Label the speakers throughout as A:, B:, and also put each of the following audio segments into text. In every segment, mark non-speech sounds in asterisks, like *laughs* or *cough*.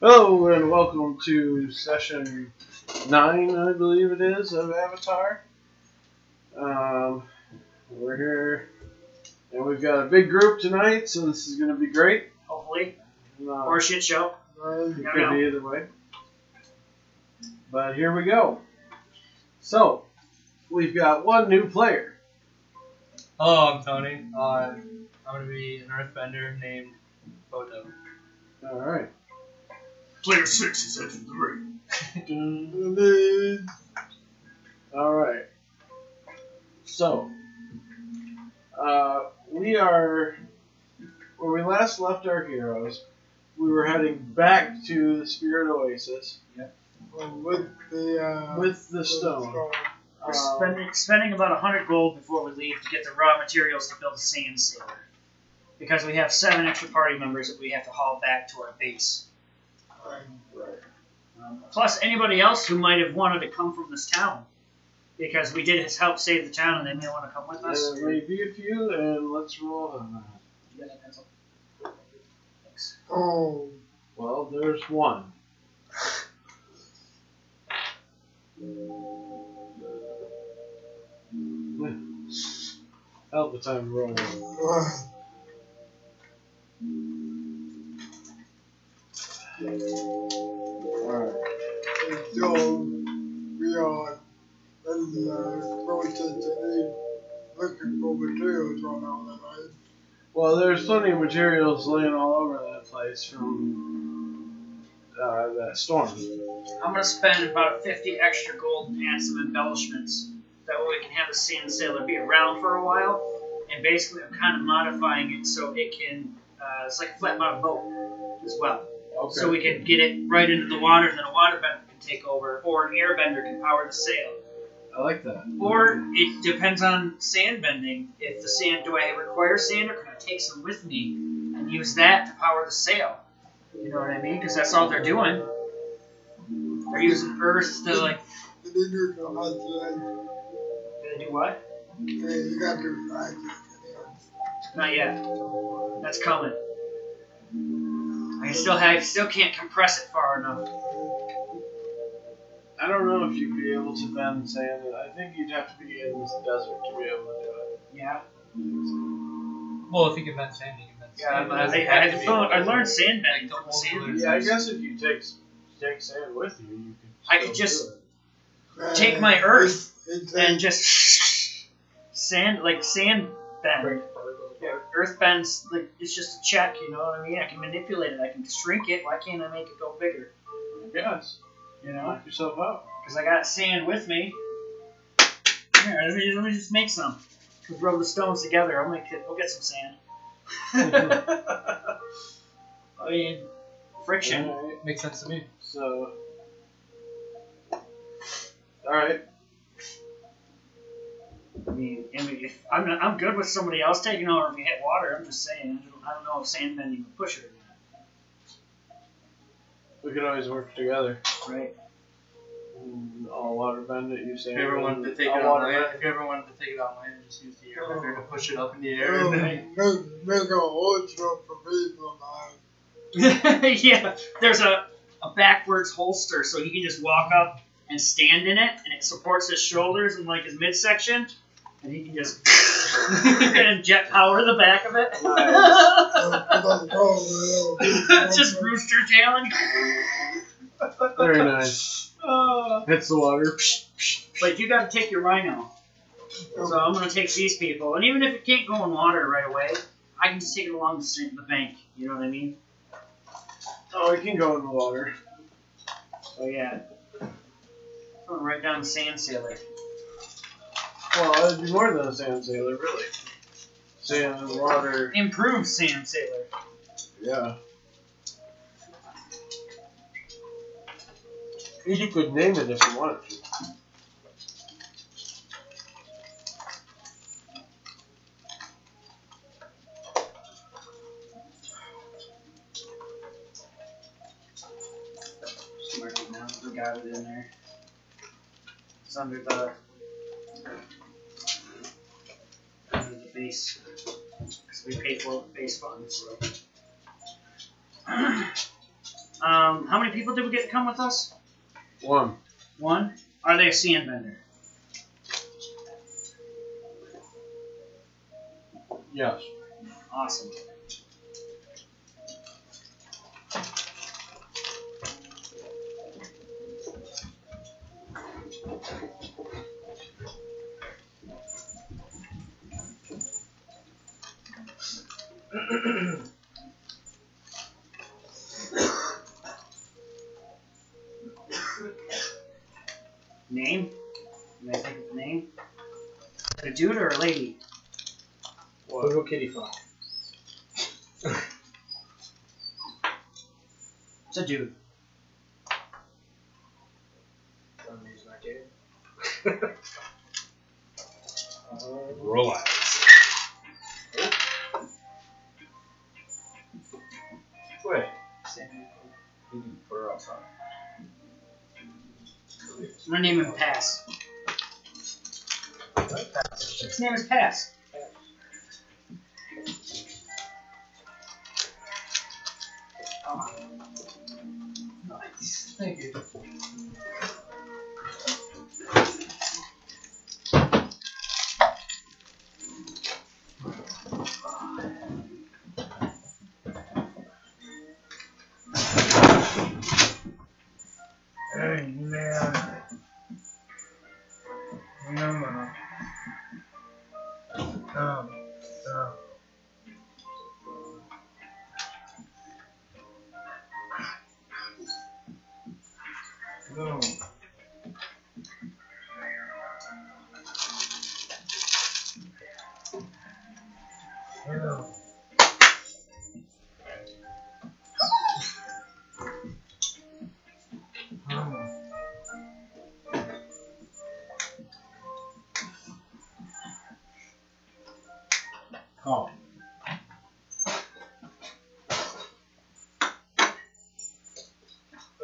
A: Hello and welcome to session nine, I believe it is, of Avatar. Um, we're here, and we've got a big group tonight, so this is going to be great.
B: hopefully,
A: Uh,
B: or a shit show.
A: it could
B: I don't
A: be either way. But here we go. So we've got one new player.
C: Hello, I'm Tony. Uh, I'm gonna be an earthbender named Boto.
A: All right.
B: Player six is entering the ring.
A: All right. So, uh, we are where we last left our heroes. We were heading back to the Spirit Oasis
D: Oh, with the uh,
A: with the stone.
B: We're
A: Um,
B: spending, spending about hundred gold before we leave to get the raw materials to build a sand sailor, because we have seven extra party members that we have to haul back to our base. Um, Plus, anybody else who might have wanted to come from this town, because we did help save the town, and they may want to come with us.
A: there may be uh, a few, and let's roll on that.
B: Thanks.
D: Oh,
A: Well, there's one. Help the time rolling. Alright.
D: so we are in the uh, process of looking for materials right now, right?
A: Well, there's plenty of materials laying all over that place from uh, that storm.
B: I'm gonna spend about 50 extra gold and some embellishments. That way we can have the sand sailor be around for a while. And basically, I'm kind of modifying it so it can. Uh, it's like a flat bottom boat as well.
A: Okay.
B: So we can get it right into the water, and then a waterbender can take over, or an airbender can power the sail.
A: I like that.
B: Or it depends on sand bending. If the sand, do I require sand, or can I take some with me and use that to power the sail? You know what I mean? Because that's all they're doing. They're using earth to like.
D: You need to come outside.
B: They do what?
D: Yeah, you got to outside.
B: Not yet. That's coming. I still have, still can't compress it far enough.
A: I don't know if you'd be able to bend sand. I think you'd have to be in this desert to be able to do it.
B: Yeah.
C: Well, if you can bend sand, you can bend
B: Yeah.
C: sand.
B: I, I, I, had to phone- I learned sandbending from the sand.
A: Yeah, I guess if you take take sand with you, you could.
B: I could
A: still
B: just-
A: do it.
B: Take my earth
D: It's,
B: and just sand like sand bend. Yeah, earth bends like it's just a check. You know what I mean? I can manipulate it. I can shrink it. Why can't I make it go bigger?
A: Yes.
B: You know?
A: Knock yourself out.
B: Because I got sand with me. Here, let me, let me just make some. Just rub the stones together. I'll make it. We'll get some sand. *laughs* I mean, friction.
A: Alright,
C: Makes sense to me.
A: so. Alright.
B: I mean, I mean if I'm, not, I'm good with somebody else taking over if you hit water. I'm just saying. I don't, I don't know if sand bending would push it.
A: We could always work together. Mm,
B: Right.
A: All water bend it, you say.
C: If you ever wanted to take it
A: I'll
C: on
A: water
C: land,
A: bend.
C: if you ever wanted to take it on land, just use the airbender to push it up in the air.
D: um,
C: And then
D: make, make a whole show for people now.
B: *laughs* yeah. There's a, a backwards holster, so he can just walk up and stand in it, and it supports his shoulders and like his midsection, and he can just *laughs* and jet power the back
A: *laughs*
B: of it.
A: Nice.
B: *laughs* just rooster tailing.
A: Very nice. Hits the water.
B: Like you gotta take your rhino. So I'm gonna take these people, and even if it can't go in water right away, I can just take it along the, sa- the bank. You know what I mean?
A: Oh, it can go in the water.
B: So yeah, I'm gonna write down the sand sailor.
A: Well, it'd be more than a sand sailor, really. Sand and water.
B: Improved sand sailor.
A: Yeah. You could name it if you wanted to.
B: Just mark it down. We got it in there. It's under the under the base because we paid for the base funds. So. *clears throat* Um, how many people did we get come with us?
A: One.
B: One. Are they a sand bender?
A: Yes.
B: Awesome. Name? Can I think of the name? Is it a dude or a lady?
A: Little kitty fox.
B: It's a dude.
C: *laughs*
E: Relax.
A: Wait.
B: I'm gonna name him Pass. His name is Pass.
C: Nice. Thank you.
D: Hey, man. No, man. Um, um. No. No.
A: Oh.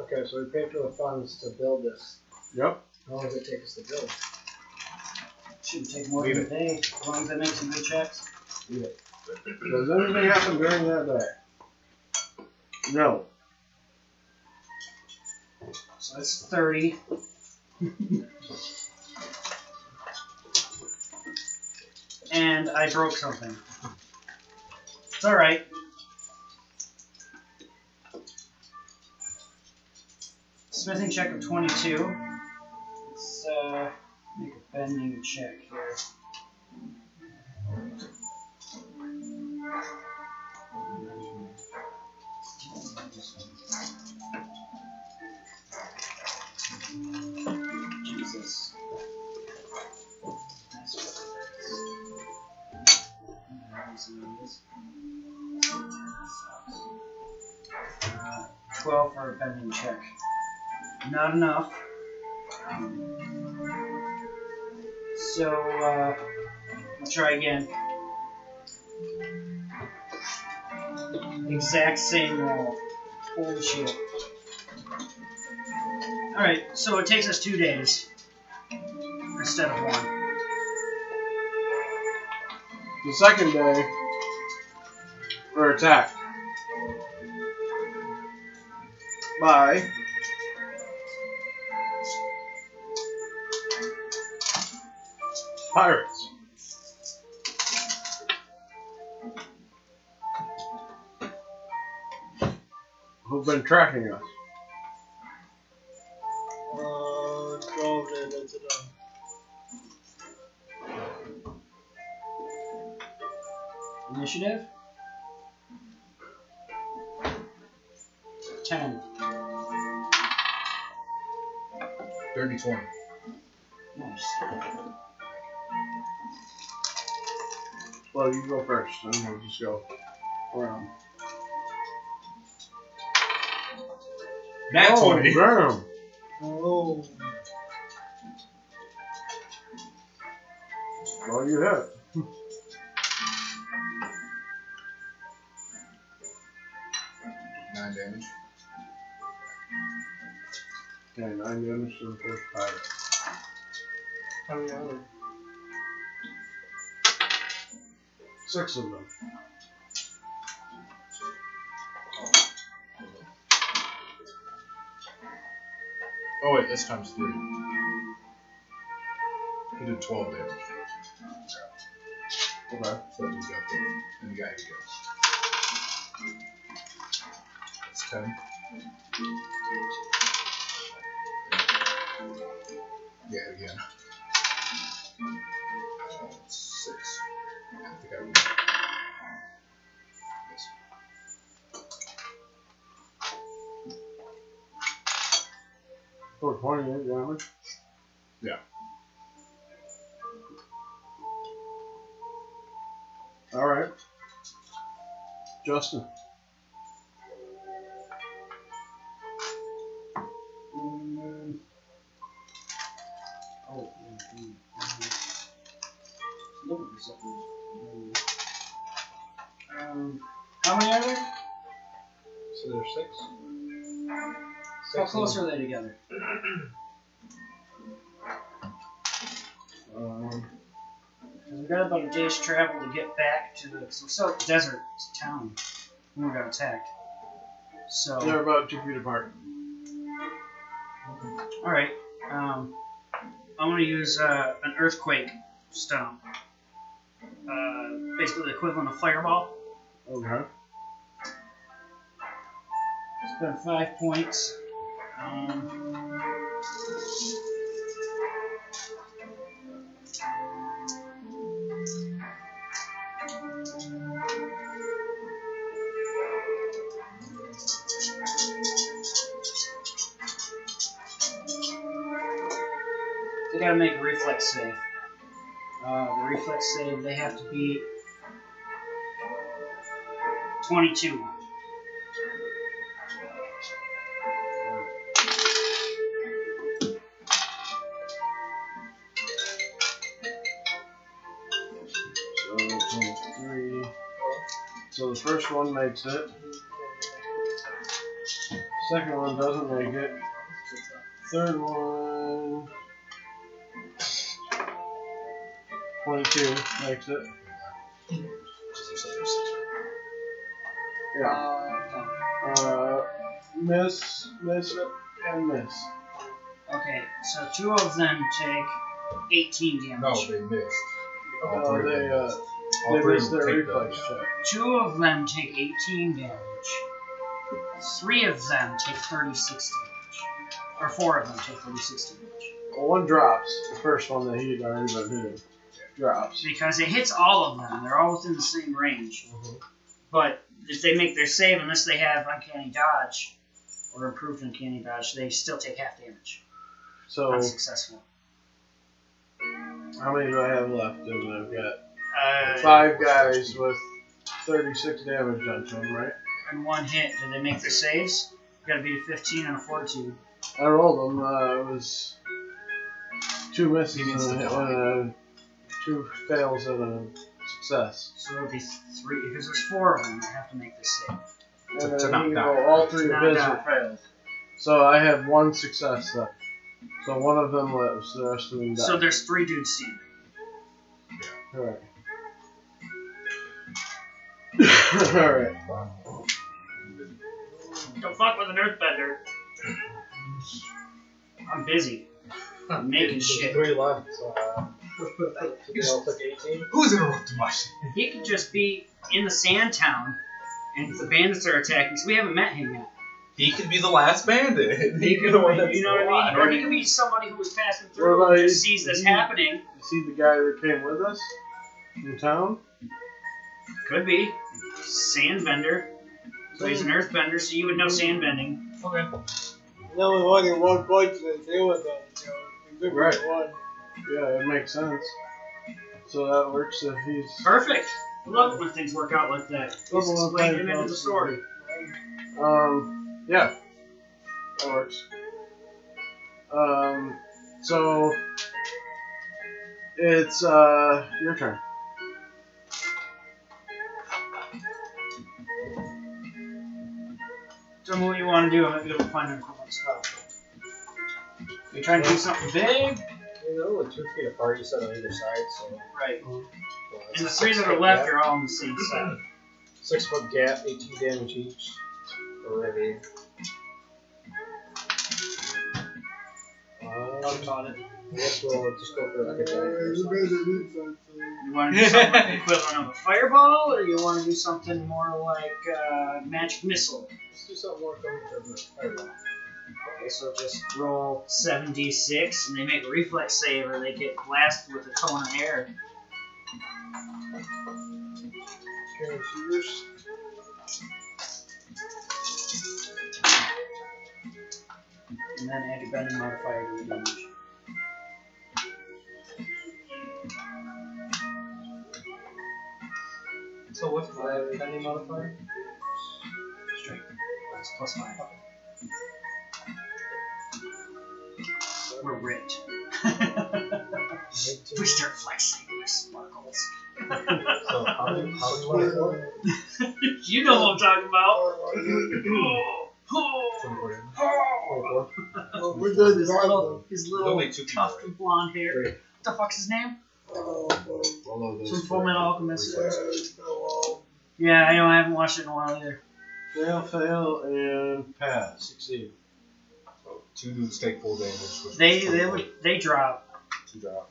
F: Okay, so we paid for the funds to build this.
A: Yep.
F: How long does it take us to build?
B: Shouldn't take more than a day, as long as I make some good checks.
A: Does anything happen during that day? No.
B: So that's 30. and I broke something. It's alright. Smithing check of 22. Let's uh, make a bending check here. Jesus. Uh, Twelve for a bending check. Not enough. So uh, I'll try again. Exact same roll. Holy shit. Alright, so it takes us two days instead of one.
A: The second day, we're attacked by pirates. Who've been tracking us?
D: Uh, 12 day, that's it.
B: Initiative? Ten.
E: 30 20.
B: Nice.
A: Well, you go first, and we'll just go around.
E: Nat
A: oh,
E: 20.
A: damn.
D: Oh,
A: Well, you hit.
E: Nine damage.
A: And I understand first pirate.
D: how many hours?
A: Six of them.
E: Oh wait, this time's three. He did twelve damage. Okay. So that dude's got four. And the guy who goes. That's ten. Yeah, again. Six. I think I would. Yes.
A: For 28 damage.
E: Yeah.
A: All right. Justin.
F: Oh, mm, mm. Looking for something.
B: Um, how many are there?
F: So there's six?
B: How
F: Six
B: close are they together?
A: Um,
B: 'Cause we got about a day's travel to get back to the. So we're still at the desert it's a town. when We got attacked. So.
A: Um, they're about two feet apart.
B: All right. Um, I'm gonna use uh, an earthquake stone. Uh, basically the equivalent of fireball.
A: Okay.
B: Spend five points. Um, they gotta make a reflex save. Uh, the reflex save they have to be 22.
A: So 23. So the first one makes it. Second one doesn't make it. Third one. 22 makes it. Yeah.
B: Uh,
A: Uh, miss, miss, and miss.
B: okay, so two of them take 18 damage.
E: No, they missed. All
A: Uh,
E: three of
A: they
E: them
A: uh,
E: missed.
A: they
E: All three
A: missed
E: of them
A: their
E: take the-
A: reflex check.
B: Two of them take 18 damage. Three of them take 36 damage. Or four of them take 36 damage.
A: Well, one drops. The first one that he had already been hitting drops.
B: Because it hits all of them. They're all within the same range.
A: Mm-hmm.
B: But if they make their save, unless they have uncanny dodge or improved uncanny dodge, they still take half damage.
A: So
B: Unsuccessful.
A: how many do I have left? And I've got
B: Uh,
A: five guys with 36 damage done to them, right?
B: In one hit, do they make their saves? Gotta beat a 15 and a 42.
A: I rolled them. Uh, it was two misses
E: He needs
A: and, a,
E: to die.
A: and a, two fails and a success.
B: So there'll be three, because there's four of them that have to make this save.
A: And
E: To- to
A: then
E: not
A: he
E: die.
A: rolled- all three
B: To
A: of
B: not
A: his
B: die.
A: were fails. So I have one success left. So one of them lives. The rest of them die.
B: So there's three dudes standing.
A: *laughs* Alright. Alright.
B: Don't fuck with an earthbender. I'm busy. I'm making
F: There's
B: shit.
F: Three left, so. Uh, so they all took 18.
E: Who's interrupting my shit?
B: He could just be in the sand town, and the bandits are attacking. 'cause we haven't met him yet.
C: He could be the
E: *laughs*
C: last bandit.
B: He could,
C: the one
B: be,
C: that's
B: you know what I
C: alive.
B: mean? Or he could be somebody who was passing
A: What
B: through
A: about
B: and
A: you?
B: sees this happening.
A: You see the guy that came with us from town?
B: Could be sandbender. So he's an earthbender, so you would know sandbending.
C: Okay.
D: There was only one point to deal with that, so we took
A: Right.
D: one.
A: Yeah, it makes sense. So that works if he's.
B: Perfect. I love it when things work out like that. Just explain him into the story.
A: Um, yeah. That works. Um, so. It's, uh, your turn.
B: Tell me what you want to do. I'm gonna go find an equivalent spell. You're trying to do something big,
F: You know, with two feet apart, you said on either side, so.
B: right?
F: well, that's
B: And the
F: a
B: three that
F: six-foot
B: are left
F: gap.
B: are all on the same side.
F: Six foot gap, 18 damage each. Already. I'm on it. Let's roll it. uh, Just go for like a giant.
D: Uh,
F: or
D: you
F: something.
D: guys are good, so-
B: You want to do something like the equivalent of a fireball, or you want to do something more like uh, magic missile?
F: Let's do something more coming
B: Okay, so just roll 7d6, and they make a reflex save, or they get blasted with a cone of air.
D: Okay, so yours-
B: And then add your bending modifier to the damage.
C: So what's my bending modifier?
B: Strength. That's plus 5. We're ripped. *laughs* we start flexing with sparkles.
F: So how do how do you want to roll?
D: Uh,
B: you know what I'm talking about.
D: uh,
B: Oh, oh, oh.
F: Twenty-four.
D: uh, we did
B: His
D: that,
B: little, his
E: There's
B: little
E: only two people.
B: tufty blonde hair.
F: Three.
B: What the fuck's his name?
D: uh, uh,
E: All of those.
B: From
E: for-
B: Full Metal Alchemist.
D: yeah, so,
B: Yeah, I know. I haven't watched it in a while either.
A: Fail, fail, and pass. Succeed.
E: Two dudes take full damage. which
B: They
E: is
B: they
E: twenty-one.
B: would they drop.
E: Two drop.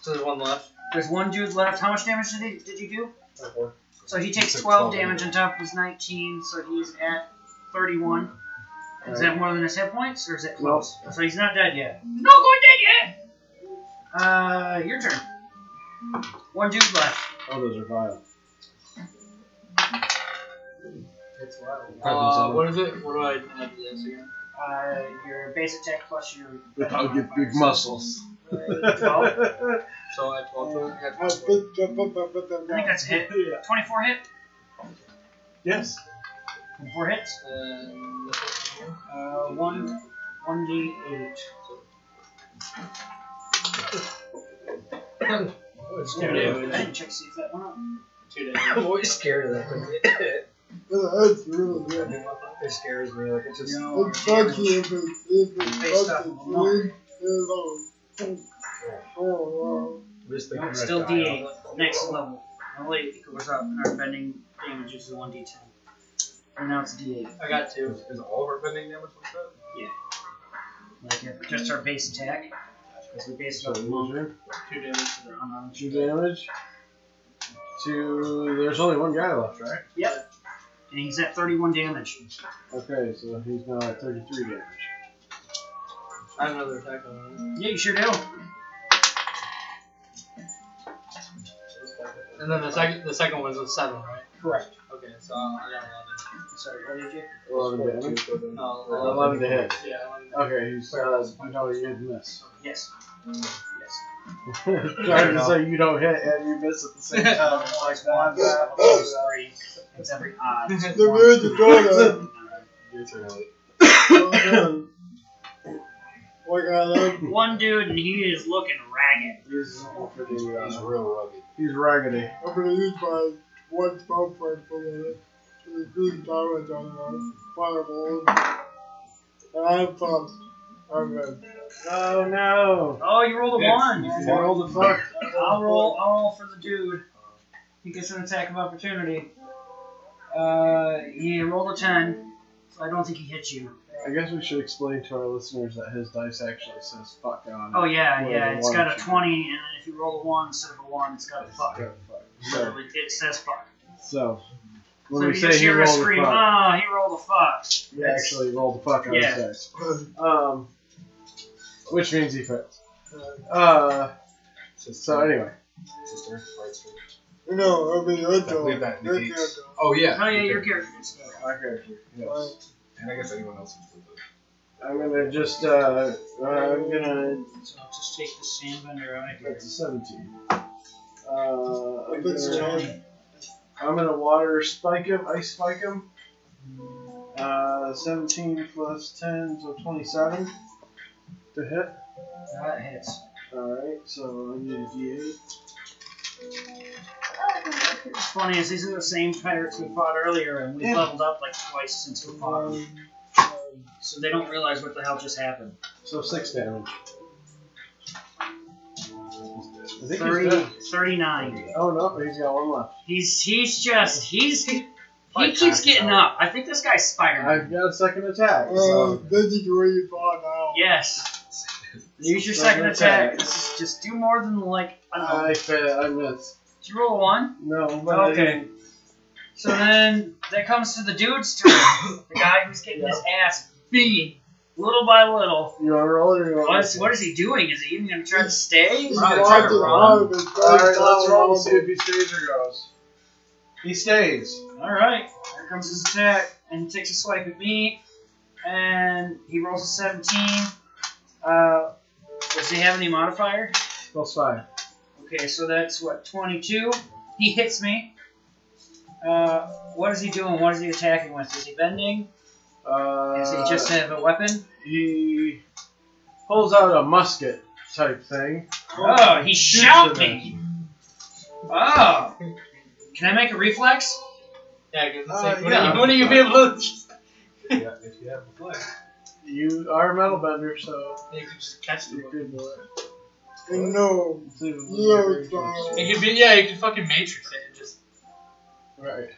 C: So there's one left.
B: There's one dude left. How much damage did he did you do?
F: Twenty-four.
B: So he
E: He
B: takes
E: took
B: 12
E: 12
B: damage on top of his 19, so he's at 31. Is that more than his hit points, or is it
A: Well-
B: close? so he's not dead yet. No, going dead yet. Uh, your turn. One dude left.
A: Oh, those are vile.
F: It's wild.
C: Uh, what is it? What do I add to this again?
B: Uh, your base attack plus your. Uh,
A: I'll get
B: *laughs*
A: big muscles.
B: Twelve.
C: So I have 12 to
D: I
C: it.
D: picked up, up, up,
B: I
D: up,
B: think
D: up.
B: that's a hit. 24 hit.
A: *laughs* Yes.
B: 24 hits.
C: And this one here.
B: Uh,
F: *coughs*
B: one, one d eight.
F: Oh, it's
B: I
C: Two
F: *laughs* scary.
B: didn't
C: damage.
B: check to see if that went up.
C: Two
F: I'm
C: damage.
F: always scared of *laughs* that.
D: Yeah, That's really good.
F: it scares me. Like it just.
B: No.
D: It's fucky if it, if it
B: Based on
D: fucking
B: what?
D: leaves it alone. Oh,
F: we Just think
B: No,
F: we're
B: it's
F: gonna
B: still
F: die
B: D8.
F: on that.
B: Next level. Only it goes up, and our bending damage is 1d10. And now it's d8.
C: I got two.
F: Is all of our bending damage like that?
B: Like, if- just our base attack. Because we base it
A: So
B: off
A: who's
B: longer.
A: your
C: Two damage to the
B: unarmed.
A: two damage. Two. There's only one guy left, right?
B: Yep. And he's at 31 damage.
A: Okay, so he's now at 33 damage.
C: I have another attack on
B: Yeah, you sure do.
C: it. And then the second the second one's a seven, right?
B: Correct.
C: Okay, so I got eleven.
B: Sorry, what did you?
A: 11 damage.
C: No,
A: Or
C: Oh,
A: 11
C: eleven.
A: to hit.
C: Yeah, eleven.
A: Okay, he's. Uh, no, you didn't *laughs* miss.
B: Yes. Yes.
A: Trying to say you don't hit and you miss at the
B: *laughs*
A: same time. It's like that.
D: Yeah.
B: Those three. It's every odd.
D: The minute you draw that,
E: Your turn, Elliot.
D: oh, man. Like I love
B: One dude, and he is looking ragged.
A: He's pretty.
E: He's
A: Uh,
E: real rugged.
A: *laughs* he's raggedy.
D: I'm gonna use my one spell point for the to increase damage on the fireball. And I'm pumped. I'm good.
A: Oh no!
B: Oh, you rolled a
C: Yes.
B: one.
A: You rolled a fuck.
B: I'll roll. I'll roll for the dude. He gets an attack of opportunity. Uh, he rolled a ten, so I don't think he hit you.
A: I guess we should explain to our listeners that his dice actually says fuck on. it.
B: Oh yeah,
A: Well,
B: yeah.
A: the
B: It's
A: one
B: got a
A: should-
B: twenty, and then if you roll a one instead of a one, it's got a fuck.
A: Yeah, fuck. So,
B: Literally, it says fuck.
A: so when
B: So
A: we
B: you
A: say
B: just
A: he
B: hear a
A: rolled
B: scream.
A: a fuck,
B: Oh, he rolled a fuck.
A: he actually rolled a fuck on
B: Yeah.
A: his
B: *laughs*
A: dice. Um, which means he fails. Uh, so anyway,
E: Sister, right sister.
D: You know, I mean, your turn.
E: Leave that in the
D: Your
E: deeds.
D: character.
E: Oh yeah.
B: Oh yeah,
E: okay.
B: your character. is fuck.
A: my character. Yes.
D: Right.
E: And I guess anyone else is with it.
A: I'm gonna just. Uh, I'm gonna.
B: So I'll just take the sandbender out of here.
A: That's a 17. Uh, I'm,
D: That's
A: gonna,
D: right.
A: I'm gonna water spike him, ice spike him. Uh, 17 plus 10, so 27 to hit.
B: That hits.
A: Alright, so I need a d8.
B: It's funny is these are the same pirates we fought earlier, and we
A: Yeah.
B: leveled up like twice since we fought them. So they don't realize what the hell just happened.
A: So 6 damage. I think he's
B: 30,
A: dead.
B: 39.
A: Oh no, he's got one left.
B: He's he's just he's he
E: Fight
B: keeps
E: back,
B: getting
E: though.
B: up. I think this guy's Spider-Man.
A: I've got a second attack.
D: Uh,
A: So
D: this is where you fall now.
B: Yes. Use your
A: Second attack.
B: second attack. This is just do more than like I don't know.
A: I fail. I missed.
B: Did you roll a one?
A: No, but I
B: Okay.
A: didn't-
B: So then that comes to the dude's turn. the guy who's getting his ass beat little by little.
A: you want to roll or you want
B: What is, what is he doing? Is he even gonna try to stay? Is he
D: He's
B: gonna try
D: locked
B: to
D: in
B: run?
D: the hog, it's
A: All right,
D: very
A: let's roll and
D: powerful.
A: see if he stays or goes. He stays.
B: All right, here comes his attack, and he takes a swipe at me, and he rolls a 17. Uh, does he have any modifier?
A: Plus five.
B: Okay, so that's what 22. He hits me. Uh, what is he doing? What is he attacking with? Is he bending?
A: Uh,
B: Does he just have a weapon?
A: he pulls out a musket type thing.
B: Oh, he shot
A: at
B: me. Oh, can I make a reflex?
C: Yeah, because it's
A: Uh,
C: like, when,
A: yeah.
C: are you, when are you be able to
E: yeah, if you have a flag.
B: *laughs*
A: You are a metalbender, so
C: you could just catch the
A: you could do it.
D: And no.
A: Let's see if it's
D: Yeah,
A: very
D: it's all-
A: close.
C: It could be, yeah, you could fucking matrix it and just. *laughs*
A: Right.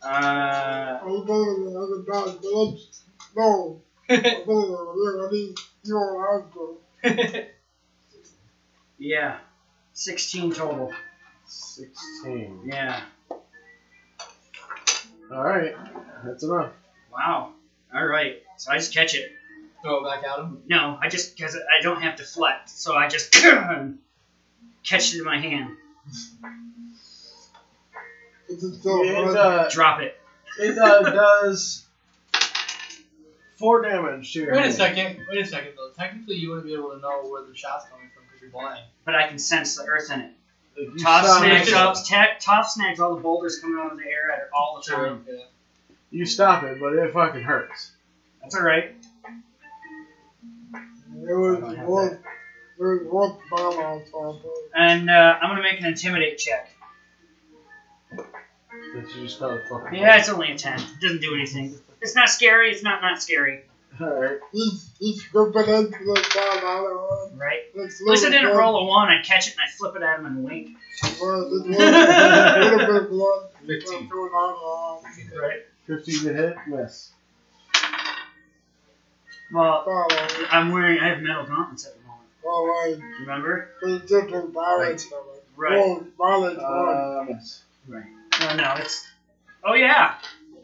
B: Uh,
D: I was going to the other dog, but let's. No. I'm going over here. I need your answer.
B: yeah, 16 total.
A: Sixteen.
B: Yeah.
A: All right. That's enough.
B: Wow. All right. So I just catch it.
C: Throw it back at him.
B: No, I just because I don't have deflect, so I just *clears throat* catch it in my hand,
D: This is so
A: it
D: hard.
A: uh,
B: drop it.
A: it uh, does four damage to your
C: Wait a
A: hand.
C: second. Wait a second, though. Technically, you wouldn't be able to know where the shot's coming from because you're blind.
B: But I can sense the earth in it.
A: If you
B: Top
A: stop-
B: snags up. Ta- top snags all the boulders coming out of the air at it all the time.
C: Yeah.
A: You stop it, but it fucking hurts.
B: That's all right.
D: There was one. There was one bomb on top of
B: And uh, I'm gonna make an intimidate check.
A: That you just felt fucking.
B: Yeah, it's only a ten. It doesn't do anything. It's not scary. It's not not scary.
A: *laughs* All right.
D: He's, he's gripping into the bomb out of him.
B: Right.
D: It's
B: At least I didn't
D: little
B: roll a one. I catch it and I flip it at him and wink.
D: blood. Well, this little- little bit of blood.
E: Fifteen.
D: Going on, um,
B: Right.
A: Fifteen to hit. Miss.
B: Well,
D: follow.
B: I'm wearing. I have metal gauntlets at the moment.
D: All right.
B: Remember?
D: There's different violence. of it.
B: Right.
D: Oh, violence. one.
A: Uh, miss.
B: Right. Well, no, it's. Oh yeah,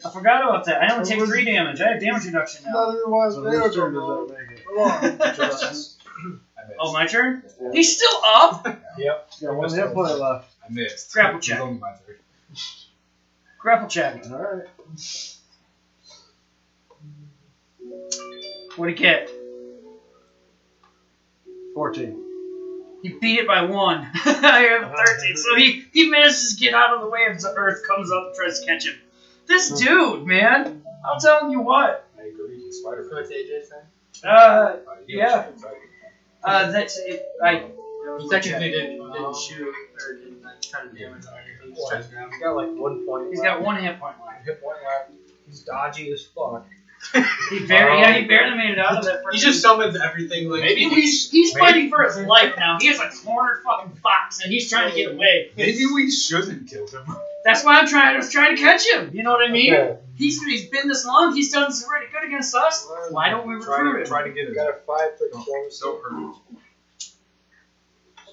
B: I forgot about that. I only take three damage. I have damage reduction
D: *laughs*
B: now.
D: Not everyone's
A: So
D: there,
A: whose turn
D: come on.
A: does that make it?
D: Come on.
A: *laughs*
E: Just- I missed.
B: Oh, my turn.
E: Yeah.
B: He's still up.
E: Yep,
A: Yeah, one hit point left.
E: I missed.
B: Grapple
E: It's
B: check.
E: only my turn.
B: Grapple check.
A: All right.
B: What would he get?
A: Fourteen.
B: He beat it by one. *laughs* I have thirteen, so he he manages to get out of the way as the earth comes up and tries to catch him. This dude, man. I'm telling you what.
E: I agree. He's Spider Man.
C: AJ's thing?
B: Uh,
E: Uh,
B: Yeah. uh, that's it. I.
C: He technically didn't, didn't shoot or didn't like, try to damage him. He just tried to grab him.
F: He's got like one point.
B: He's
F: left.
B: got one hit point left.
F: hit point left. He's dodgy as fuck.
B: He barely, yeah, he barely made it out of that.
C: He
B: first-
C: just summons everything. Like,
B: Maybe we, he's fighting for his life now. He is a cornered fucking fox, and he's trying to get away.
E: Maybe we shouldn't kill him.
B: That's why I'm trying. I was trying to catch him. You know what I mean?
F: Okay.
B: He's he's been this long. He's done this really good against us. Why don't we
E: Try
B: recruit
E: to,
B: him?
E: try to get
F: We
E: him.
F: got a five for diplomacy.
E: So hurt.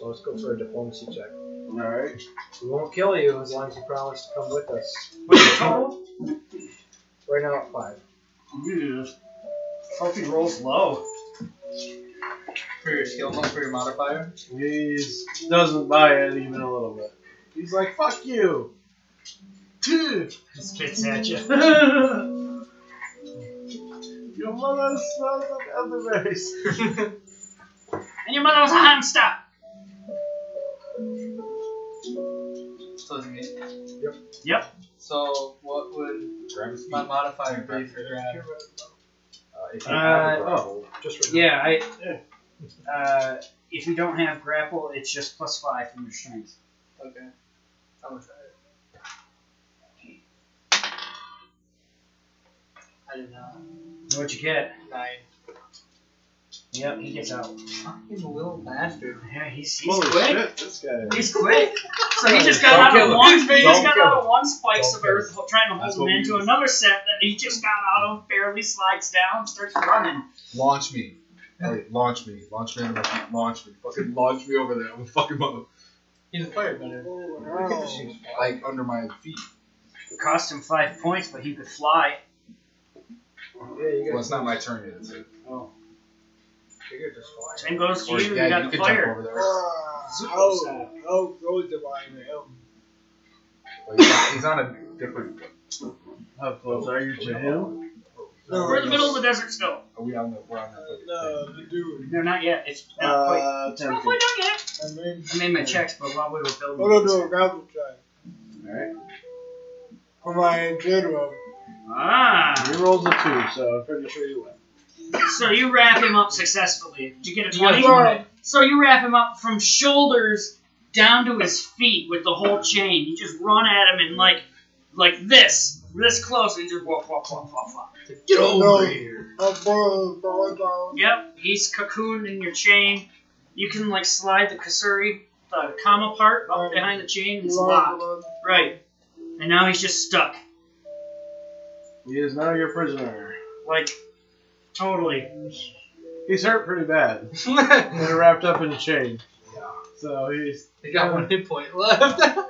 F: So let's go for a diplomacy check.
A: All right.
F: We won't kill you as long as you promise to come with us.
B: What's
A: *laughs*
B: the total?
F: Right now at five.
B: Hope he rolls low.
C: for your skill mod, for your modifier.
A: He doesn't buy it even a little bit. He's like, "Fuck you." *laughs* You
B: Spits at you.
A: mother smells of *laughs* elderberries.
B: And your mother was a hamster.
C: So it's me.
F: Yep.
B: Yep.
C: So what would
E: Grab his feet.
C: my
E: Uh,
C: modifier be for grab?
E: if you have a
B: Uh,
E: grapple,
F: Just for
B: Yeah, I. Uh, if you don't have grapple, it's just plus five from your strength.
C: Okay. I'm gonna try it. I did not.
B: What'd you get?
C: Nine.
B: Yep, he gets out.
C: He's a little bastard.
B: Yeah, he's, he's
A: Holy
B: quick.
A: shit, this guy.
B: He's quick. So he just got
E: Don't
B: out
E: kill
B: of
E: him.
B: one. He just
E: Don't
B: got
E: kill
B: out of one spikes
E: Don't
B: of
E: kill
B: earth, trying to
E: That's
B: hold
E: what
B: him
E: we
B: into
E: need.
B: another set that he just got out of. Barely slides down, starts running.
E: launch me. Like, launch me. Launch me out of my feet. Launch me. Fucking launch me over there. I'm a fucking mother.
C: He's a firebender.
D: Oh, wow.
E: Like, under my feet.
B: It cost him five points, but he could fly.
F: Yeah, you
E: Well,
F: guys.
E: it's not my turn yet. It's like,
F: You guys just fly.
B: Same goes to
E: or,
B: you. You
E: yeah,
B: got
E: you
B: the
E: can jump
B: fire.
E: over there.
D: Ah,
B: Super
D: How,
B: sad.
D: how goes Oh, the wine? Oh,
E: Like, he's on- he's on a different.
A: How close are you to him?
D: No,
B: We're in the middle of the desert still.
E: Are Oh, we on the? We're on the. fucking thing?
D: No, the dude.
B: No, not yet. It's not quite.
A: Uh,
B: It's not
A: 10
B: quite
A: feet.
B: done yet.
D: I mean,
B: I made my checks, but while we were building,
D: what do do a gravel track
A: Alright.
D: for my general?
B: ah,
A: He rolls a 2, so I'm pretty sure you win.
B: so you wrap him up successfully. Did you get a
C: You guys
B: twenty?
C: want it?
B: So you wrap him up from shoulders down to his feet with the whole chain. You just run at him and like, like this, this close, and just whoop, whoop, whoop, whoop, whoop.
C: Get over
D: No.
C: here.
D: How far is the down?
B: Yep, he's cocooned in your chain. You can like slide the kasuri, the kama part up behind the chain. and It's Oh. locked. Right, and now he's just stuck.
A: He is now your prisoner.
B: Like, totally.
A: He's hurt pretty bad.
C: *laughs* they
A: They're wrapped up in a chain. So he's
C: got one hit point left. *laughs*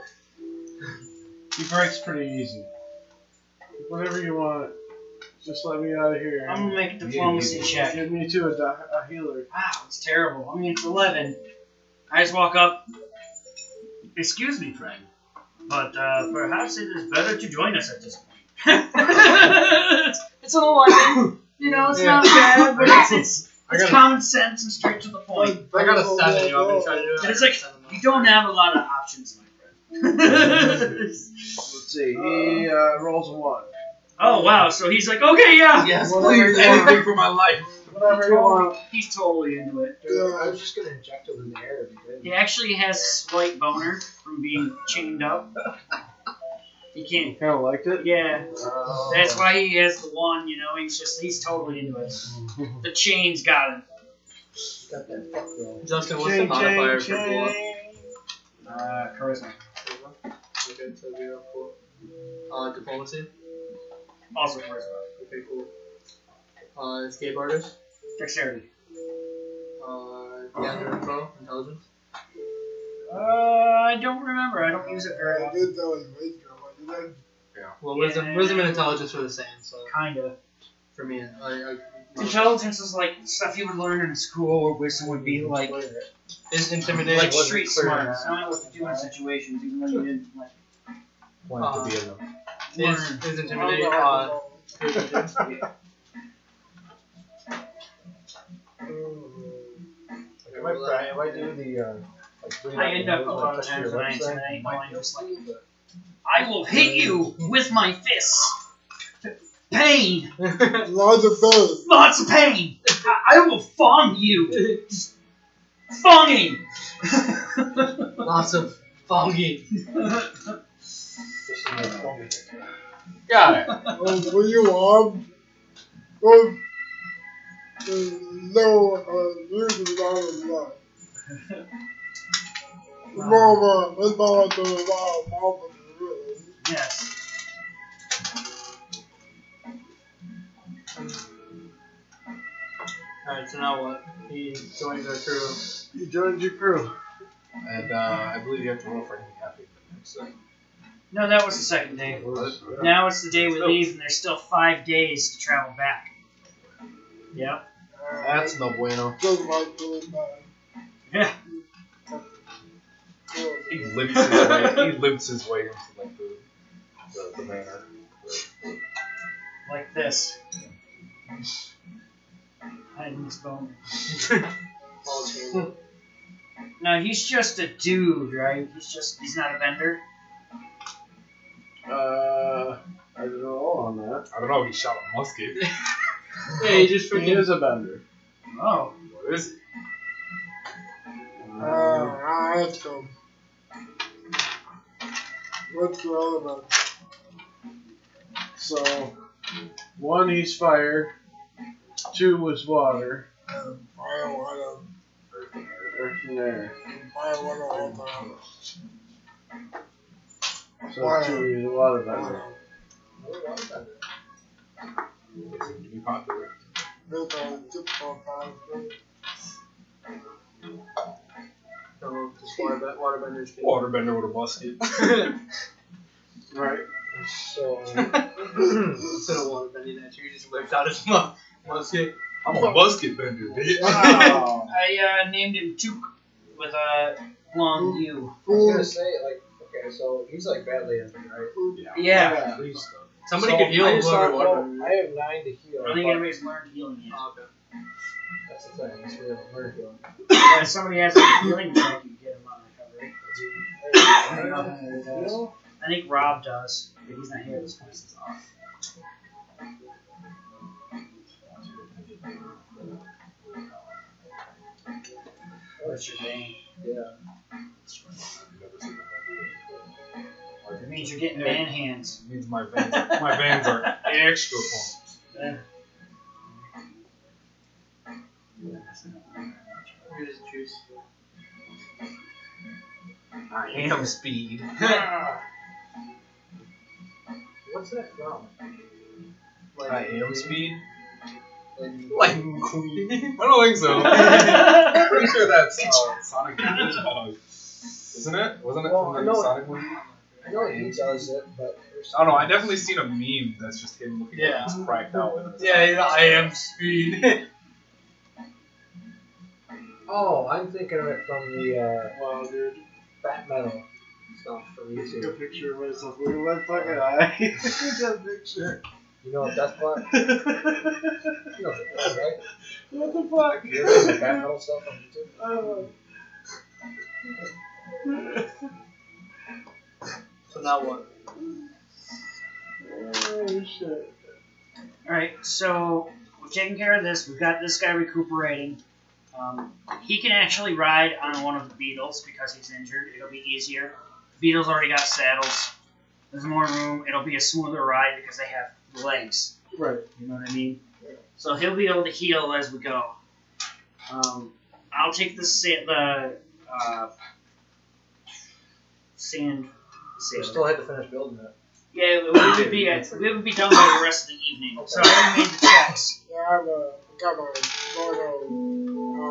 A: he breaks pretty easy. Whatever you want, just let me out of here.
B: I'm gonna make a diplomacy check.
A: Give me to a, di- a healer.
B: Wow, it's terrible. I mean, it's 11. I just walk up. Excuse me, friend, but uh, perhaps it is better to join us at this point. it's, it's an 11. You know, it's not bad, but it's, it's,
C: I
B: it's
C: gotta-
B: common sense and straight to the point.
C: I got a seven. You want me to try to do it?
B: And Oh, it's like, You don't have a lot of options, my friend. *laughs*
A: Let's see. He uh, rolls a one.
B: oh, wow. So he's like, okay, yeah.
C: Yes,
D: Whatever
C: please.
D: you want.
C: Anything for my life.
A: Whatever you want.
B: He's totally into it.
F: Dude, I was just gonna inject him in the air. if he
B: He
F: didn't.
B: actually has a slight boner from being chained up. He can't.
A: Kind of liked it.
B: Yeah.
A: Uh,
B: That's why he has the one, you know, he's just he's totally into it. The chain's got him.
F: Got that fuck roll.
C: Justin, what's the
A: Chain,
C: modifier
A: chain,
C: for blow
A: chain.
B: Uh charisma.
F: Okay, so we have four.
C: up? Uh, diplomacy.
B: Also charisma.
F: Okay, cool.
C: Uh, escape artist.
B: Dexterity.
C: Uh,
B: Uh-huh.
C: gather info. Intelligence.
B: Uh I don't remember. I don't use it very
D: I
B: often.
D: did know he was going, but then
C: Well, wisdom,
B: Yeah.
C: wisdom and intelligence are the same. So
B: Kinda.
C: for me, I, I,
B: Intelligence is like stuff you would learn in school or wisdom would be like
C: is intimidation.
B: like
C: wasn't
B: street
C: clear
B: smarts.
C: enough.
B: Knowing what to do in situations even though you didn't like
E: Wanted to be in the.
B: learn.
C: Is, is
D: I
C: intimidation.
D: don't
B: *laughs*
C: Uh,
D: know. Mm.
E: Like, am I, pri- am I doing the? Uh, like, bring
B: I
E: out
B: end
E: the
B: up a
E: numbers,
B: lot
E: like,
B: of
E: touch your
B: times when I
E: website?
B: intimidate
E: Might
B: mine,
E: be
B: just like-
E: cool, but-
B: I will hit you with my fists. Pain!
D: Lots of those.
B: Lots of pain. I, I will fong you. Just Fonging.
C: lots of foggy.
E: Just a little bit.
C: Got *laughs* it.
D: Oh, were you armed? Oh, there's no, uh, reason why I'm not. Mama, it's not the wild mama, really.
B: yes.
C: All right. So now what? He joins our crew.
A: You joined your crew.
E: And uh, I believe you have to roll for anything happy. So,
B: No, that was the second day. Now it's the day we leave, and there's still five days to travel back. Yep.
E: that's no bueno.
D: Doesn't like doing that.
B: Yeah.
E: He limps his way. He limps his way into like the the, the manor.
B: Like this. Hiding his bone.
F: All table.
B: No, he's just a dude, right? He's just—he's not a vendor.
A: Uh, I did a roll on that.
E: I don't know. He shot a musket.
C: Yeah, he just
A: He
C: freaking.
A: is a bender.
B: Oh.
E: What is it?
D: Uh, I asked him. What's the other one?
A: So, one he's fire, two was water,
D: Um, I don't wanna,
A: earth and air.
D: I don't wanna hold on.
A: So two he's a water bender.
E: Doesn't seem to be popular.
D: That's a difficult time for me.
F: So just water,
C: *laughs*
F: waterbender's feet.
E: Waterbender with a musket.
A: Right.
F: *coughs* So instead of waterbending at you, he just whips out his mu- musket.
E: I'm a musket bender, *laughs* bitch.
A: Wow.
B: I uh, named him Took with a long U.
F: I was gonna say like, okay, so he's like badly injured, right?
B: Yeah.
A: Yeah.
E: Please,
C: Somebody
F: so
C: could heal
F: I just
C: whoever
F: thought,
C: wanted.
F: well, I have nine to heal.
B: I don't think
F: but-
B: anybody's learned healing yet.
F: Oh, okay. That's the thing. That's real. We're
A: *laughs*
F: healing.
B: Yeah, if somebody has a healing check, you get him on recovery.
F: I
B: don't know
F: who it
B: is.
F: is.
B: I think Rob does, but he's not here this point. He's off. What's your name?
F: Yeah.
B: It means you're getting man hands.
E: It means my veins, *laughs* my veins are extra pumped.
F: Here's the juice.
E: I am speed.
F: What's that from? Like,
E: I am speed.
F: Like,
E: Like Queen. I don't think so.
A: *laughs*
F: *laughs*
E: I'm pretty sure that's uh, Sonic. Boom. Isn't it? Wasn't it
F: Well, I
E: from the
F: know it-
E: Sonic movie?
C: uh,
F: I know he does it, but. there's
E: I don't know. I definitely seen a meme that's just him looking
C: Yeah.
E: like he's cracked out
C: *laughs*
E: with it.
C: Yeah, yeah, I am speed. *laughs*
F: Oh, I'm thinking of it from the uh,
A: Wow, dude.
F: fat metal stuff from
A: Take a
F: YouTube.
A: picture of myself with one fucking eye. Look at that
E: *laughs*
A: picture.
F: You know what that's part? You know what it is, right?
A: what the fuck?
F: You ever seen the fat metal stuff on YouTube?
A: Oh.
F: So now what?
A: oh shit.
B: Alright, so we're taking care of this. We've got this guy recuperating. Um, he can actually ride on one of the beetles because he's injured. It'll be easier. Beetles already got saddles. There's more room. It'll be a smoother ride because they have legs.
A: Right.
B: You know what I mean? So he'll be able to heal as we go. Um, I'll take the sa- the uh, sand.
F: We
B: sand.
F: still had to finish building it.
B: Yeah, we would be uh, we would be done by the rest of the evening. So I already made the checks.
D: Yeah, I have a, I got my photo. Uh, on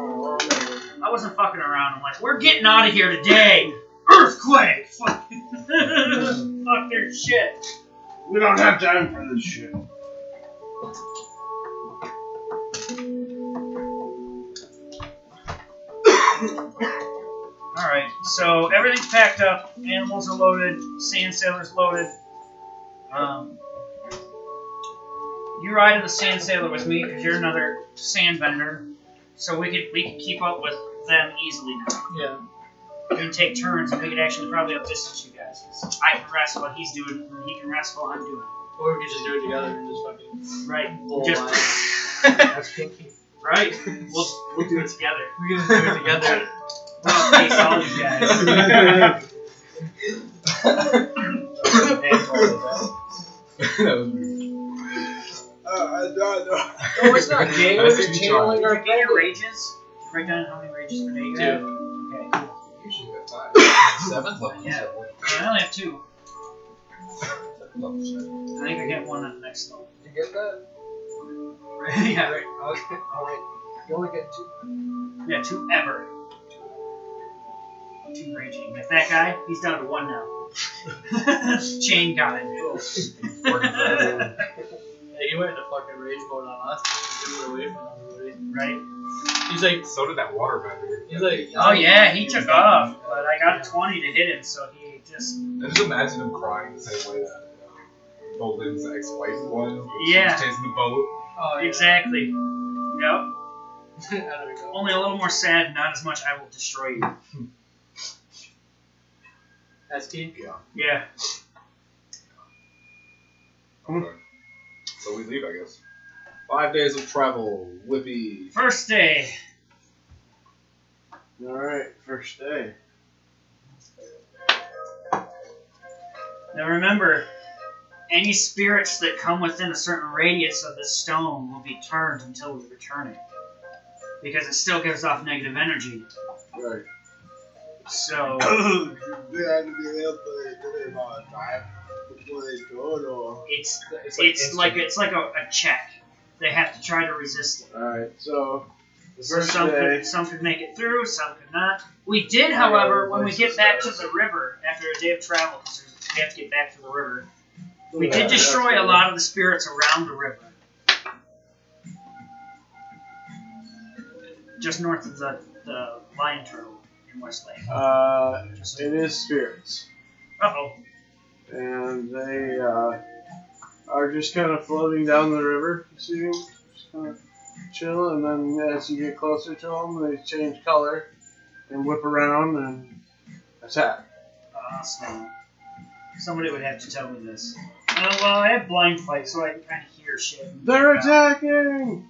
B: I wasn't fucking around. I'm like, we're getting out of here today. Earthquake. *laughs* Fuck. Fuck their shit.
A: We don't have time for this shit.
B: All right. So everything's packed up. Animals are loaded. Sand sailor's loaded. Um, you ride in the sand sailor with me because you're another sand bender, so we could we could keep up with them easily now.
F: Yeah.
B: We can take turns, and we could actually probably outdistance you guys. 'cause I can rest while he's doing, it, and he can rest while I'm doing.
F: Or we could just do it together and just fucking.
B: it. Right.
F: Bull
B: Just
F: That's kinky.
B: right. We'll we'll do it
C: *laughs*
B: together.
C: we can do it together.
B: Well, face all you guys.
E: *laughs*
A: *laughs*
E: that was weird.
D: Uh, I don't know.
F: No, it's *laughs* not gay.
E: I
F: We're
E: think
F: just
E: you
F: channeling
B: Did
F: our
B: you get your
F: power.
B: rages? Write down how many rages per day you
C: Two.
B: have. Okay.
E: Usually at five. Seventh level.
B: Yeah. I only have two. I think I get one on the next level.
F: Did you get that?
B: *laughs* yeah.
F: Right, Okay. All right. You only get two.
C: *laughs*
B: Yeah, two ever. Two raging. Like that guy, he's down to one now. *laughs* Chain got it.
C: Yeah, he went into fucking rage mode on us. He took it away from everybody.
B: right?
C: He's like,
E: So did that waterbender.
C: he's like.
B: Oh yeah, he took off, but I got a twenty to hit him, so he just
E: I just imagine him crying the same way that uh, Nolan's ex-wife was. when
B: Yeah.
E: She was chasing the boat.
C: Oh, yeah.
B: exactly. Yep.
C: there we go.
B: Only a little more sad, not as much I will destroy you.
C: That's key.
B: Yeah.
E: Okay. So we leave, I guess. Five days of travel. Whippy.
B: First day.
A: Alright, first day.
B: Now remember, any spirits that come within a certain radius of this stone will be turned until we return it. Because it still gives off negative energy.
A: Right.
B: *coughs* So,
D: They had to be there for a good amount of time before they go, or
B: it's
F: It's
B: it's like
F: instant.
B: it's like a, a check. they have to try to resist it.
A: Alright, so the
B: So
A: first
B: some
A: day.
B: could, some could make it through, some could not. We did, however, when we get back to the river after a day of travel, because we have to get back to the river. We
A: Yeah,
B: did destroy a lot of the spirits around the river. Just north of the, the lion turtle in West Lake.
A: Uh,
B: Just
A: it is spirits,
B: oh,
A: and they uh, are just kind of floating down the river. You see them, just kind of chill, and then as you get closer to them, they change color and whip around and attack.
B: awesome. Uh, Somebody would have to tell me this. Uh, well, I have blind fight, so I can kind of hear shit.
A: They're attacking.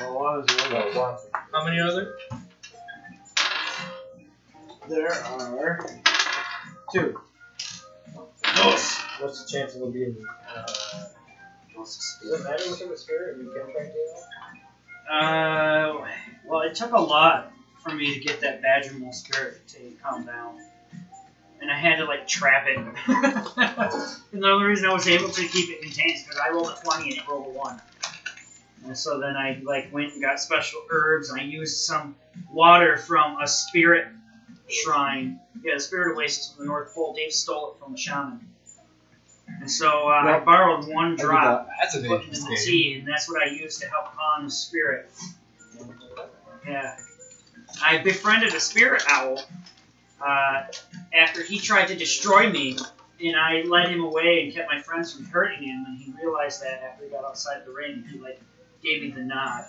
A: Well, what is it?
C: How many are there?
A: There are two.
F: What's the chance of it being? Uh, does it matter what type of spirit you can try to do?
B: Uh, well, it took a lot for me to get that badger mole spirit to calm down, and I had to like trap it. *laughs* and the only reason I was able to keep it contained is because I rolled a twenty and it rolled a one. And so then I like went and got special herbs. And I used some water from a spirit shrine. Yeah, the spirit oasis from the North Pole. Dave stole it from the shaman. And so uh, I borrowed one drop
E: That's a
B: put it in the
E: dangerous game.
B: tea, and that's what I used to help calm the spirit. Yeah. I befriended a spirit owl uh, after he tried to destroy me, and I led him away and kept my friends from hurting him. And he realized that after he got outside the ring, he like gave me the nod,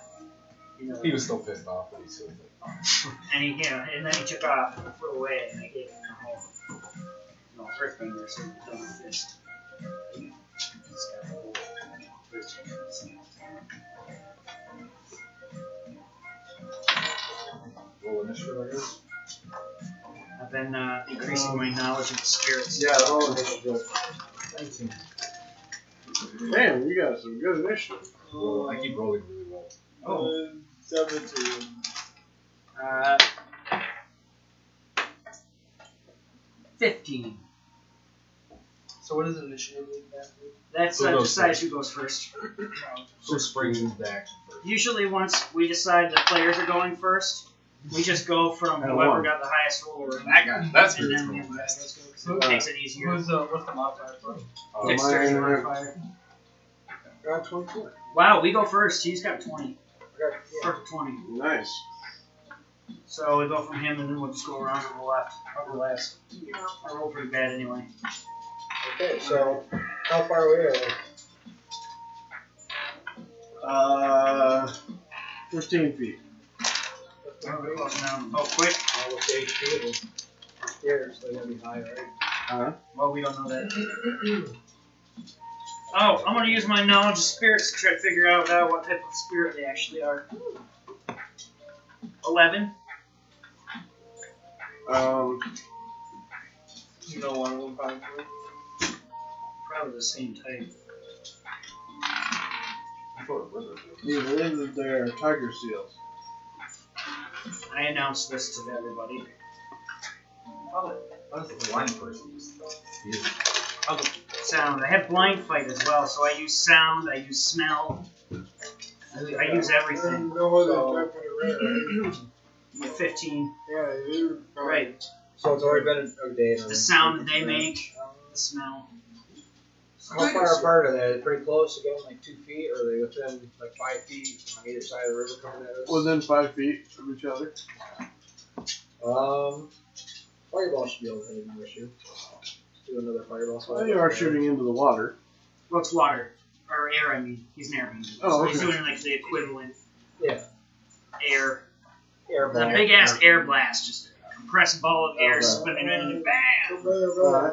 B: you know,
E: He was still pissed off, but he still was like,
B: and he you know, and then he took off and flew away, and I gave him the whole, you know, earth finger, so he done with this. He's got a whole virgin in his hand.
E: roll initiative, I guess.
B: I've been uh, increasing my knowledge of the spirits.
A: Yeah, all of them are good. Damn, you got some good initiative.
E: Roll- I keep rolling really well.
D: Oh. Seventeen.
B: Uh, 15.
F: So what is initiative like that?
B: That's
E: Who
B: uh,
E: goes
B: decides who goes first.
E: So springs into action first.
B: Usually, once we decide the players are going first, we just go from
A: And
B: whoever
A: one.
B: got the highest roll. Or
E: That guy, that's
B: and
E: really
B: then we
E: cool.
B: last. So it makes it easier.
F: Who's uh, what's the modifier for?
E: Uh,
A: Next.
B: Dexterity
A: mine-
B: modifier.
D: Got twenty-four.
B: Wow, we go first. He's got 20.
D: I got four.
B: Perfect 20.
A: Nice.
B: So we go from him, and then we'll just go around to the left. Over last. I roll pretty bad anyway.
D: Okay, so how far away are we?
A: Uh, 15 feet.
B: Oh, we're closing down. Oh, quick.
F: I will say two of them. Here, so they're gonna be high, right?
B: Well, we don't know that. oh, I'm gonna use my knowledge of spirits to try to figure out uh, what type of spirit they actually are. Eleven.
A: Um,
F: You know one of them probably.
B: Probably the same type.
E: I thought it was a-
A: you believe that they are tiger seals.
B: I announced this to everybody.
E: How does the blind person use that? He is-
B: Sound. I have blind fight as well, so I use sound. I use smell. I, I use everything.
D: There's no other
F: So-
D: type of red, right?
B: I'm at Fifteen.
D: Yeah, you.
B: Right.
F: So it's already been a day.
B: The sound that they make. The smell.
F: How far apart are they? Pretty close again, like two feet, or are they within like five feet on either side of the river coming at us?
A: Within five feet of each other.
F: Um, fireball should be able to hit another shoot. Do another fireball.
A: Well, Oh, you are shooting into the water.
B: Well, it's water. Or air, I mean. He's an airman.
A: Oh,
B: so he's
A: okay.
B: doing like the equivalent.
F: Yeah.
B: Air.
F: Air
B: A big ass air blast, just a compressed ball of air
A: Okay.
B: swimming in and bam!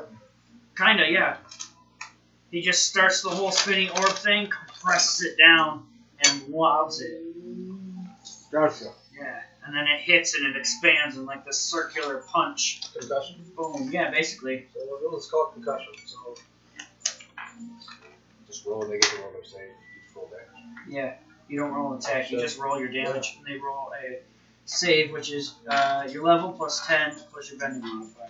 B: Kinda, yeah. He just starts the whole spinning orb thing, compresses it down, and lobs it.
A: Gotcha.
B: Yeah. And then it hits and it expands in like this circular punch.
F: Concussion.
B: Boom. Yeah, basically.
F: So we'll- let's call it concussion. So
E: Just roll, they get to roll their save. Just roll damage.
B: Yeah. You don't roll an attack, you just roll your damage, and they roll a save, which is uh, your level plus 10 plus your bending modifier.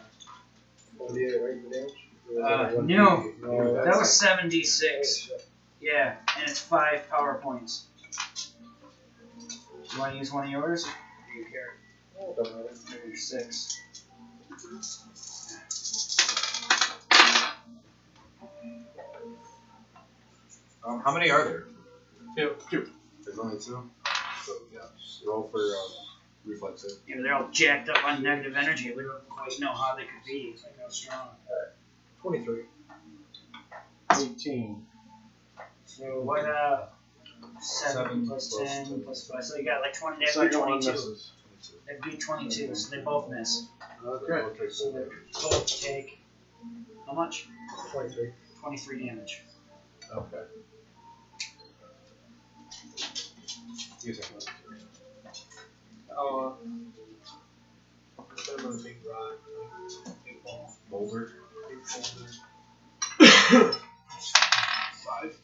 F: what do you right for damage?
B: Uh, no. That was 76. Yeah, and it's five power points. You want to use one of yours? Do you care? Maybe six.
E: Um, how many are there?
C: Two.
E: Two. There's only two. So yeah, just roll for um, reflexive.
B: You know, they're all jacked up on negative energy. We don't quite know how they could be. It's like how strong.
F: Twenty-three.
A: 18.
B: So what? Uh, seven,
E: Seven
B: plus
E: plus
B: ten
E: two.
B: plus five. So you got like twenty. They have
A: Second one
B: twenty-two.
A: misses.
B: They have twenty-two. So they both miss.
A: Okay.
B: So they both take how much?
F: Twenty-three.
B: Twenty-three damage.
A: Okay.
E: You take one.
C: Oh,
F: uh, I'm on a big rock. Big ball.
E: Boulder.
F: Big boulder.
E: Five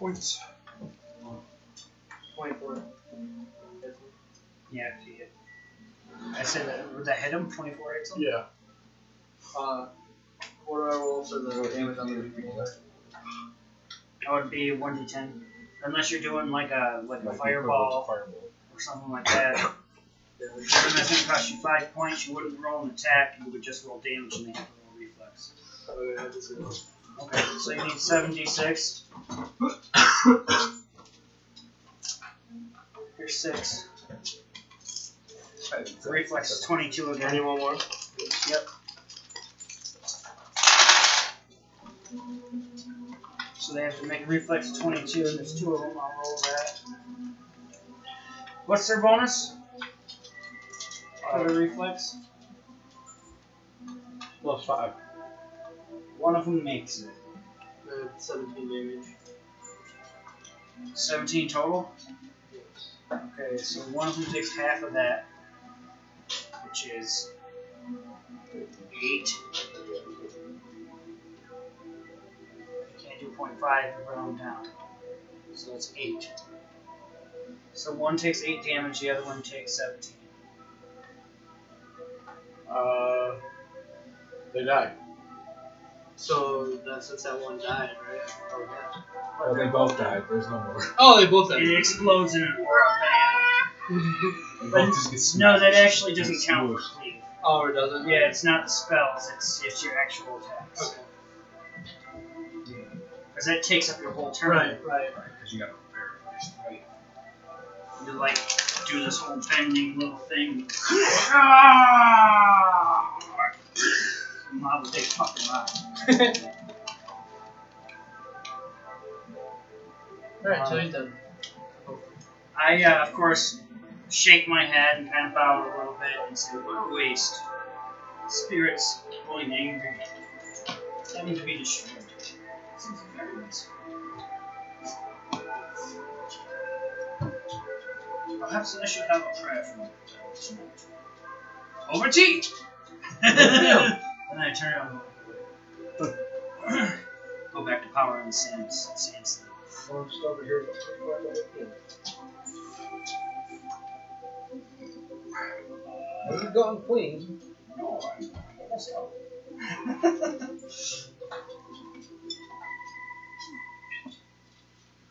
E: points.
F: Twenty-four.
B: Yeah. if you hit. I said that. Would that hit him? Twenty-four hits him.
A: Yeah.
F: Uh, what do I roll for the damage on the Uh, repeater?
B: That would be one d ten. Unless you're doing like a like a
E: Like the
B: fireball
E: Fireball.
B: or something like that. Even if it cost you five points, you wouldn't roll an attack. You would just roll damage and they have to roll reflex. Okay, so you need seventy six. Here's six. The reflex is twenty two again.
A: Anyone more?
B: Yep. So they have to make reflex 22, and there's two of them. I'll roll that. What's their bonus? For the reflex?
A: Plus 5.
B: One of them makes it.
F: Uh, Seventeen damage.
B: 17 total? Okay, so one of them takes half of that, which is 8. Can't do 0.5 round down. So that's 8. So one takes 8 damage, the other one takes 17.
A: Uh, they die.
F: So that's since that one died, right? Oh yeah.
E: Oh, they both died. There's no more.
C: oh, they both have.
B: It explodes in an aura band.
F: *laughs*
E: They both just get
B: No,
E: smashed.
B: that actually doesn't count for cleave.
C: Oh, it doesn't.
B: Yeah, it's not the spells, it's, it's your actual attacks.
C: Okay.
B: Because that takes up your whole turn.
C: Right, right.
E: Because you got to prepare first.
B: You like do this whole bending little thing. Ah! I'm gonna have a big fucking laugh.
C: Alright, so he's done.
B: I, uh, of course, shake my head and kind of bow a little bit and say, What a waste. Spirits growing angry. Having to be destroyed. Seems very wasteful. Perhaps I should have a prayer for you tonight. Over tea! *laughs* and I turn around and walk away. Go back to power and sands. sands.
F: Well, I'm just over here. We've gone clean.
B: No, I'm almost out.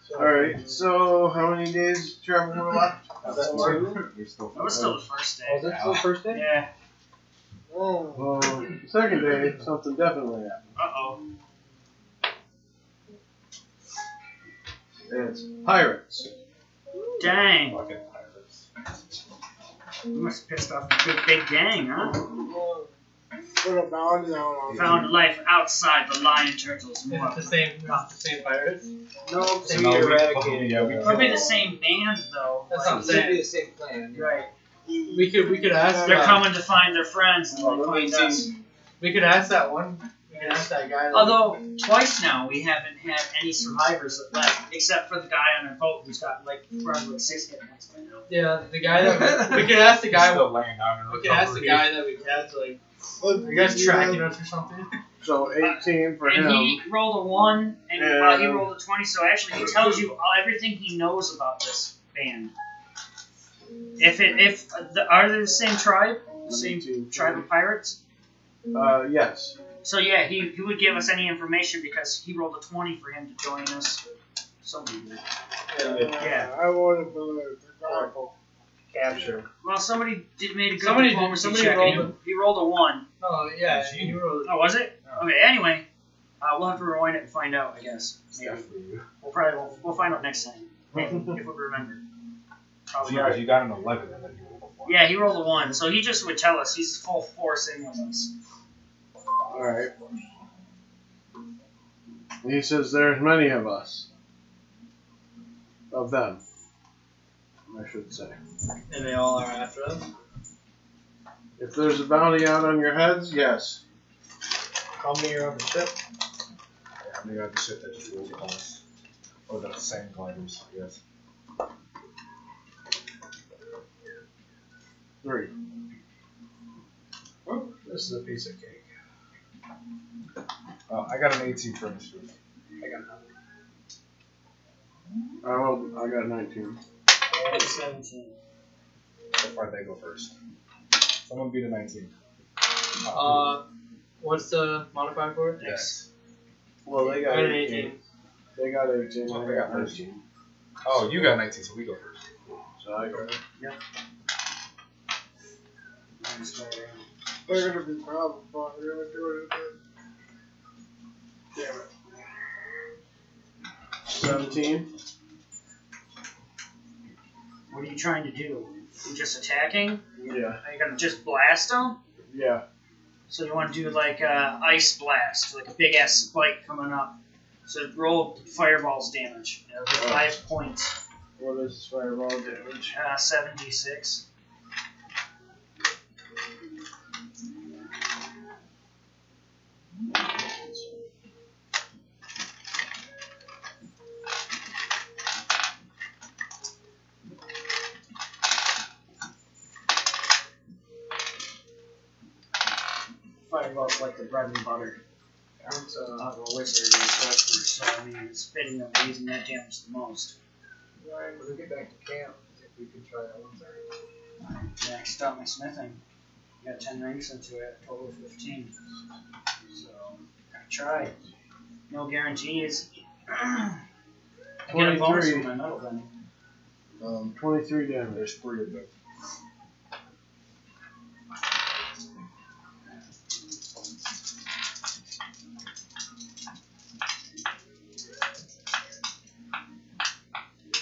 F: So
A: Alright, so how many days travel were left?
E: That's
A: That
E: four.
A: two?
E: You're still.
B: That was still the first
F: Oh,
B: day.
F: that's the first day.
B: Yeah.
F: Oh.
A: Well, the second day, something definitely happened.
B: Uh oh.
A: It's pirates.
B: Dang.
E: Fucking pirates.
B: You must have pissed off the big, big gang, huh?
D: Put a bounty on him.
B: Found life outside the lion turtles.
C: Is it the
B: More.
C: same, not the same pirates?
F: No,
E: So
F: so we
E: now we-
F: eradicated.
E: yeah, we-
B: Probably the same band though.
C: That's
B: like,
C: not
F: It's gonna be the same plan.
B: Right.
C: We could, we could ask.
B: They're
C: uh,
B: coming to find their friends and
A: Oh,
B: they find us.
C: We could ask that one. We could ask that guy. Like,
B: Although twice now we haven't had any survivors that left, except for the guy on our boat who's got like probably like six hit points by now.
C: yeah, the guy that we could ask the guy.
E: Still laying down in
C: We could ask the
E: recovery.
C: guy that we kept. Like, are you guys tracking us or *laughs* something?
A: So 18 for
B: and
A: him.
B: he rolled a one, and uh, he rolled a twenty. So actually, he tells you all, everything he knows about this band. If it if uh, the, are they the same tribe, the same
A: Seventeen.
B: tribe of pirates?
A: Uh, yes.
B: So yeah, he, he would give us any information because he rolled a twenty for him to join us. Somebody did. Yeah.
D: I wanted to live.
F: Capture.
B: Well, somebody did made a good
C: Somebody did-
B: diplomacy
C: somebody
B: check.
C: rolled
B: and he, he rolled a one.
C: No, Oh, yeah, you rolled.
B: Oh, was it?
F: No.
B: Okay. Anyway, uh, we'll have to rewind it and find out. I guess. Maybe.
E: for you.
B: We'll probably we'll, we'll find out next time maybe, if we remember. Probably. not.
E: you got an 11 and then you rolled a one.
B: Yeah, he rolled a one, so he just would tell us he's full force in with us.
A: All right. He says there's many of us. Of them. I should say.
C: And they all are after us.
A: If there's a bounty out on your heads, yes.
F: How many are on the ship?
E: Yeah, maybe I have the shit that just rolls upon us. Or the sand gliders, I guess.
A: Three.
F: Oh, This is a piece of cake.
E: Uh, I got an 18 for initiative.
F: I got nothing.
A: I rolled, I got 19.
C: Seventeen.
E: So far, they go first. Someone beat a 19.
C: Uh, what's the modifier for? it?
E: yes.
A: Well, they
C: I
A: got
C: got an
A: 18.
C: eighteen.
A: They got 18.
E: I
A: I
E: got
A: got
E: 19.
A: 19.
E: Oh, you got 19, so we go first.
A: So I got
D: They're gonna be proud of fun. They're gonna do it. again.
A: 17.
B: What are you trying to do? You just attacking?
A: Yeah.
B: Are you gonna just blast him?
A: Yeah.
B: So you want to do like a ice blast, like a big ass spike coming up. So roll fireballs damage. It'll be five points.
A: What is fireball damage?
B: Uh, Seventy six. Fireballs like the bread and butter. Aren't uh, I'm a wizard and sorcerer, so I mean it's fitting that we're using that damage the most.
F: Alright, when we get back to camp, if we can try that one.
B: Next up, my smithing. Got 10 ranks into it, total of 15. So, gotta try. No guarantees. *clears throat* I get a bonus
A: 23.
B: from my metal bending.
A: Um, 23 damage.
E: There's three of them.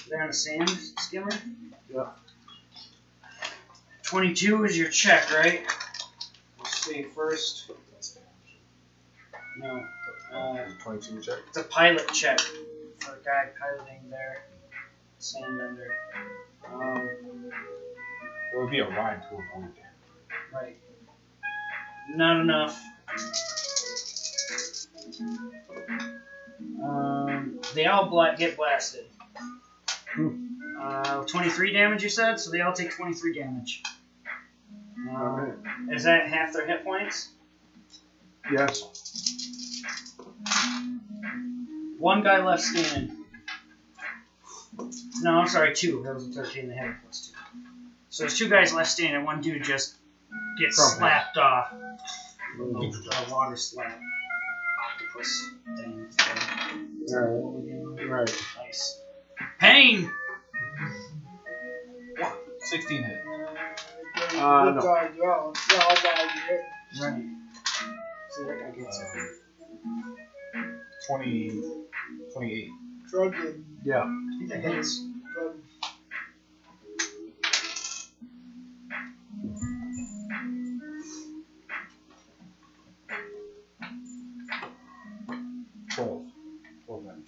B: They're on a sand skimmer?
A: Yeah.
B: 22 is your check, right? Let's see, first. No. Uh,
E: 22 check.
B: It's a pilot check for a guy piloting their sandbender. Um,
E: It would be a ride to avoid that.
B: Right. Not enough. Um, they all bla- get blasted. Uh, 23 damage, you said? So they all take 23 damage. Uh,
A: Alright.
B: is that half their hit points?
A: Yes.
B: One guy left standing. No, I'm sorry, two. That was a 13 and a half plus two. So there's two guys left standing. One dude just gets
E: Crumpled.
B: slapped off. A water slap. Octopus thing.
A: Alright. Alright.
B: Nice. Pain!
C: 16 hit.
A: Uh,
D: Good
A: no.
D: times, yeah. Yeah, I'll buy you.
B: Right. So that guy gets it.
E: Uh, 20, 28.
D: Trudging.
A: Yeah.
B: I think that hits.
D: trudging.
E: Twelve. Twelve men.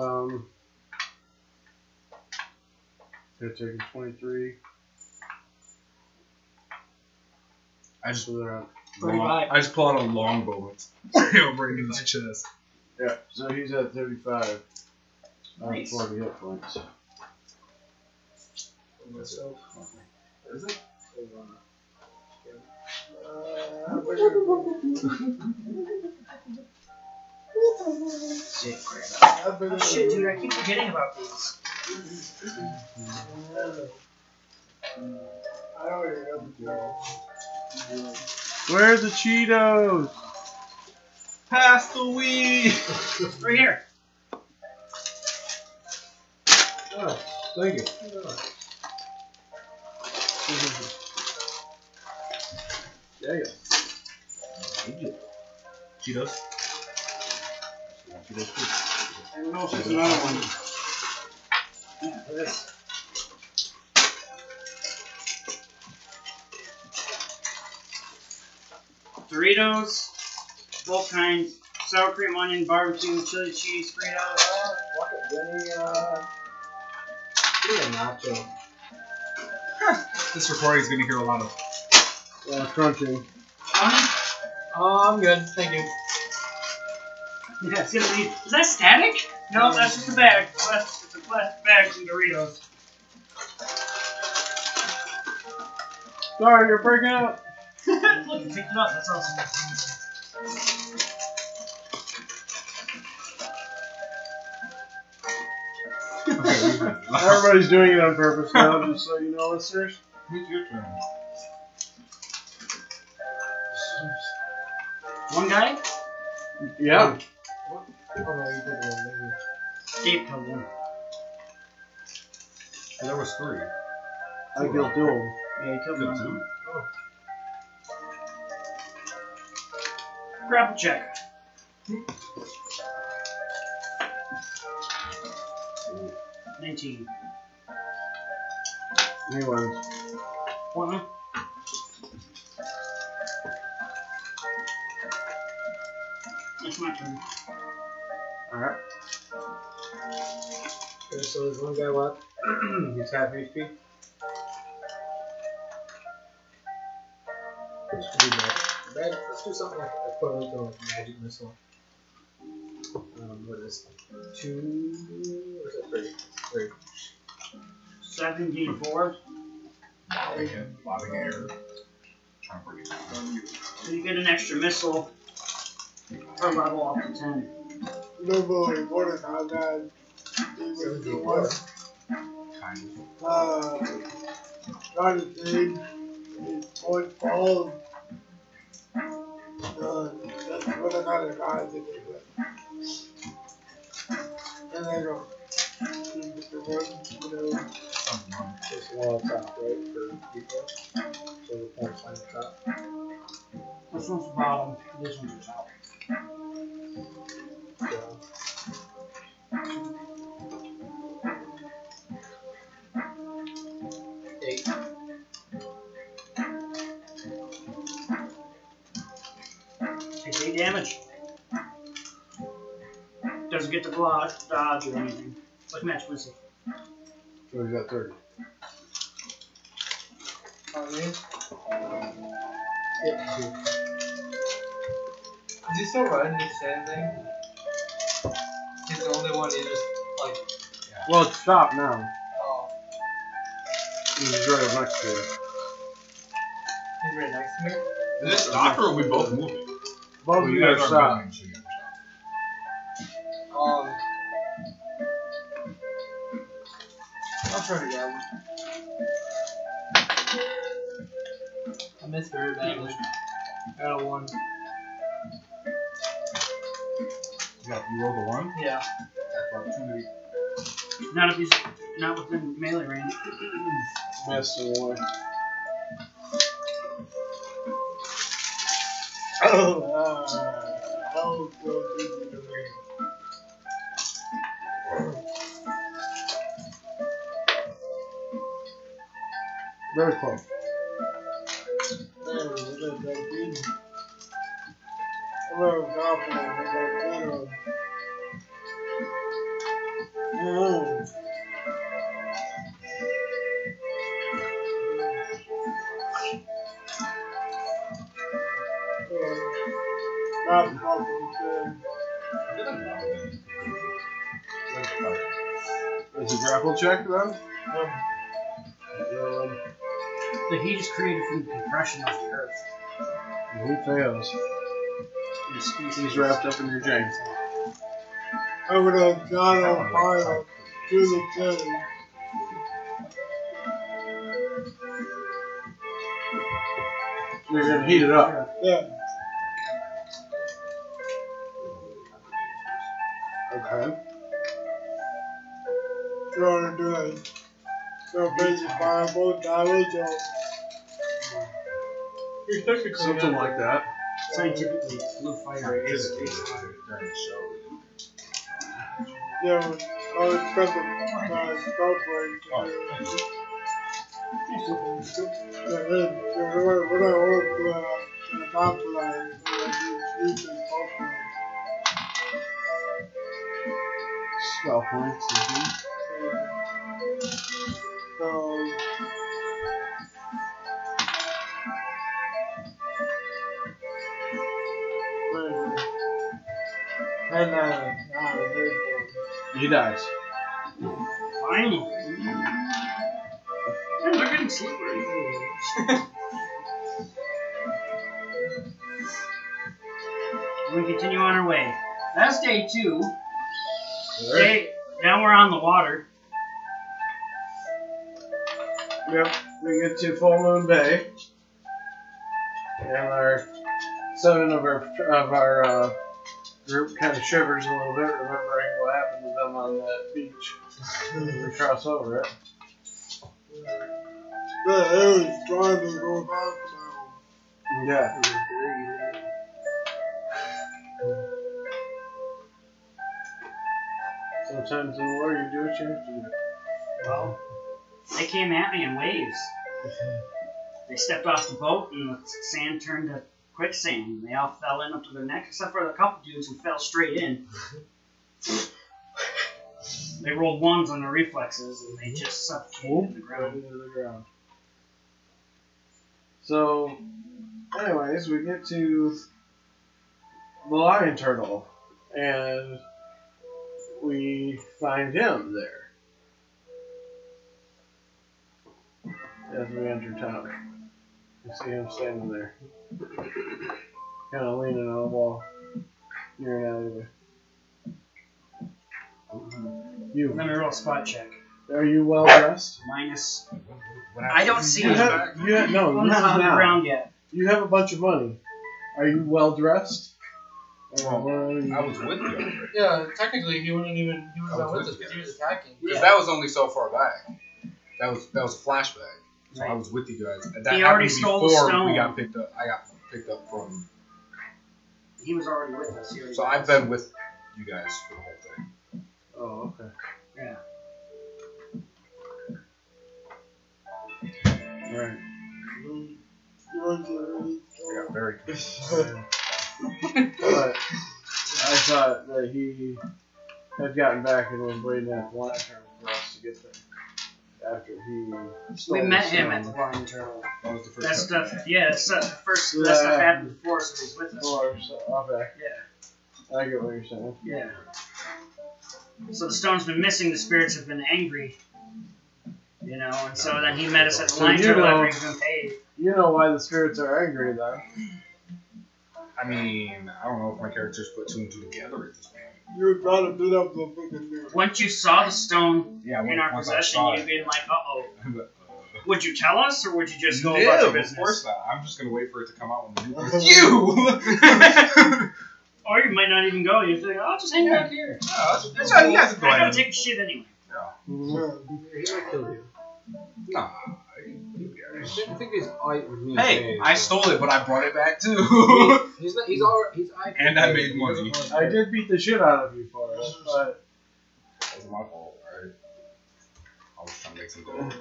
A: Um. They're taking 23.
E: I just
A: So they're on.
E: long, I just pull out a longbow. *laughs* Right in my chest.
A: Yeah. So he's at 35. Uh,
B: Nice.
A: 40 hit points.
F: Myself.
E: Is it?
D: Uh, I'm gonna-
B: Shit, crap.
D: I'm gonna-
B: Oh, shit, dude, I keep forgetting about these.
D: I don't even know.
A: Where are the Cheetos?
E: Pass the weed.
B: Right here.
F: Oh, thank you.
A: There you go.
E: Cheetos.
A: And no, Oh, there's another one.
B: Doritos, both kinds, sour cream, onion, barbecue, chili cheese, Fritos.
F: Uh, fuck it, Benny, uh, give me a nacho.
E: This recording's gonna hear a lot *laughs* of.
A: Yeah, crunchy.
C: Oh, I'm good. Thank you.
B: Yeah, it's gonna be. Is that static? No, that's just a bag. Plastic, it's a plastic bag from Doritos. *laughs*
A: Sorry, you're breaking *laughs* up.
B: Look, you picked it up. That's awesome.
A: Everybody's doing it on purpose now, just so you know, listeners.
E: Who's your turn?
B: One guy,
A: Yeah.
F: Oh, no, you did one, didn't you?
B: Dave had one.
E: There was three.
A: I think you'll do them.
B: Yeah, he killed
E: Good
B: one.
E: two.
B: Grapple check. Nineteen.
A: Anyways.
B: One. It's my turn.
A: Alright.
F: Okay, so there's one guy left. He's half HP. This could be bad. Bad- Let's do something like equivalent to like magic missile. Um, what is it? two? Or is it three? Three.
B: *clears throat* Seventeen four.
E: Lobbing it, lobbing air. Trying to break it down.
B: So you get an extra missile per level up to ten.
D: No boy, what is how bad? It was the worst.
E: Kind of.
D: Uh, trying to save what balls. Uh, that's what I got in eyes if it was. And I go. Mr. One, you know,
E: Something wrong.
F: Just one on top, right? For people. So the point's on the top.
B: This one's the bottom. This one's the top.
F: Yeah. Eight.
B: Takes eight damage. Doesn't get to block, dodge, or anything. Like match missile.
A: So he's got 30.
D: I mean,
F: Yep. two.
C: Is he still running the sand thing? He's the only one. He just like.
A: Well, it's stopped now.
C: Oh,
A: He's right up next to it.
C: he's right next to me.
E: Is it stopped or are we both moving?
A: Both of you guys stopped.
E: moving, so you guys are
C: Um. I'll try to grab him. I missed very badly. Got a one.
E: stopped. You got you rolled a one.
C: Yeah.
E: Attack of opportunity.
B: Not if he's not within melee range.
A: Missed the one.
D: oh, uh, how good is it?
A: Very close. Is it grapple check then? Um,
B: That he just created from the compression of the earth.
A: he fails. He's wrapped up in your chains.
D: I would have got on fire to the city.
A: You're gonna heat it up.
D: Yeah.
A: Okay.
D: You want to do that. So basically, fireball, damage, or
C: You're supposed to clean
A: Something
C: up.
A: like that.
B: Scientifically, blue fire is.
D: you know, or special uh, spell break. Yeah, then, so what- what I want, uh, to compromise, uh, you- you can compromise.
A: Spell points. mhm.
D: So. And, uh, nah, there's one.
A: He dies.
B: Finally. Yeah, they're getting slippery. we continue on our way. That's day two. Day, now we're on the water.
A: Yep. We get to Full Moon Bay, and our seven of our of our uh, group kind of shivers a little bit, remembering what happened to them on that beach. we cross over it.
D: Yeah, it was driving going back now.
A: Yeah. Sometimes in war you do what you have to do.
B: Well, they came at me in waves. They stepped off the boat and the sand turned to quicksand. They all fell in up to their neck, except for the couple dudes who fell straight in. They rolled ones on their reflexes and they just suffocated in the ground.
A: Into the ground. So, anyways, we get to the lion turtle, and we find him there as we enter town. You see him standing there, kind of leaning on a wall near an alleyway. You
B: Let me roll a spot check.
A: are you well dressed?
B: Minus. I don't see
A: You
B: him.
A: have, you have, no,
B: I'm
A: this is
B: not on the
A: Oh, now.
B: ground yet.
A: You have a bunch of money. Are you Uh, well dressed?
E: Well, Oh, I was with you.
C: Yeah, technically he wouldn't even he would
F: Oh,
E: I
C: have
E: was
C: with us
E: with
C: because
E: you.
C: he was attacking.
E: Because that was only so far back. That was that was a flashback. So I
B: Right.
E: was with you guys. And That
B: He
E: happened
B: already stole the
E: before
B: stone.
E: we got picked up. I got picked up from.
B: He was already with us. He already
E: So
B: was.
E: I've been with you guys for the whole thing.
A: Oh, okay.
B: Yeah.
A: Right.
D: You went to-
E: I got very
A: But I thought that he had gotten back and was waiting at the lantern for us to get there after he stole
B: We
A: the
B: met him
A: stone.
B: at the Lion Turtle.
E: That was the first.
B: That
E: time.
B: stuff, yeah, that's uh, first. That stuff
A: Yeah.
B: happened before, so he's with us.
A: Or so- okay,
B: Yeah,
A: I get what you're saying.
B: yeah. So the stone's been missing. The spirits have been angry, you know. And so then he met us at the
A: So
B: Lion
A: you
B: Turtle
A: know-
B: after he's been paid.
A: You know why the spirits are angry, though.
E: I mean, I don't know if my characters put two and two together at this point.
D: You were trying to beat up the freaking dude.
B: Once you saw the stone
E: Yeah,
B: in our possession, you'd
E: *laughs*
B: been like, "Uh oh." Would you tell us, or would you just go about
E: yeah,
B: your
E: of
B: business?
E: course not. I'm just gonna wait for it to come out when you. *laughs* you.
B: Or you might not even go. You think, "I'll just hang out here."
E: Yeah, that's how you guys are
B: I
E: going.
B: don't take shit anyway.
E: Mm-hmm.
D: Yeah.
E: Nah.
F: I shouldn't think he's eyed with me.
E: Hey, I stole it, but I brought it back too. *laughs*
F: He's not, he's all he's eyed.
E: And I made money.
A: I did beat the shit out of you for it, but
E: That's my fault, alright? I was trying to make some gold.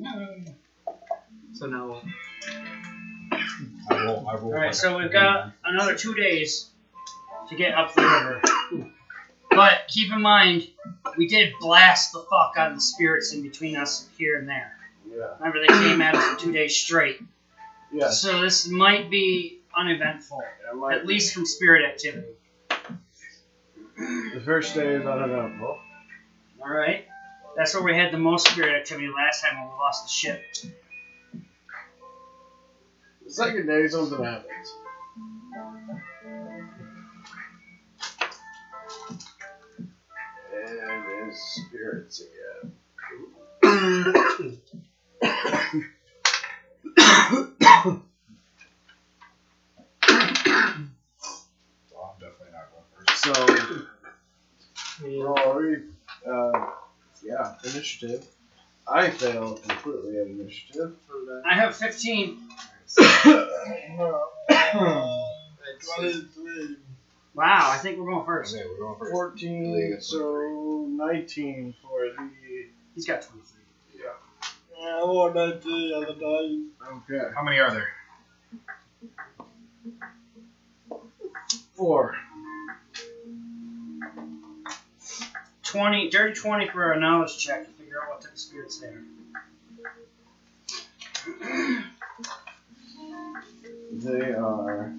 A: Hmm.
F: So now
E: I roll, I roll.
B: All right, so we've got another two days to get up the river. But keep in mind, we did blast the fuck out of the spirits in between us here and there.
A: yeah,
B: Remember, they came at us for two days straight.
A: yes.
B: So this might be uneventful,
A: I might-
B: at least from spirit activity.
A: the first day is uneventful.
B: All right, that's where we had the most spirit activity last time when we lost the ship.
A: The second day something happens. And his spirits again. So roll re- uh, yeah, initiative. I failed completely at initiative.
B: *coughs*
A: *coughs*
B: I have 15.
D: No,
F: That's-
D: twenty-three.
B: Wow, I think we're going first.
F: Okay, we're going first.
A: Fourteen, so nineteen for the
B: He's got 23.
D: Yeah, I want nineteen on the die.
A: okay
E: How many are there?
A: four.
B: 20, dirty 20 for a knowledge check to figure out what type of spirits they are.
A: They are.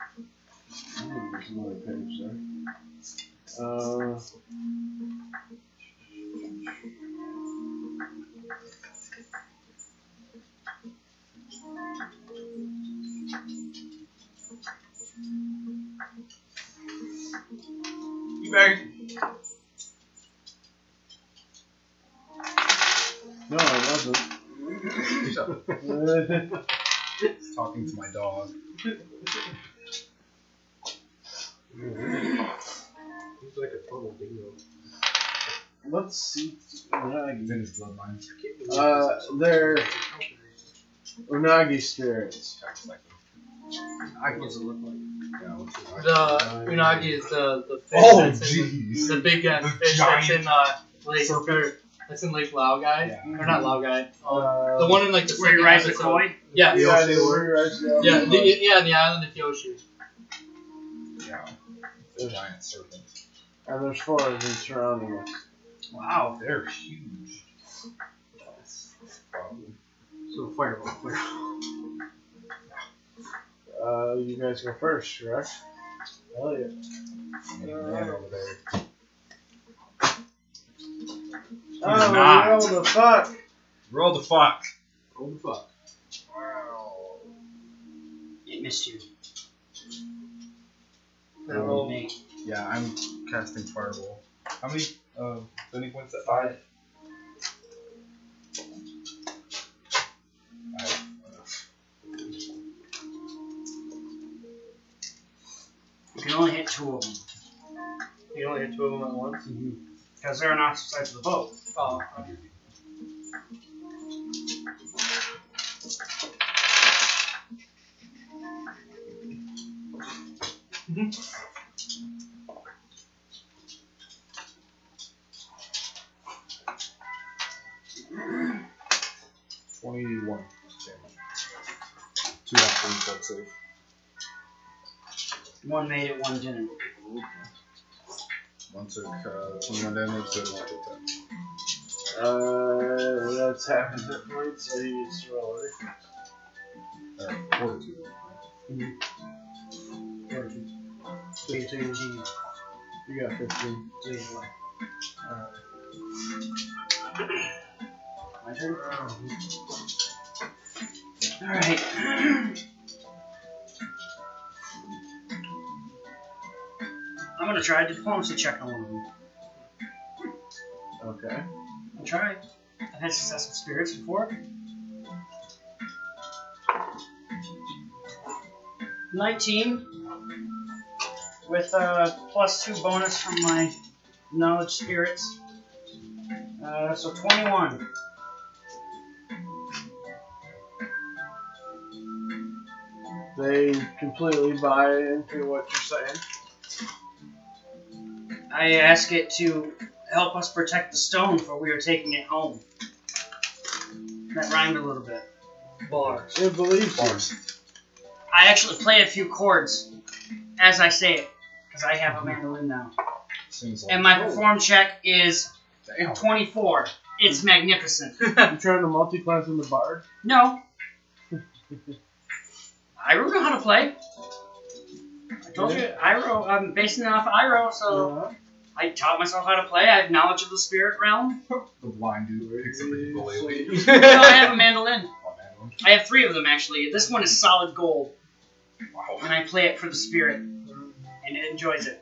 A: Oh, There's another page there. Uh,
E: You back?
A: no, it wasn't.
E: Shut *laughs* up.
A: Uh,
E: Talking to my dog.
F: He's like a total dingo.
A: *laughs* let's see. Unagi.
E: It's in his bloodline.
A: Uh, they're Unagi spirits.
E: Sounds like him.
F: What does it look like?
E: Yeah, what's his
C: The unagi is the the fish
E: Oh,
C: that's in
E: jeez.
C: the, the big ass
E: The
C: fish that's
E: giant
C: in uh, Lake
E: serpent.
C: or, that's in Lake Lao guy
E: Yeah.
C: or not Lao guy. Um,
A: Uh,
C: the one in like the
B: Where he
C: second
B: rides the
C: episode.
B: koi?
C: Yeah, yeah,
D: Yeah, they were right there.
C: yeah, the, yeah, the island of Kyoshu.
E: Yeah. It's a giant serpent.
A: And there's four of them surrounding us.
B: Wow.
E: They're huge. Probably.
B: So fireball. fireball.
A: Uh, you guys go first, correct? Hell yeah.
E: Big man over there.
A: Oh,
E: not.
A: no, the fuck!
E: Roll the fuck.
F: What the fuck?
B: It missed you.
E: Um,
A: Oh.
B: Roll me.
E: Yeah, I'm casting fireball. How many uh any points at five? Five.
B: You can only hit two of them.
C: You only hit two of them at once.
B: Because they're on opposite sides of the boat.
C: Oh,
E: Twenty-one. damage. Two half points, that's it.
B: One made it, one didn't.
E: One took uh, 21 damage, the other one took 10.
A: Uh, that's half of hit points, so he needs to roll it.
E: Uh, 42.
A: Fifteen. You got fifteen.
B: My turn? Alright. I'm gonna try a diplomacy check on one of them.
A: Okay.
B: I'll try. I've had success with spirits before. Nineteen with uh, plus two bonus from my knowledge spirits. Uh, so twenty-one.
A: They completely buy into what you're saying.
B: I ask it to help us protect the stone, for we are taking it home. That rhymed a little bit.
C: bar.
A: It believes you. *laughs*
E: Bars.
B: I actually play a few chords as I say it, because I have a mandolin now.
E: Seems like.
B: And my perform check is
E: Damn.
B: 24. It's magnificent.
A: You trying to multi-class in the bard?
B: No. Iroh know how to play. I told you, Iroh, I'm basing it off Iroh, so
A: Uh,
B: I taught myself how to play. I have knowledge of the spirit realm.
E: The blind dude picks up the ukulele.
B: No, I have a mandolin.
E: Oh, man.
B: I have three of them, actually. This one is solid gold,
E: Wow.
B: and I play it for the spirit, and it *laughs* enjoys it.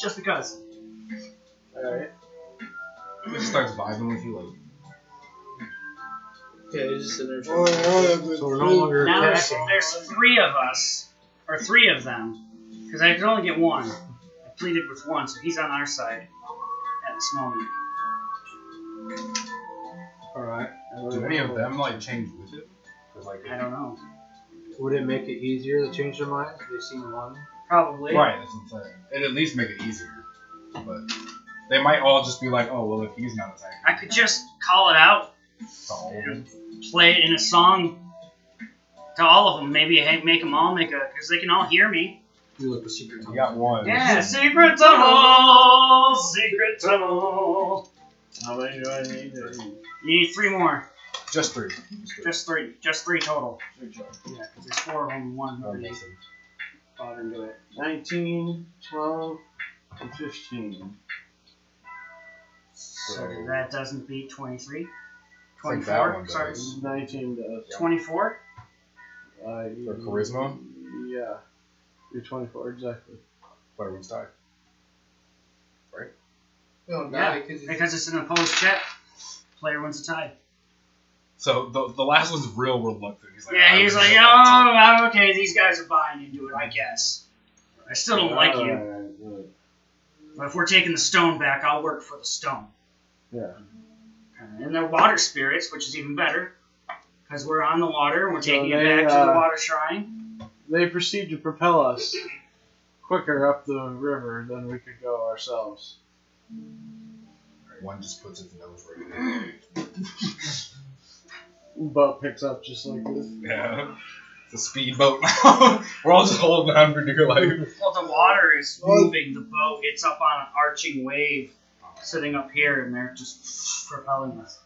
B: Just because.
A: Alright.
E: It just starts vibing with you, like.
F: Okay, he's just sitting
D: Oh,
F: there.
D: yeah, that's
E: So we're
D: a
E: no longer
B: Now there's,
E: attacking.
B: there's three of us, or three of them, because I could only get one. I pleaded with one, so he's on our side at this moment.
F: Alright.
E: Do any of them like change with it? 'Cause, like,
B: I don't know.
F: Would it make it easier to change their mind? They've seen one.
B: Probably.
E: Right, that's what I'm saying. It'd at least make it easier. But they might all just be like, oh, well, if he's not attacking,
B: I could just call it out,
E: it's all over."
B: play it in a song to all of them. Maybe hey, make them all make a, because they can all hear me.
F: Do like a secret
E: You got one.
B: Yeah, secret tunnel, secret tunnel.
A: How many do I need? to-
B: You need three more.
E: Just three.
B: Just
E: Just three.
B: three. Just three total.
A: three times.
B: Yeah, 'cause there's four of them, one
E: Oh,
B: underneath.
E: that's it.
B: Bother and do it.
A: 19, 12, and 15.
B: So that doesn't beat 23.
E: like that
B: 24?
E: one
B: Sorry.
E: does.
A: 19 does.
B: 24?
A: Uh, you-
E: Or charisma?
A: Yeah. You're 24, exactly.
E: Where we start?
F: No,
B: Yeah,
F: because
B: Because it's an opposed check. Player wins a tie.
E: So the, the last one's real reluctant. He's like,
B: Yeah,
E: "I
B: he was
E: really
B: like,
E: don't want
B: oh, okay, these guys are buying into it, I guess. I still don't like you.
A: you.
B: But if we're taking the stone back, I'll work for the stone.
A: Yeah.
B: Uh, And they're water spirits, which is even better. Because we're on the water and we're
A: So
B: taking
A: they,
B: it back to the
A: uh,
B: water shrine.
A: They proceed to propel us quicker up the river than we could go ourselves.
B: "Oh."
E: it." One just puts his nose right
B: *gasps*
E: in.
A: Boat picks up just like this.
E: Yeah. It's a speedboat now. *laughs* We're all just holding on for
B: *laughs*
E: dear life.
B: Well, the water is moving. The boat It's up on an arching wave, sitting up here, and they're just propelling us.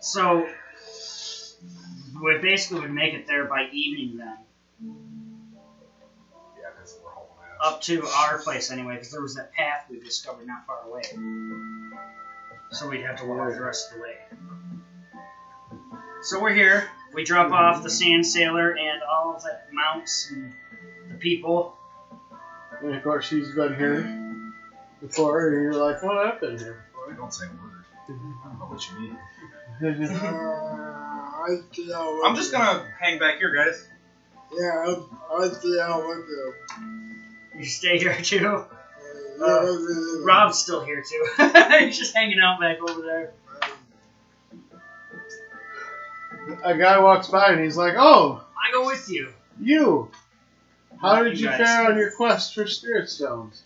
B: So, we basically would make it there by evening then.
E: Yeah, because we're hauling ass.
B: up to our place anyway, because there was that path we discovered not far away. So we'd have to walk the rest of the way. So we're here. We drop off the sand sailor and all of the mounts and the people.
A: And of course, he's been here before, and you're like, well, I've been here *laughs*
E: Don't say a word. I don't know what you mean.
A: before.
D: Uh, I see how it
E: I'm just
D: works.
E: gonna hang back here, guys.
D: Yeah, I, I see how it works. out.
B: You stay here too.
D: Yeah,
B: Uh,
D: yeah, yeah, yeah.
B: Rob's still here too. *laughs* He's just hanging out back over there.
A: A guy walks by and he's like, oh,
B: I go with you.
A: you! How did
B: You
A: you
B: guys.
A: fare on your quest for spirit stones?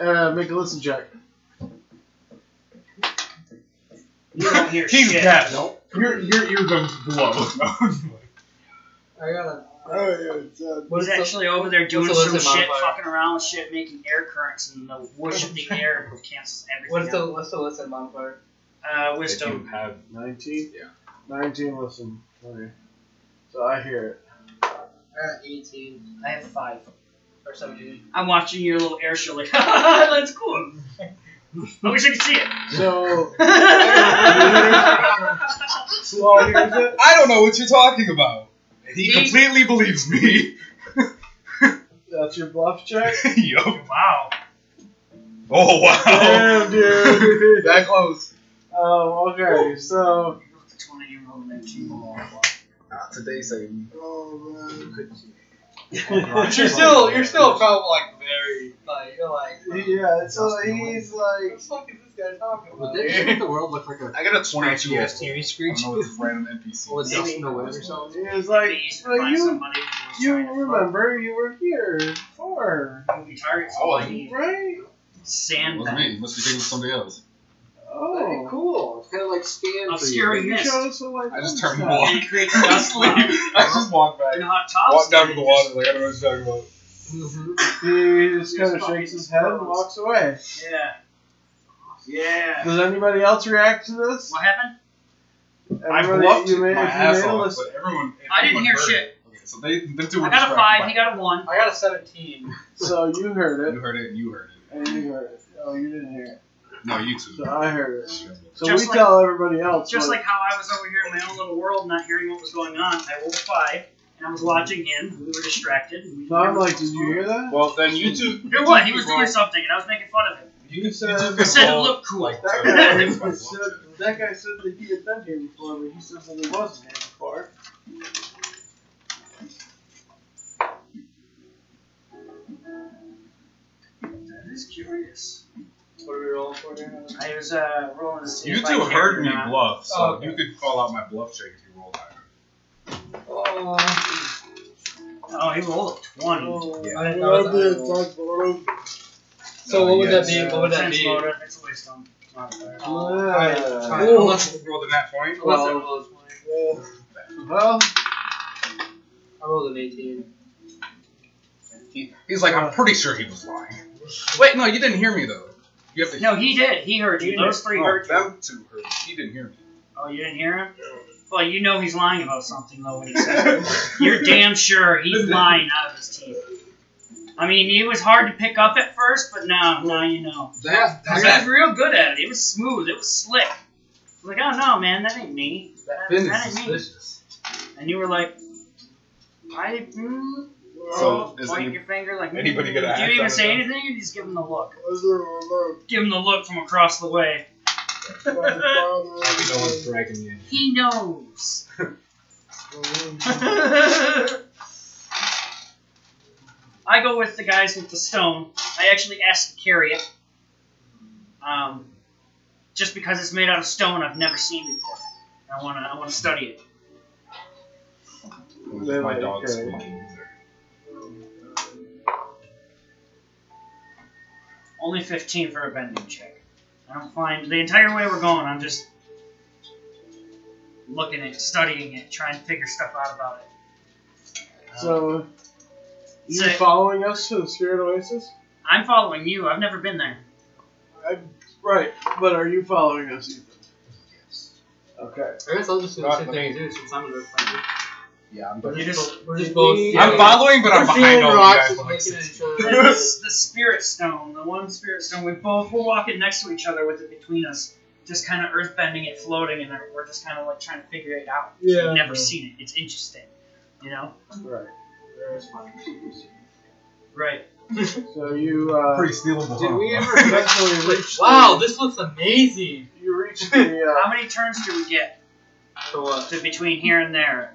A: Uh, make a listen check.
B: You don't hear
E: *laughs* He's
B: shit.
E: got no. Your your eardrums blow.
F: I got a.
D: Oh, yeah, it's, uh,
F: What's
B: He's
F: the-
B: actually over there doing
F: the
B: some shit,
F: listen modifier?
B: fucking around with shit, making air currents, and the whoosh of the air cancels everything.
F: What's
B: out.
F: the what's the listen modifier?
B: uh,
E: That
B: wisdom?
E: you have
A: 19?
E: Yeah.
A: 19, listen. Okay. So I hear
F: I got eighteen
B: I have five.
F: or seventeen.
B: I'm watching your little air show, like, *laughs* that's cool. I wish I could see it. *laughs*
A: it. So, *laughs*
E: Slow I don't know what you're talking about. And he
B: He-
E: completely believes me. *laughs*
A: that's your bluff check?
E: Yo.
B: wow.
E: *laughs* Oh wow.
A: Damn, dude.
E: *laughs* that close.
A: um, okay, so.
B: Twenty year old nineteen.
E: Not today, Satan.
D: oh, man.
F: But you're still you're still probably like very like you're like.
A: Yeah, so he's
F: What
A: like.
F: the fuck is this guy talking about?
E: Would this make
F: the world look like a
E: I got a 22.
F: TV
E: I don't know what this random
F: *laughs*
E: NPC.
F: Well, it's
E: is.
F: just in the wind or *laughs* something.
A: He was like, well, you, you remember you were here before,
B: targets
E: Oh,
B: all I need.
A: right?
E: Wasn't
B: Sandbag.
E: me. Must be thinking of somebody else.
A: Oh,
F: cool. It's kind of like scan.
B: Obscuring
A: You
B: mist.
A: showed us oh, a light
E: I just
A: bulb
E: turned
A: stuff. *laughs*
E: and walked.
B: *laughs* And it creates
E: *laughs* I
B: dust clouds.
E: just walked back.
B: And hot tops.
E: Walked down to the water like I don't know what you're talking about.
C: Mm-hmm.
A: He just
B: He
A: kind of
B: was
A: shakes his
B: fucking
A: head and
B: gross.
A: walks away.
B: Yeah. Yeah.
A: Does anybody else react to this?
B: What happened?
E: I
A: Everybody-
E: bluffed
A: you may-
E: my
A: if you
E: ass
A: may
E: off,
A: listen-
E: but everyone.
B: I didn't
E: everyone
B: hear
E: heard
B: shit.
E: it. Okay, so they, them two were
B: I got a
E: distracted
B: five.
E: by
B: He got a one.
F: I got a seventeen.
A: So you heard
E: it.
A: it,
E: You heard it. You heard it.
A: and you heard it. Oh, you didn't hear it.
E: No, you two.
A: So I heard it. So
B: Just
A: we
B: like-
A: tell everybody else.
B: Just
A: what-
B: like how I was over here in my own little world, not hearing what was going on, I rolled a five, and I was watching him. We were distracted. and we
A: So I'm
B: didn't
A: like,
B: know what
A: did
B: was
A: you
B: going
A: hear that?
E: *laughs* Well, then you two.
B: on. Hear what? He was doing something, and I was making fun of him.
A: You
E: You
A: said
E: took
B: I said it
E: Well,
B: looked cool.
E: like, *laughs*
A: that guy, *laughs* said, that guy said that he had been here before, but he says that he wasn't here before.
B: That is curious.
A: What are we rolling for now?
B: I was uh, rolling to see
E: You
B: if I
E: two
B: cared or
E: heard me
B: not.
E: bluff, so
C: Oh, okay.
E: you could call out my bluff check if you rolled higher.
B: Oh, he rolled a 20.
A: Oh,
E: Yeah.
C: I didn't know
D: Whatever
C: that.
D: it's like, whatever.
C: So
E: Uh,
C: what would that
E: yes.
C: be? What would that
B: Sense
C: be?
B: motive, it's a waste on modifier.
C: Try it, try it.
E: Unless you rolled a nat 20.
C: Unless I roll a 20.
D: Yeah.
A: Well,
C: I rolled an 18.
E: He's like, I'm pretty sure he was lying. Wait, no, you didn't hear me though. You have to.
B: No, he did. He heard you. Those three
E: Oh,
B: heard you.
E: them two heard. He didn't hear me.
B: Oh, you didn't hear him? Well, you know he's lying about something, though, when he says *laughs* it. You're damn sure he's *laughs* lying out of his teeth. I mean, it was hard to pick up at first, but now, now you know.
E: that,
B: Because I was real good at it. It was smooth. It was slick. I was like, oh no, man, that ain't me. That,
C: Finn
B: that
C: is
B: ain't me.
C: suspicious.
B: And you were like, I. Mm,
E: So, is
B: point
E: any-
B: your finger like. mm,
E: *laughs* anybody gonna
B: Do
E: act
B: you
E: on
B: even
E: it
B: say
E: now?
B: anything? You just give him the look.
D: Those are remote.
B: Give him the look from across the way. *laughs*
D: My father-
F: no one's dragging you.
B: He knows.
D: Mhm.
B: I go with the guys with the stone. I actually asked to carry it. Um, just because it's made out of stone I've never seen before. I wanna I wanna study it.
E: Just my dog squeaking.
B: Only fifteen for a bending check. I don't find the entire way we're going, I'm just looking at it, studying it, trying to figure stuff out about it.
A: so
B: Um,
A: you
B: Say-
A: following us to the Spirit Oasis?
B: I'm following you, I've never been there.
A: Right, but are you following us, Ethan? Okay.
C: I guess I'll just do the same thing as you since I'm an earth friendly.
E: Yeah, I'm
C: We're
B: You
C: just,
B: just-
C: we're just both.
D: I'm
E: I'm following, but I'm
D: We're
E: behind
D: throwing
E: all you
D: rocks
E: guys.
D: and
E: by, like,
D: making
E: six
D: each
C: *laughs*
E: feet.
D: other-
B: That's the spirit stone, the one spirit stone. We both were walking next to each other with it between us, just kind of earth bending it, floating, and we're just kind of like trying to figure it out.
D: Yeah.
B: We've never seen it. It's interesting, you know?
A: Right.
B: Right.
A: So you uh,
E: Pretty stealable.
F: Did
E: huh?
F: we ever
A: eventually
B: *laughs*
A: reach.
C: Wow, this looks amazing.
A: The, you reach
B: *laughs*
A: the. uh,
B: How many turns do we get
C: So what?
B: to between here and there?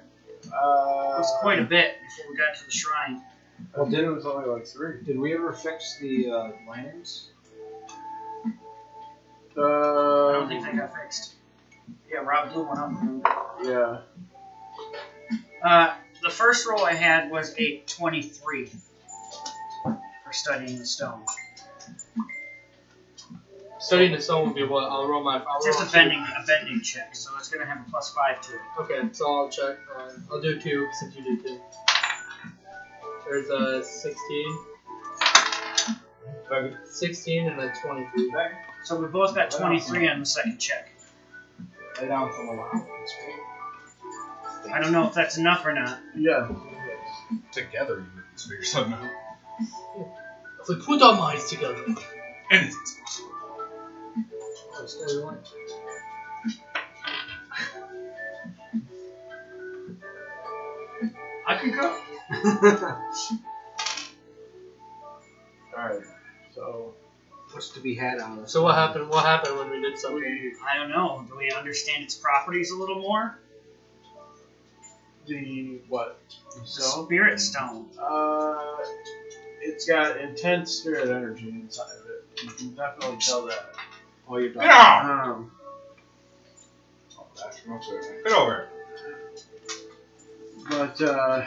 A: Uh, uh,
B: It was quite a bit before we got to the shrine.
A: I think it was only like three.
F: Did we ever fix the uh, lanterns?
B: I don't think they
A: Um,
B: got fixed. Yeah, Rob blew one up.
A: yeah.
B: Uh, the first roll I had was a 23 for studying the stone.
C: Studying the stone would be what? I'll roll my. I'll roll
B: Just a
C: two.
B: bending, a bending check, so it's gonna have a plus five to it.
C: Okay, so I'll check. Uh, I'll do two since you did two. There's a 16, 16 and a 23.
B: So we both got 23 on the second check.
F: Lay down for a while.
B: I don't know if that's enough or not.
A: Yeah.
E: Together, you would figure something out.
C: If we put our minds together.
E: And
B: I can go.
A: Alright. So.
F: What's to be had on us?
C: So what happened? What happened when we did something?
A: We,
B: I don't know. Do we understand its properties a little more?
A: the. What? So?
B: Spirit stone.
A: Uh, it's got intense spirit energy inside of it. You can definitely tell that.
F: Oh, you're done.
E: Yeah!
A: Um,
E: Get over.
A: but uh,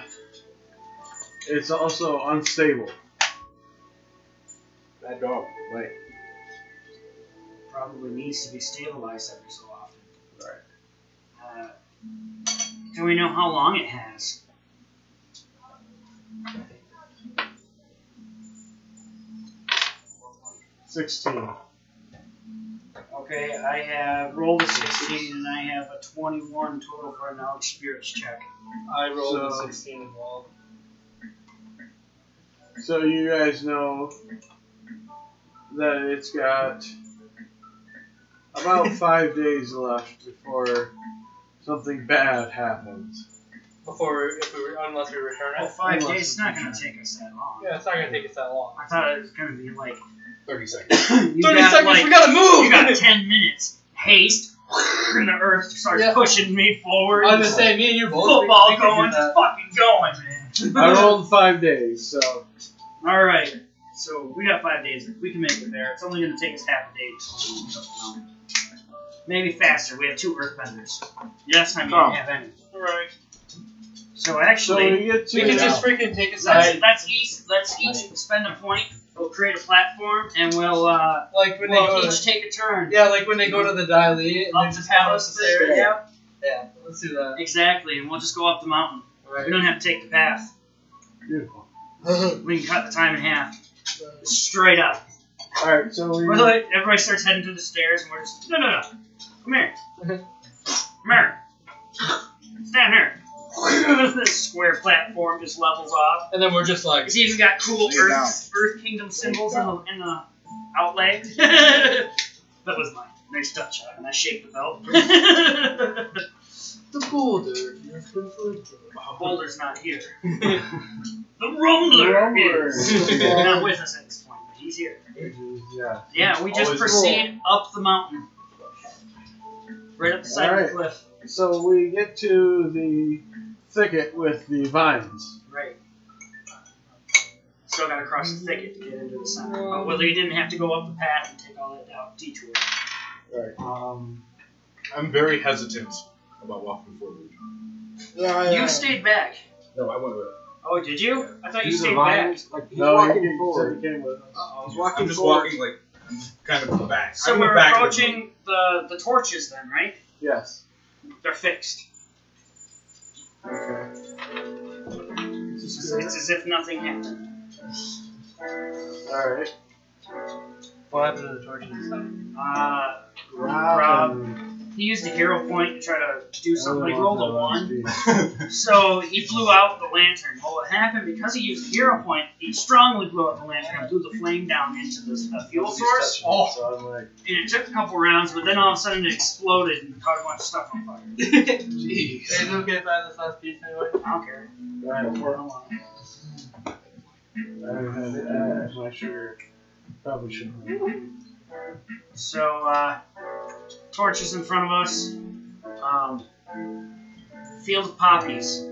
A: it's also unstable.
F: That dog. Wait.
B: Probably needs to be stabilized every so often.
A: Right.
B: Uh, do we know how long it has?
A: Sixteen.
B: Okay, I have rolled a 16 and I have a 21 total for a knowledge spirits check.
C: I rolled
A: So-
C: a 16 as well.
A: So you guys know that it's got about five days left before something bad happens.
C: Before, if we were, unless we return
B: Oh,
C: it.
B: five
A: Unless
B: days, it's not
A: it's
B: going to take us that long.
C: Yeah, it's not gonna take us that long.
B: I thought it was going to be like
E: Thirty
B: *coughs*
E: seconds.
B: You
C: 30
B: got,
C: seconds,
B: like,
C: we gotta move!
B: You got ten minutes. Haste, *laughs* and the earth starts
C: Yeah.
B: pushing me forward.
C: *laughs* I'm just saying, me and you both. we-
B: Football
C: we could do
B: going,
C: that.
B: fucking going, man. *laughs*
A: I rolled five days, so
B: All right, so we got five days. We can make it there. It's only gonna take us half a day. to go. Maybe faster. We have two earthbenders. Last time you
A: Oh.
B: didn't have any.
C: Right.
B: So
A: so
B: actually,
A: we get to
C: We could
A: now.
C: just freaking take
B: let's,
C: a side.
B: let's each let's each spend a point. We'll create a platform, and we'll uh,
C: Like when they
B: we'll
C: go
B: each
C: to.
B: take a turn.
C: Yeah, like when they go to the Dali and
B: Up
C: they
B: the
C: just have
B: palace
C: us
B: there.
C: there.
B: Yeah.
C: Yeah, let's do that.
B: Exactly, and we'll just go up the mountain. We
C: Alright.
B: don't have to take the path.
A: Beautiful.
B: We can cut the time in half. Straight up.
A: All right, so we.
B: We're like, everybody starts heading to the stairs, and we're just, no, no, no. Come here. Come here. Stand here. *laughs* this square platform just levels off.
C: And then we're just like,
B: It's even got cool
E: Lay down.
B: Earth, Earth Kingdom symbols in the, in the outlay. *laughs* that was mine. Nice touch, and I shaped the belt.
D: The boulder. You're perfect.
B: Boulder's not here. *laughs* the Rumbler,
A: Rumbler.
B: is. *laughs* not with us at this point, but he's here.
E: yeah.
B: Yeah, we just
E: Always
B: proceed up the mountain. Right up the side of the cliff.
A: So we get to the thicket with the vines.
B: Right. Still gotta cross the thicket to get into the center. But whether you didn't have to go up the path and take all that out detour.
E: Um, I'm very hesitant about walking forward.
D: Oh, Yeah,
B: *laughs*
D: I
B: You
D: am.
B: stayed back.
F: No, I went with it.
B: Oh, did you? I thought you
F: These are
B: stayed back.
F: vines, Like, he's
A: No, you
F: walking
A: came-
F: forward.
A: you came with us.
F: I was walking
E: I'm just
F: forward.
E: walking like I'm kind of back.
B: So
E: I'm
B: we're
E: back
B: approaching the, the torches then, right?
A: Yes.
B: They're fixed.
A: Okay.
B: It's as, it's as if nothing happened.
A: All right.
C: what happened to the torches?
B: Uh,
A: Rob and-
B: he used a hero point to try to do something. He rolled a one.
E: the-
B: So he blew out the lantern. Well, what happened because he used hero point, he strongly blew out the lantern and blew the flame down into the, the fuel source.
A: Oh. So I'm like,
B: And it took a couple rounds, but then all of a sudden it exploded and caught a bunch of stuff on fire.
E: Jeez.
C: Guys, okay if I have this last piece anyway?
B: I don't care.
A: I don't
B: I
A: know.
B: don't want it.
A: I don't have it. I have my sugar. Probably shouldn't. have.
B: So, uh, torches in front of us. Um, field of poppies.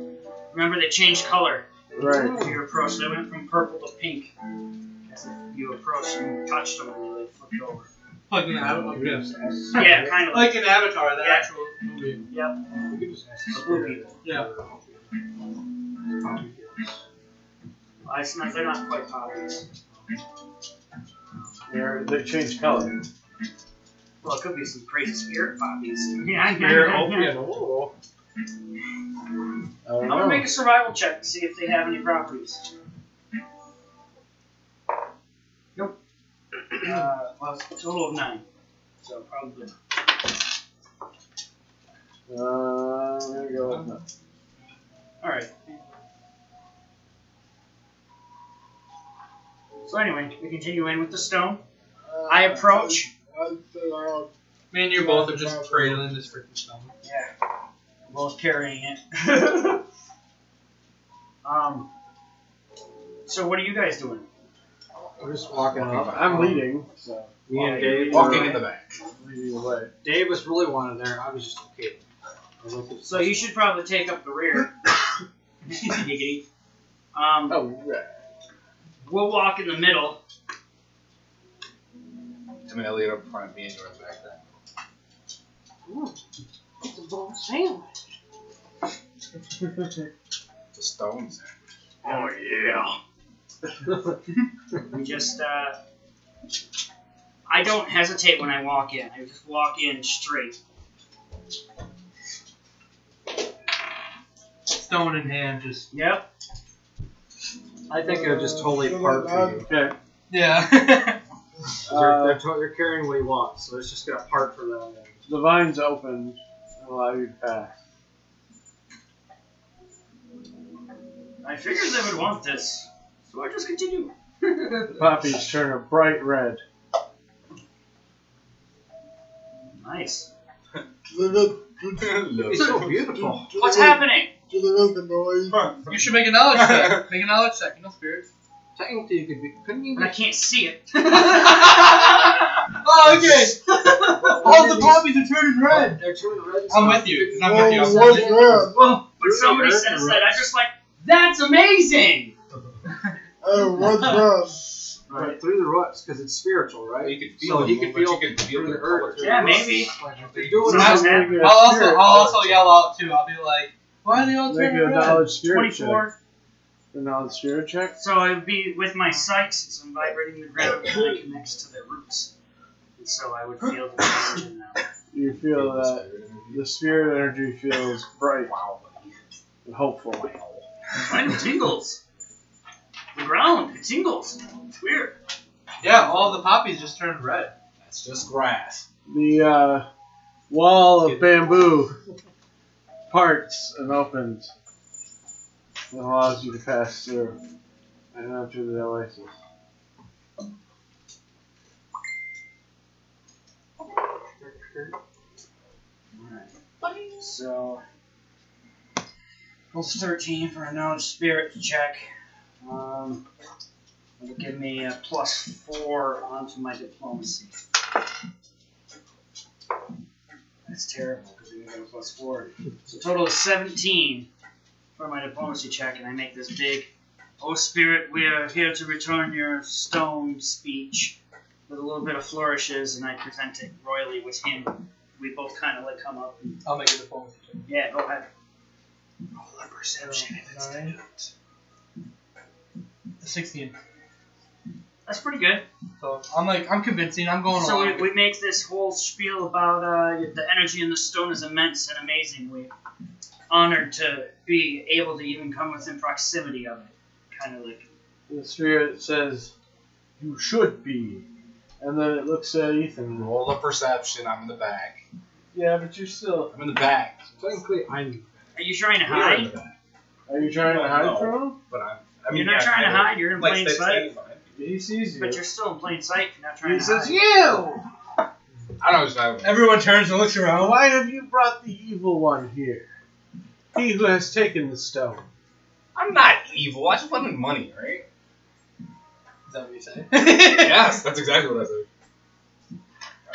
B: Remember, they changed color
A: Right.
B: if you approached. They went from purple to pink. As if you approached and touched them and they flipped over.
C: Like an avatar.
B: Yeah, kind of.
C: Like an avatar, that
B: Yeah.
C: actual movie.
F: We could just ask
B: Blue people.
C: Yeah.
B: I smell they're not quite poppies.
A: They're, they changed color.
B: Well, it could be some crazy spirit poppies. *laughs* Yeah, I
E: Here,
B: know.
E: open it. Oh.
A: I don't
B: I'm gonna
A: know.
B: make a survival check to see if they have any properties. Nope. *clears throat* Uh, well, it's a total of nine. So probably.
A: Uh, I'm gonna go with no.
B: Alright. So anyway, we continue in with the stone.
D: Uh,
B: I approach.
D: I said uh, I'll
C: Me and you both are just trailing this freaking stuff.
B: Yeah. I'm both carrying it. *laughs* um. So what are you guys doing?
F: We're just walking up.
A: I'm leading, so
F: Um, Me and
E: *laughs*
F: Dave.
E: Walking
F: were-
E: in the back.
A: I'm leading the way.
F: Dave was really wanted there. I was just okay. I looked at-
B: So you should probably take up the rear. *coughs* Giggity. Um,
A: Oh, *laughs* right.
B: we'll walk in the middle.
E: Tim and Elliot up front, me and you in the back then.
G: It's a bowl of sandwich.
E: The stones.
B: Oh yeah. we *laughs* just uh, I don't hesitate when I walk in. I just walk in straight.
C: Stone in hand, just.
B: Yep.
F: I think they're just totally
C: Oh
F: apart from you.
A: Okay.
C: Yeah. *laughs*
F: 'Cause They're,
A: Uh,
F: they're, to- they're carrying what he wants, so it's just gonna part from them.
A: the vines open and allow you to pass.
B: I figured they would want this, so I just continue.
A: The poppies turn a bright red.
B: Nice. *laughs*
D: to the to, to,
F: It's
E: Look.
F: so beautiful.
D: to
B: What's
D: the-
B: happening?
D: To the noise.
C: you should make a knowledge check. Make a knowledge check, you know, spirits.
F: Technically, you could be. Couldn't you
B: But
F: be?
B: I can't see *laughs* it.
C: Oh,
D: *laughs*
C: okay.
A: Oh,
F: All the
C: poppies are turning
F: They're turning red. and
E: I'm
F: stuff.
E: with you. 'cause I'm with you.
D: Well,
E: I'm
D: what's
E: with you.
D: that?
B: well, when somebody
E: Earth
B: says
E: or
B: that, I'm just like, that's amazing.
D: Hey, what's that?
F: Right, through the roots, because it's spiritual,
E: Well,
F: right?
E: You could
F: So
E: feel
F: he
E: them,
F: could
E: but you
F: feel
E: could feel
F: through
E: the
F: the earth.
E: colors.
B: Yeah, maybe.
F: If they're doing
B: So
F: that,
B: that's happening.
C: I'll also, I'll also yell out too. I'll be like, why are they all
A: Make
C: turning
A: a
C: red?
A: knowledge spirit check.
B: 24.
A: A knowledge spirit check.
B: So it would be with my sight, since I'm vibrating the ground, it kind of connects to the roots. And so I would feel the oxygen now. *coughs*
A: You feel
E: uh,
A: that the spirit energy feels bright and hopeful.
B: Mine tingles. The ground, it tingles. It's weird.
C: Yeah, all the poppies just turned red.
E: That's just grass.
A: The uh, wall of bamboo parts and opens and allows you to pass through and enter the oasis.
B: So, pulls 13 for a knowledge spirit check. Um, it'll give me a plus 4 onto my diplomacy. That's terrible because I didn't get a plus 4. So, total is 17 for my diplomacy check, and I make this big. Oh, spirit, we are here to return your stone speech with a little bit of flourishes, and I present it royally with him. We both kind of like come up and
C: I'll make it a phone.
B: yeah, go ahead. Roll a perception.
C: Nine. Sixteen.
B: That's pretty good.
C: So I'm like, I'm convincing. I'm going
B: So we,
C: along.
B: we make this whole spiel about uh, the energy in the stone is immense and amazing. We're honored to be able to even come within proximity of it. Kind of like,
A: The spirit says, You should be. And then it looks at Ethan.
E: Roll a perception. I'm in the back.
A: Yeah, but you're still.
E: I'm in the back.
F: Technically, I'm.
B: are you trying to
E: We are in the
B: hide?
E: back.
A: Are you trying to hide
E: No.
A: from him?
E: But I'm. I mean,
B: you're not
E: yeah,
B: trying to
E: kinda.
B: hide. You're in plain
E: that's
B: sight.
E: fine.
A: He sees you.
B: But you're still in plain sight. You're not trying
A: he
B: to
A: says,
B: hide.
A: You!
E: I don't know. Just, I,
C: Everyone turns and looks around.
A: Why have you brought the evil one here? He who has taken the stone.
E: I'm not evil. I just wanted money, right?
C: Is that what you *laughs* say?
E: yes, that's exactly what I said.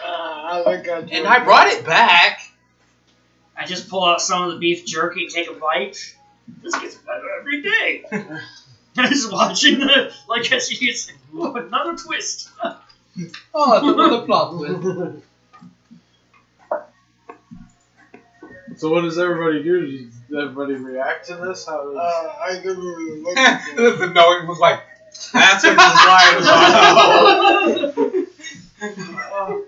D: Ah, I think I do.
E: And I brought it *laughs* back.
B: I just pull out some of the beef jerky, take a bite. This gets better every
E: *laughs*
B: day. *laughs* And I'm just watching the, like, as you say, *laughs* "Ooh, another twist.
C: Oh, the, the plot twist.
A: *laughs* So what does everybody do? Does everybody react to this? How does...
D: Uh, I didn't really look at it.
E: the knowing was like, that's what this line was *laughs* about.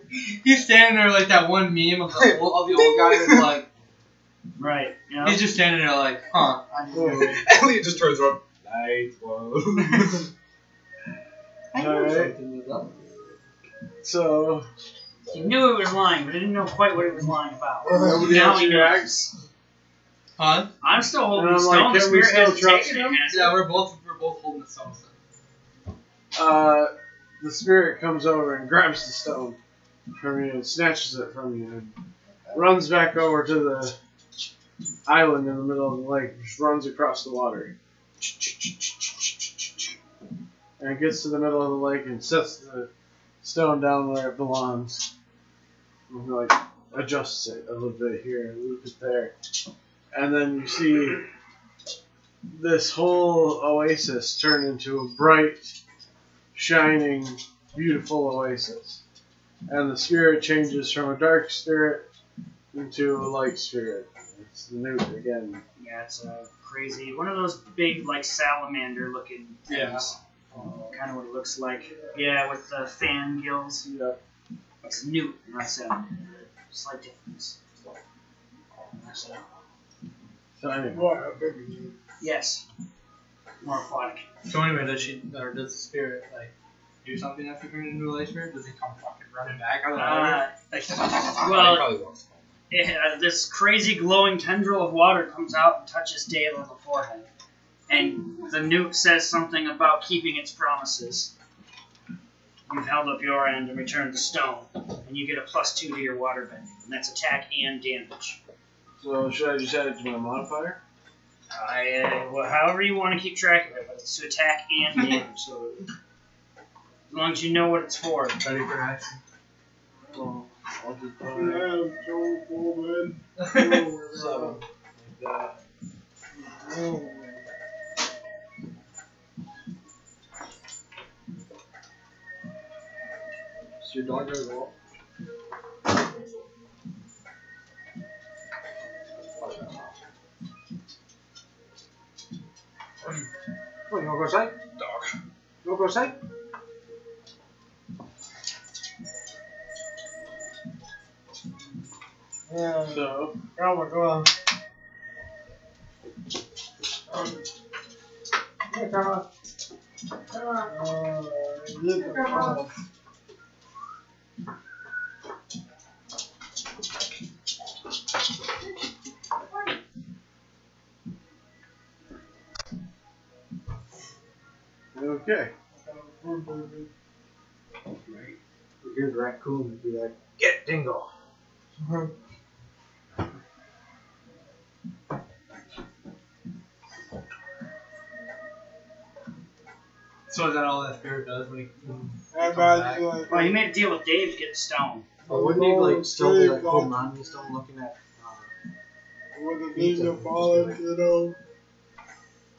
C: He's standing there like that one meme of the old, of the old guy who's *laughs* like,
A: *laughs*
B: Right. You know?
C: he's just standing there like, huh? Uh,
E: Elliot just turns around. Night one.
C: *laughs* I know
A: Alright.
C: something was up.
A: so
B: He knew he was lying, but he didn't know quite what he was lying about.
C: Oh,
A: nobody
B: Now
A: else
B: he knows.
A: reacts.
C: Huh?
B: I'm still holding
A: And
B: the
A: I'm like,
B: stone. the
A: can we
B: spirit
A: still
B: hasn't
A: trust
B: taken it,
A: him?
B: has it?
C: Yeah, we're both we're both holding the stone.
A: Uh, the spirit comes over and grabs the stone from you and snatches it from you and runs back over to the island in the middle of the lake, just runs across the water. And gets to the middle of the lake and sets the stone down where it belongs. And, like adjusts it a little bit here, a little bit there. And then you see this whole oasis turn into a bright shining, beautiful oasis. And the spirit changes from a dark spirit into a light spirit. It's the new again.
B: Yeah, it's uh, crazy. One of those big, like, salamander looking things. Kind of what it looks like. Yeah, with the fan gills.
A: Yep.
B: It's newt, not salamander. Slight difference.
A: So anyway,
D: What, I think you do.
B: Yes. More aquatic.
C: So anyway, does she or does the spirit like do something after bringing the light spirit? Does he come fucking running back out of the water?
B: Uh,
C: Like,
B: Well-
E: He probably won't.
B: it, uh, this crazy glowing tendril of water comes out and touches Dale on the forehead. And the newt says something about keeping its promises. You've held up your end and returned the stone, and you get a plus two to your water bending, and that's attack and damage.
A: so should I just add it to my modifier?
B: I, uh, well, however you want to keep track of it, but it's to attack and damage. so as long as you know what it's for.
C: Ready for action?
A: Well, I'll just put
D: We
A: it-
D: have Joe Coleman.
C: *laughs*
A: So, uh,
F: Is your dog gonna go up? What, you wanna go outside?
E: Dog.
F: You wanna go outside?
D: Yeah.
A: so
D: Oh my god.
F: Come on, Carla.
D: Uh, look at that.
A: okay.
F: Right. We hear the raccoon and be like, get Dingo.
C: So is that all that spirit does *laughs* when he?
D: And that's like.
B: Well, he made a deal with Dave to get the stone.
F: But Oh, wouldn't he like still be like holding on to the stone looking at uh,
D: With the name of Paulus, you know.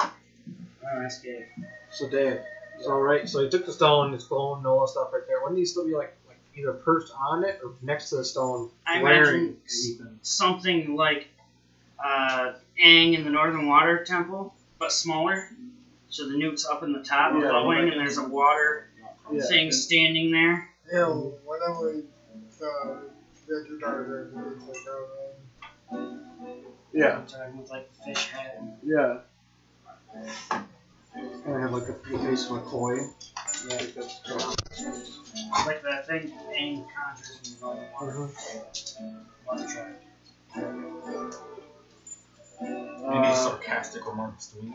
B: Oh, that's Dave.
F: So Dave, it's all right. So he took the stone, it's glowing, and all that stuff right there. Wouldn't he still be like, like either perched on it or next to the stone,
B: I
F: glaring
B: imagine
F: at Ethan?
B: something like uh, Aang in the Northern Water Temple, but smaller. So the nuke's up in the top,
A: Yeah,
B: glowing,
A: like-
B: and there's a water
A: Yeah.
B: thing standing there.
D: Yeah, whenever it's, uh, get to dark, it's like, uh,
A: Yeah,
B: Talking with like the fish head. and-
A: yeah.
F: And I have like a, the face of a koi.
B: Like that thing Aang conjures in the Northern Water. Water tribe.
A: Uh,
E: Any sarcastic remarks to me?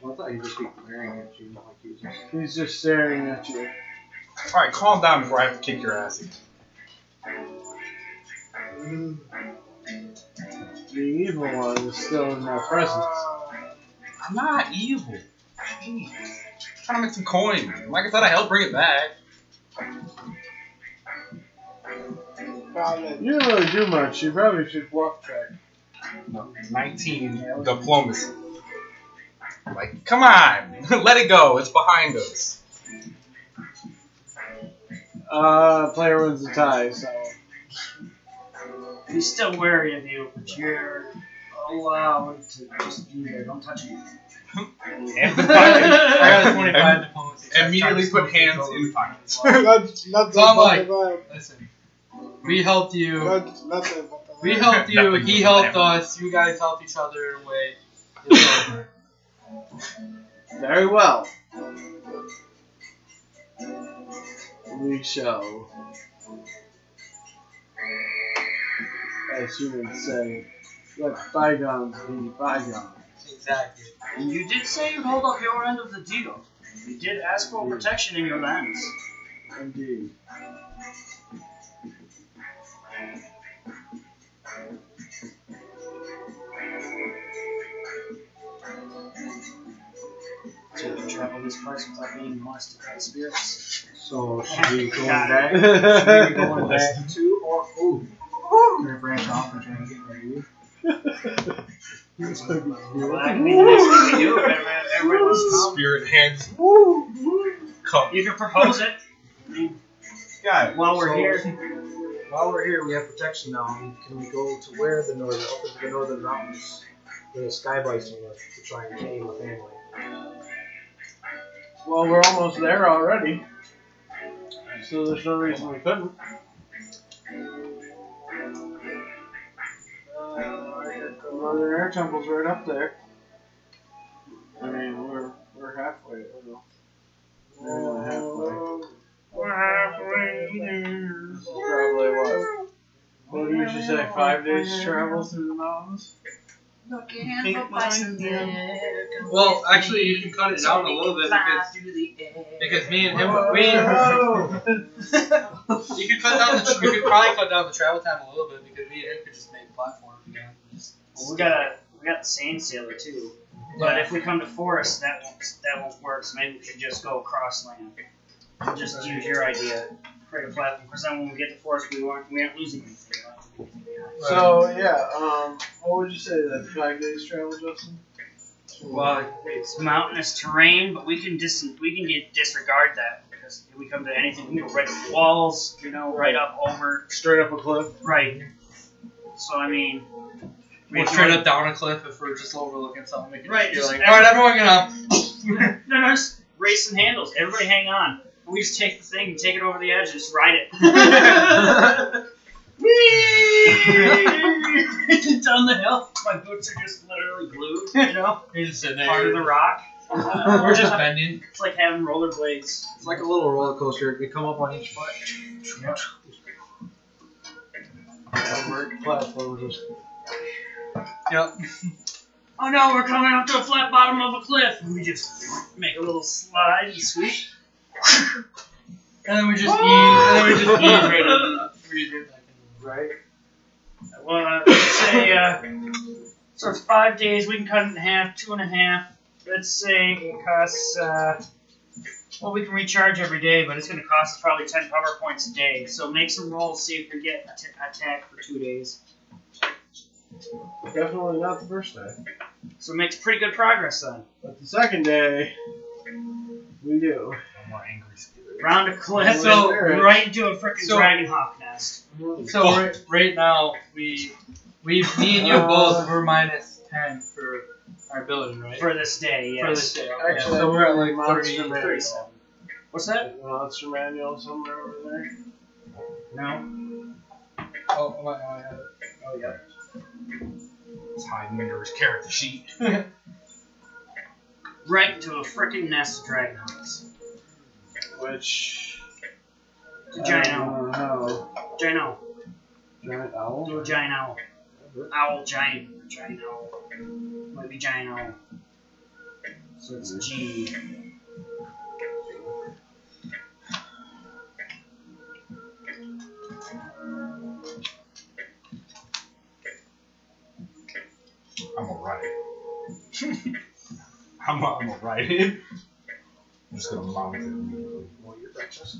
F: Well, I thought he'd just be glaring at you, like he was just
A: he's just staring at you.
E: Alright, calm down before I have to kick your ass again.
A: The evil one is still in their presence.
D: ah,
E: I'm not evil. Jeez. Trying to make some coin. Like I said, I helped bring it back.
D: got it.
A: You didn't really do much. You probably should walk back.
E: 19 diplomacy. Like, come on, *laughs* let it go. It's behind us.
A: Uh, player wins the tie, so.
B: He's still wary of you, but you're allowed to just be there. Don't touch me.
E: And the pocket.
C: I got a 25 diplomacy. so I
E: Immediately
C: tried to
E: put
C: sneak
E: hands
C: over.
E: in *laughs* pockets.
D: That's nothing
C: So
D: but
C: I'm
D: the
C: Listen, we helped you.
D: vibe. That's nothing but the vibe.
C: We helped you. He helped us. You guys helped each other in a way. It's over.
A: Very well. We shall. As you would say, let bygones be bygones.
C: Exactly.
B: And you did say you held up your end of the deal. You did ask for protection in your lands.
A: Indeed.
B: So you can travel this place without being molested by spirits.
F: so. Should we go
A: *laughs*
B: Got
F: back? Should we go back to or ooh? I'm gonna branch off and try and get my view.
B: Well, that could be the next thing we do if everyone- everyone wants to
E: Spirit hands.
B: come.
E: Cup.
B: You can propose it
E: Guy.
B: while we're
F: So-
B: here.
F: While we're here, we have protection now. Can we go to where the northern, up into the northern mountains, where the sky bison live, to try and tame a family?
A: Well, we're almost there already. So there's no reason we couldn't. The Northern Air Temple's right up there. I mean, we're, we're halfway. you know. We're not halfway. It's probably what? What would you say? Five days travel through the mountains?
C: Well, actually, you can cut it down a little bit because, because me and him, we, you could cut down the, you could probably cut down the travel time a little bit because me and him could just make platforms. You know, just
B: We gotta, We got the sand sailor too. But if we come to forest, that won't that won't work. So maybe we could just go across land. We'll just use your idea, create a platform. Because then when we get to forest, we aren't we aren't losing anything.
A: So yeah, um, what would you say that five days travel, *laughs* Justin?
B: Well, it's mountainous terrain, but we can dis- we can get disregard that because if we come to anything, we can go right up walls, you know, right up over,
A: Straight up a cliff.
B: right. So I mean,
C: We're straight up down a cliff if we're just overlooking something. We can
B: Right,
C: Be
B: just
C: like,
B: every-
C: all right, everyone get
B: *laughs*
C: up. *laughs*
B: no, no, just race some handles. Everybody hang on. We just take the thing and take it over the edge and just ride
A: *laughs*
B: it. Whee! *laughs* Down the hill. My boots are just literally glued, you know,
C: He's just sitting
B: part of the rock.
C: We're just bending.
B: It's like having rollerblades.
F: It's like a little roller coaster. You come up on each foot. That platform just
B: Oh no, we're coming up to a flat bottom of a cliff. And we just make a little slide and sweep.
C: And then we just ease. And then we just ease right in. Freeze right back
F: right.
B: Well, uh, let's say, uh, so it's five days, we can cut it in half, two and a half. Let's say it costs, uh, well, we can recharge every day, but it's going to cost us probably 10 power points a day. So make some rolls, see if we get atta- attack for two days.
A: Definitely not the first day.
B: So it makes pretty good progress then.
A: But the second day, we do.
E: I'm more angry.
B: Round a cliff,
C: So-
B: right into a freaking
C: So-
B: dragon hawk nest.
C: in. So right, right now we we me and you both were minus ten for our ability, right?
B: For this day, yes.
C: For this day. okay.
A: Actually,
C: so we're at like
A: Monster
C: 30,
A: Manual.
C: 37.
B: What's that?
A: Monster Manual somewhere over there.
B: No.
C: Oh, oh, I have it. oh yeah.
E: It's hiding under his character sheet.
B: Right into a freaking nest of dragon hawks.
A: Which.
B: The giant
A: I
B: owl.
A: don't know. Giant
B: Giant owl.
A: owl?
B: Do a giant owl. Owl giant. Giant owl. Might be giant owl. So it's G.
E: I'm a riot. *laughs* I'm a, I'm a riot. I'm just gonna mount it immediately.
F: Well, you're breakfast.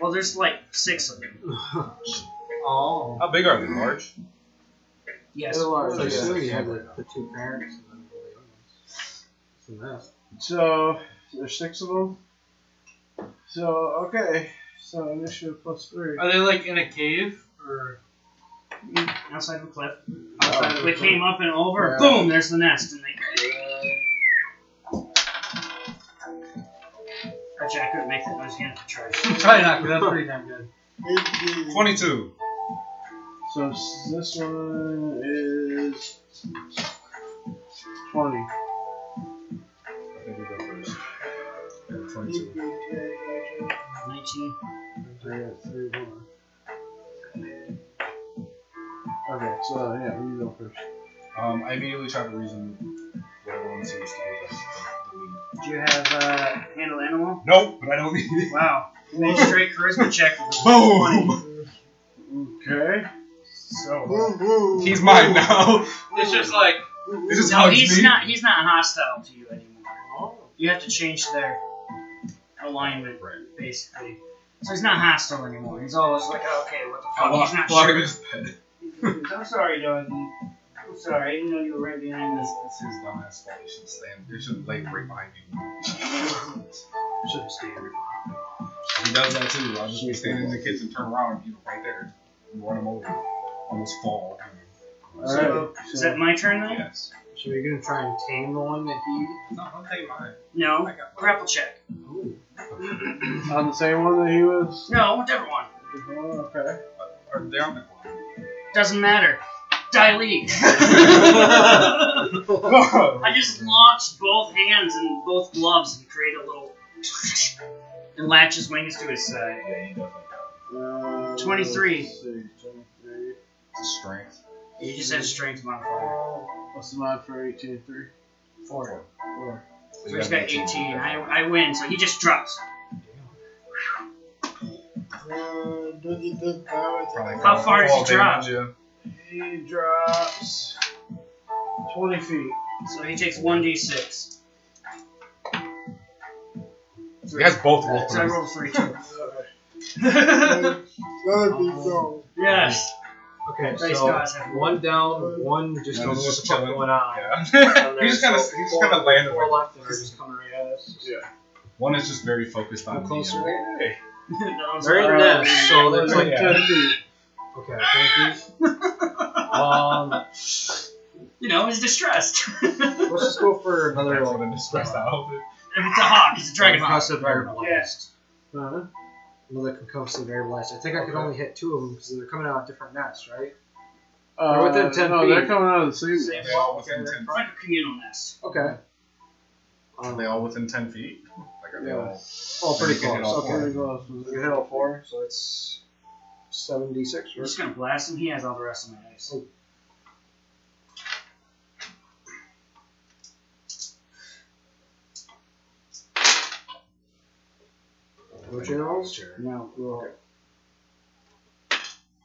B: Well, there's like six of them.
F: Oh.
E: How big are they, large?
B: Yes.
A: They're large,
F: So
E: Yeah.
F: sure you had like the two parents and then all the other ones. It's a mess.
A: So, there's six of them. So, okay. So, initiative plus three.
C: Are they like in a cave or?
B: Outside of a cliff.
C: outside of
B: They
C: the-
B: came up and over.
A: Yeah.
B: Boom! There's the nest, and they. Actually, I couldn't make that noise again. Try.
C: Probably not. 'cause That's pretty damn good.
D: Eighteen.
E: 22.
A: So, s- this one is 20.
E: I think we go first. Yeah, 22.
D: Eighteen, okay, gotcha.
B: Nineteen.
A: Three, three, one. Okay, so, yeah, you go first.
E: Um, I immediately try to reason what everyone seems to be best.
B: Do you have uh, handle animal?
E: Nope, but I don't need it.
B: Wow. You made a straight charisma check. with a
E: Boom!
A: Okay.
B: So.
D: Boom, boom.
E: He's mine now.
C: It's just like
E: This is
B: No,
E: how it's
B: he's
E: me.
B: not. He's not hostile to you anymore. You have to change their alignment, basically. So he's not hostile anymore. He's always like, oh, okay, what the fuck? he's not
E: Block him
B: sure.
E: in his bed.
B: I'm sorry, Jordan. I'm sorry. I didn't know you were right behind us.
E: This is dumbass fault. You should stand. You should lay right behind me.
B: Should have stayed.
E: If He does that too. I'll just be standing in the kitchen, turn around, and be right there. Run him over. Almost fall.
A: Alright.
B: Is that my turn then?
E: Yes.
F: So you're gonna try and tame the one that he.
E: No, I'll take mine.
B: No.
E: I got mine.
B: Grapple check.
F: Ooh.
A: On the same one that he was?
B: No, different one.
A: Oh, okay. *laughs*
E: Or they're on the
B: Doesn't matter. Dilate.
A: Uh,
B: I just launched both hands and both gloves and create a little. *laughs* and latches wings to his side.
E: Yeah, you definitely got
A: Uh,
B: 23.
A: let's see, 23.
E: it. Strength.
B: He just has strength modifier.
A: What's the mod for 18 3?
E: Four.
A: 4.
B: So he's got 18. I, I win, so he just drops.
D: Uh, does he do power attack?
E: Probably
B: How far does he
E: fall
B: drop?
E: damage, yeah.
A: He drops 20 feet.
B: So he takes 1d6.
E: So he has both
B: Uh, so I
E: weapons.
B: rolled a 3 too.
A: Alright.
D: Let it be so.
B: *laughs* yes!
F: Okay,
B: Praise
F: so
B: God, Sam. *laughs*
F: one down, one just
E: Yeah,
F: don't know what
E: just
F: the fuck
E: chilling.
F: going on.
E: Yeah. *laughs* he's just kind of he's just kind of landed.
F: Four left and they're just coming right at us.
E: One is just very focused on. the,
F: Closer.
E: uh, Hey.
B: no,
F: They're in
B: sorry. *laughs*
F: this, so there's like
E: Yeah.
F: 10 feet. Okay, thank you. Um,
B: You know, he's distressed. *laughs* it's
F: let's just go for another
E: That's what
F: like
E: I'm stressed out.
B: a hawk, it's a dragon hawk.
F: concussive air blast.
A: Uh-huh.
F: Another concussive air blast. I think I could only hit two of them because they're coming out of different nests, right?
A: Uh,
F: within 10
A: no, they're
F: feet.
A: coming out of the same.
B: Same
E: They're
B: wall.
E: all within
B: Okay,
E: ten
B: Like a communal nest.
F: Okay.
E: Are they all within ten feet? Like are they
F: Yeah.
E: all?
F: Oh, pretty
E: You can hit
F: close.
E: all
F: Okay.
A: Pretty close.
F: You hit all four, so it's 76,
B: We're
F: right?
B: just gonna blast him. He has all the rest of my dice.
F: No channels?
B: No.
F: Okay.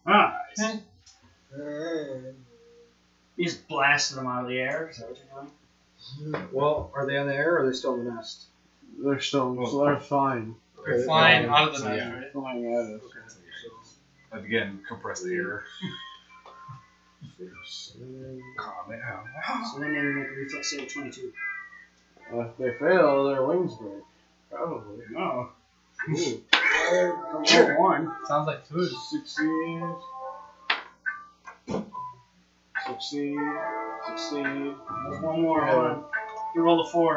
B: Ah,
D: Hey.
B: he just blasted him out of the air. Is that what you're doing?
F: Well, are they on the air or are they still in the nest?
A: They're still, so they're fine.
E: They're
F: Okay,
E: flying
F: um,
E: out of the nest.
A: They're flying at us.
F: Okay, so
E: Again, compressed air.
F: seven,
E: Calm it down.
B: So then they make a reflex save of 22.
A: Uh, if they fail, their wings break. Probably.
B: Oh.
F: eight.
B: Sure. One.
C: Sounds like food.
A: 16. 16. 16.
B: There's one more. Hold on. You roll a four.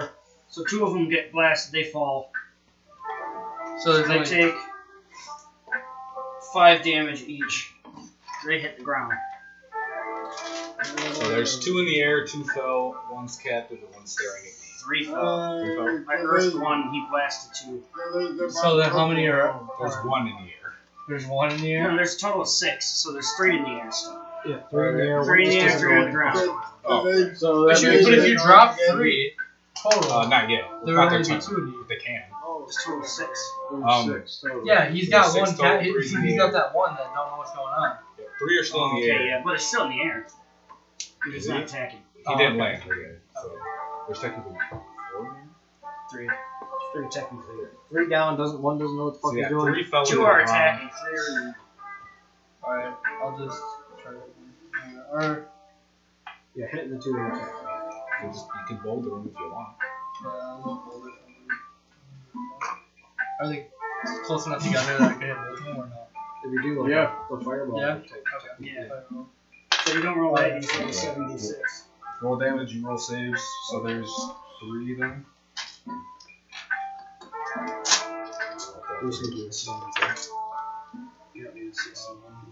B: So two of them get blasted. They fall.
C: So there's
B: They
C: only
B: take five damage each. They hit the ground.
E: So there's two in the air, two fell, one's captive, and one's staring at me.
B: Three fell.
D: Uh,
B: I earthed one. He blasted two.
C: So then how many are up?
E: There's one in the air.
C: There's one in the
B: No,
C: air.
B: there's a total of six. So there's three in the air still.
F: Yeah, three in the air.
B: Three in
F: one
B: the air,
F: just doesn't
B: three
F: go
B: on the
F: in.
B: ground.
D: Oh.
A: So
C: But
A: that
C: you-
A: means
C: but if
A: they-
C: you drop three total,
E: Uh, not yet.
C: there
E: Not
C: would
E: their
C: only be
E: turn.
C: two in the
E: They can.
B: There's a total of six.
A: there's
E: Um,
A: six total.
C: Yeah, he's got
E: Six
C: one cat.
E: total,
C: He's,
E: three in the
C: he's
E: air.
C: got that one that don't know what's going on.
E: Three are still in the air.
B: Okay, yeah, but it's still in the air. He's
E: Oh, Is
B: just not
E: it?
B: attacking.
E: He
C: Oh,
E: did
C: okay.
E: land again. So there's technically four in the air?
B: Three. Three technically.
F: Three down, doesn't one doesn't know what the fuck
E: So
F: he's
E: yeah,
F: doing.
E: three fell in
B: Two
E: the
B: are
E: ground.
B: attacking. Three are in
C: Alright, I'll just try that one. Uh, Or,
F: Yeah, hitting the two in the air.
E: You, just, you can boulder them if you want.
C: uh, I'll hold it. Are they close enough together that I can hit both of them or no?
F: If you do like
A: Yeah.
F: the fireball
C: Yeah.
F: type.
B: Yeah.
C: I don't know.
B: So you don't roll eight, you just roll seven d six.
E: Roll damage, you roll saves. So there's three then.
F: We'll see if you can see it.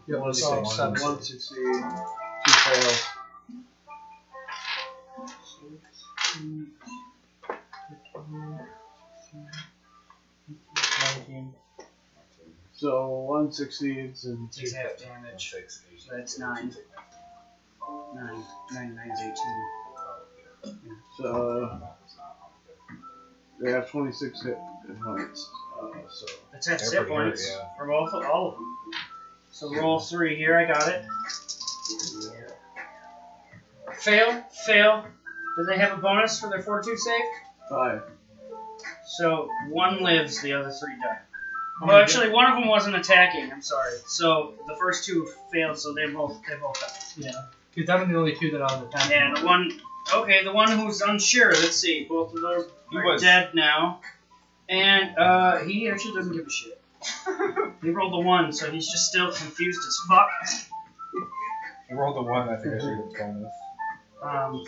F: Yeah,
C: One
F: so
C: six,
F: seven.
C: seven.
F: One
A: One
F: six.
A: succeed, two fail. So one succeeds and
B: Takes half damage.
E: Six, eight.
B: So that's nine. Nine. Nine, nine is eighteen.
A: so they have 26 hit points. Uh, so
B: That's half
E: They're
B: set
E: pretty hurt,
B: points
E: yeah.
B: for both all of them. So roll three here, I got it. Fail, fail. Do they have a bonus for their fortitude save?
A: five.
B: So one lives, the other three die.
C: How
B: Well,
C: many
B: actually, one of them wasn't attacking. I'm sorry. So the first two failed, so they both they both died.
C: di- Yeah. Because I'm the only two that are on the path.
B: Yeah, the one. Okay, the one who's unsure. Let's see. Both of them
E: He
B: are
E: was-
B: dead now, and uh, he actually doesn't give a shit. he rolled a one, so he's just still confused as fuck.
E: You rolled a one. I think I should have bonus.
B: Um.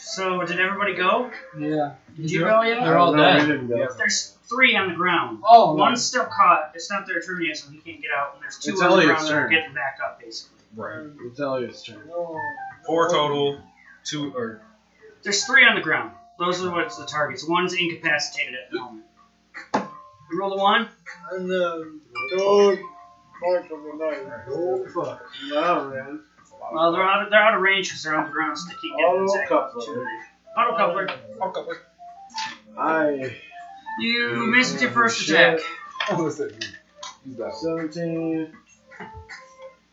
B: So did everybody go?
C: Yeah.
B: Did you go yet?
C: They're all
A: No, we
C: dead.
A: didn't go.
B: There's three on the ground.
C: Oh, no.
B: One's still caught. It's not their turn yet, so he can't get out. And there's two
A: It's
B: on the
A: Elliot's
B: ground that are
A: turn.
B: getting back up, basically.
E: Right.
A: It's Elliot's turn.
D: No.
E: Four total. Two or
B: There's three on the ground. Those are what's the targets. One's incapacitated at the moment. You roll the one.
D: And then don't bark of the night.
F: Oh fuck.
A: No man.
B: Well, they're out of, they're out of range because they're on the ground, so they can't get an
A: Auto
B: attack
A: coupler.
B: opportunity. Auto coupler.
A: I
B: You missed your first
A: Shit.
B: attack.
E: Oh, listen. He's down.
A: 17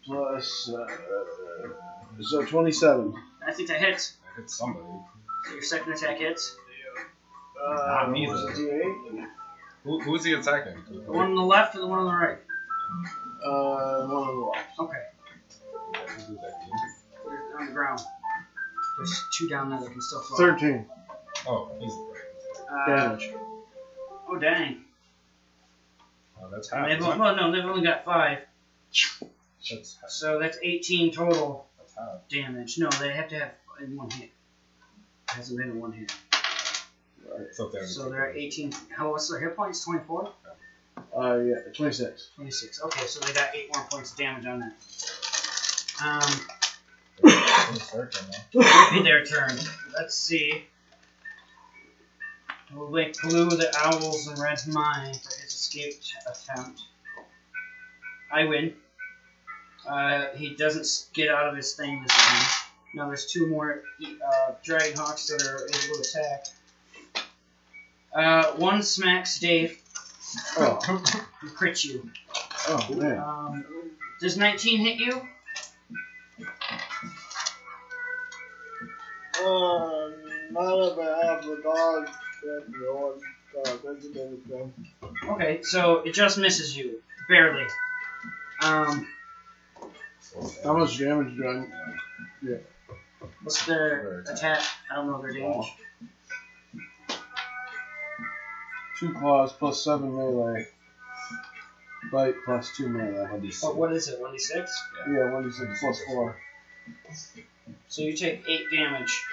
A: plus uh, So 27.
B: I think that hits.
E: I hit somebody.
B: Your second attack hits. Ah,
A: Uh,
E: me
A: was it D8?
E: Who, who's he attacking?
B: The one on the left or the one on the right?
A: Uh, one on the left.
B: Okay. They're on the ground. There's two down there that can still fall.
A: 13
E: Oh, he's.
B: Uh,
A: damage.
B: Oh dang.
E: Oh, that's half.
B: They've,
E: isn't it?
B: well, no, they've only got five,
E: That's, that's
B: so that's 18 total
E: half.
B: damage. No, they have to have in one hit. It hasn't been in one hit.
E: So they're,
B: So they're at 18. How what's their hit points? 24?
A: Uh, yeah, 26.
B: 26. Okay, so they got 8 more points of damage on that. Um,
E: they're circling now.
B: it'll be their turn. Let's see. We'll make blue the owls and red's mine for his escape t- attempt. I win. Uh, he doesn't s- get out of his thing this time. Now there's two more uh, dragon hawks that are able to attack. Uh, one smacks Dave
A: Oh,
B: and crits you.
A: oh man.
B: Um, does 19 hit you?
D: Um, not if I have the dog that the old uh, designated them.
B: Okay, so it just misses you. Barely. Um,
A: How much damage do I
B: what's their attack? I don't know their
A: Oh.
B: damage.
A: Two claws plus seven melee. Bite plus two melee. Oh,
B: But what is it, 1d6?
A: Yeah, one is six plus four.
B: So you take 8 damage.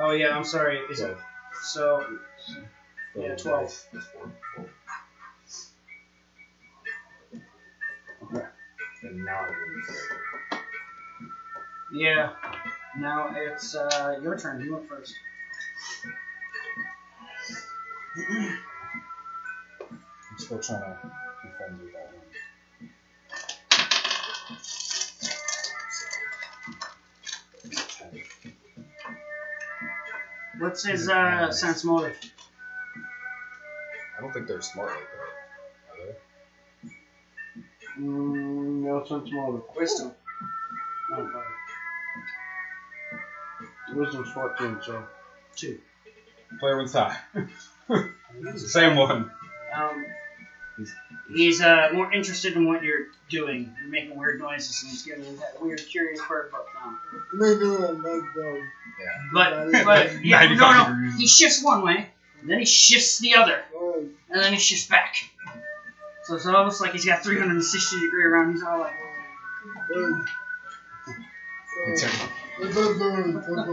B: Oh, yeah, I'm sorry. Is it? So, yeah, 12.
F: And now I lose.
B: Yeah. Now it's uh, your turn. You went first.
E: I'm still trying to be friends with that one.
B: What's his uh, sense motive?
E: I don't think they're smart like that. Are they?
A: Mm, no sense motive.
B: Wisdom. No, uh,
A: Wisdom's 14, so.
B: two.
E: Player one side. *laughs* it's the same one.
B: Um, he's uh, more interested in what you're doing. You're making weird noises and he's giving that weird, curious bird look now.
D: Maybe I'll make those.
B: But *laughs*
E: *laughs*
B: but yeah, no
E: 95
B: no.
E: degrees.
B: He shifts one way, and then he shifts the other,
D: Oh,
B: and then he shifts back. So it's almost like he's got 360 degree around. He's all like,
D: oh.
E: It's
D: Uh,
E: a-
D: it's a bird, it's a bird. Look, I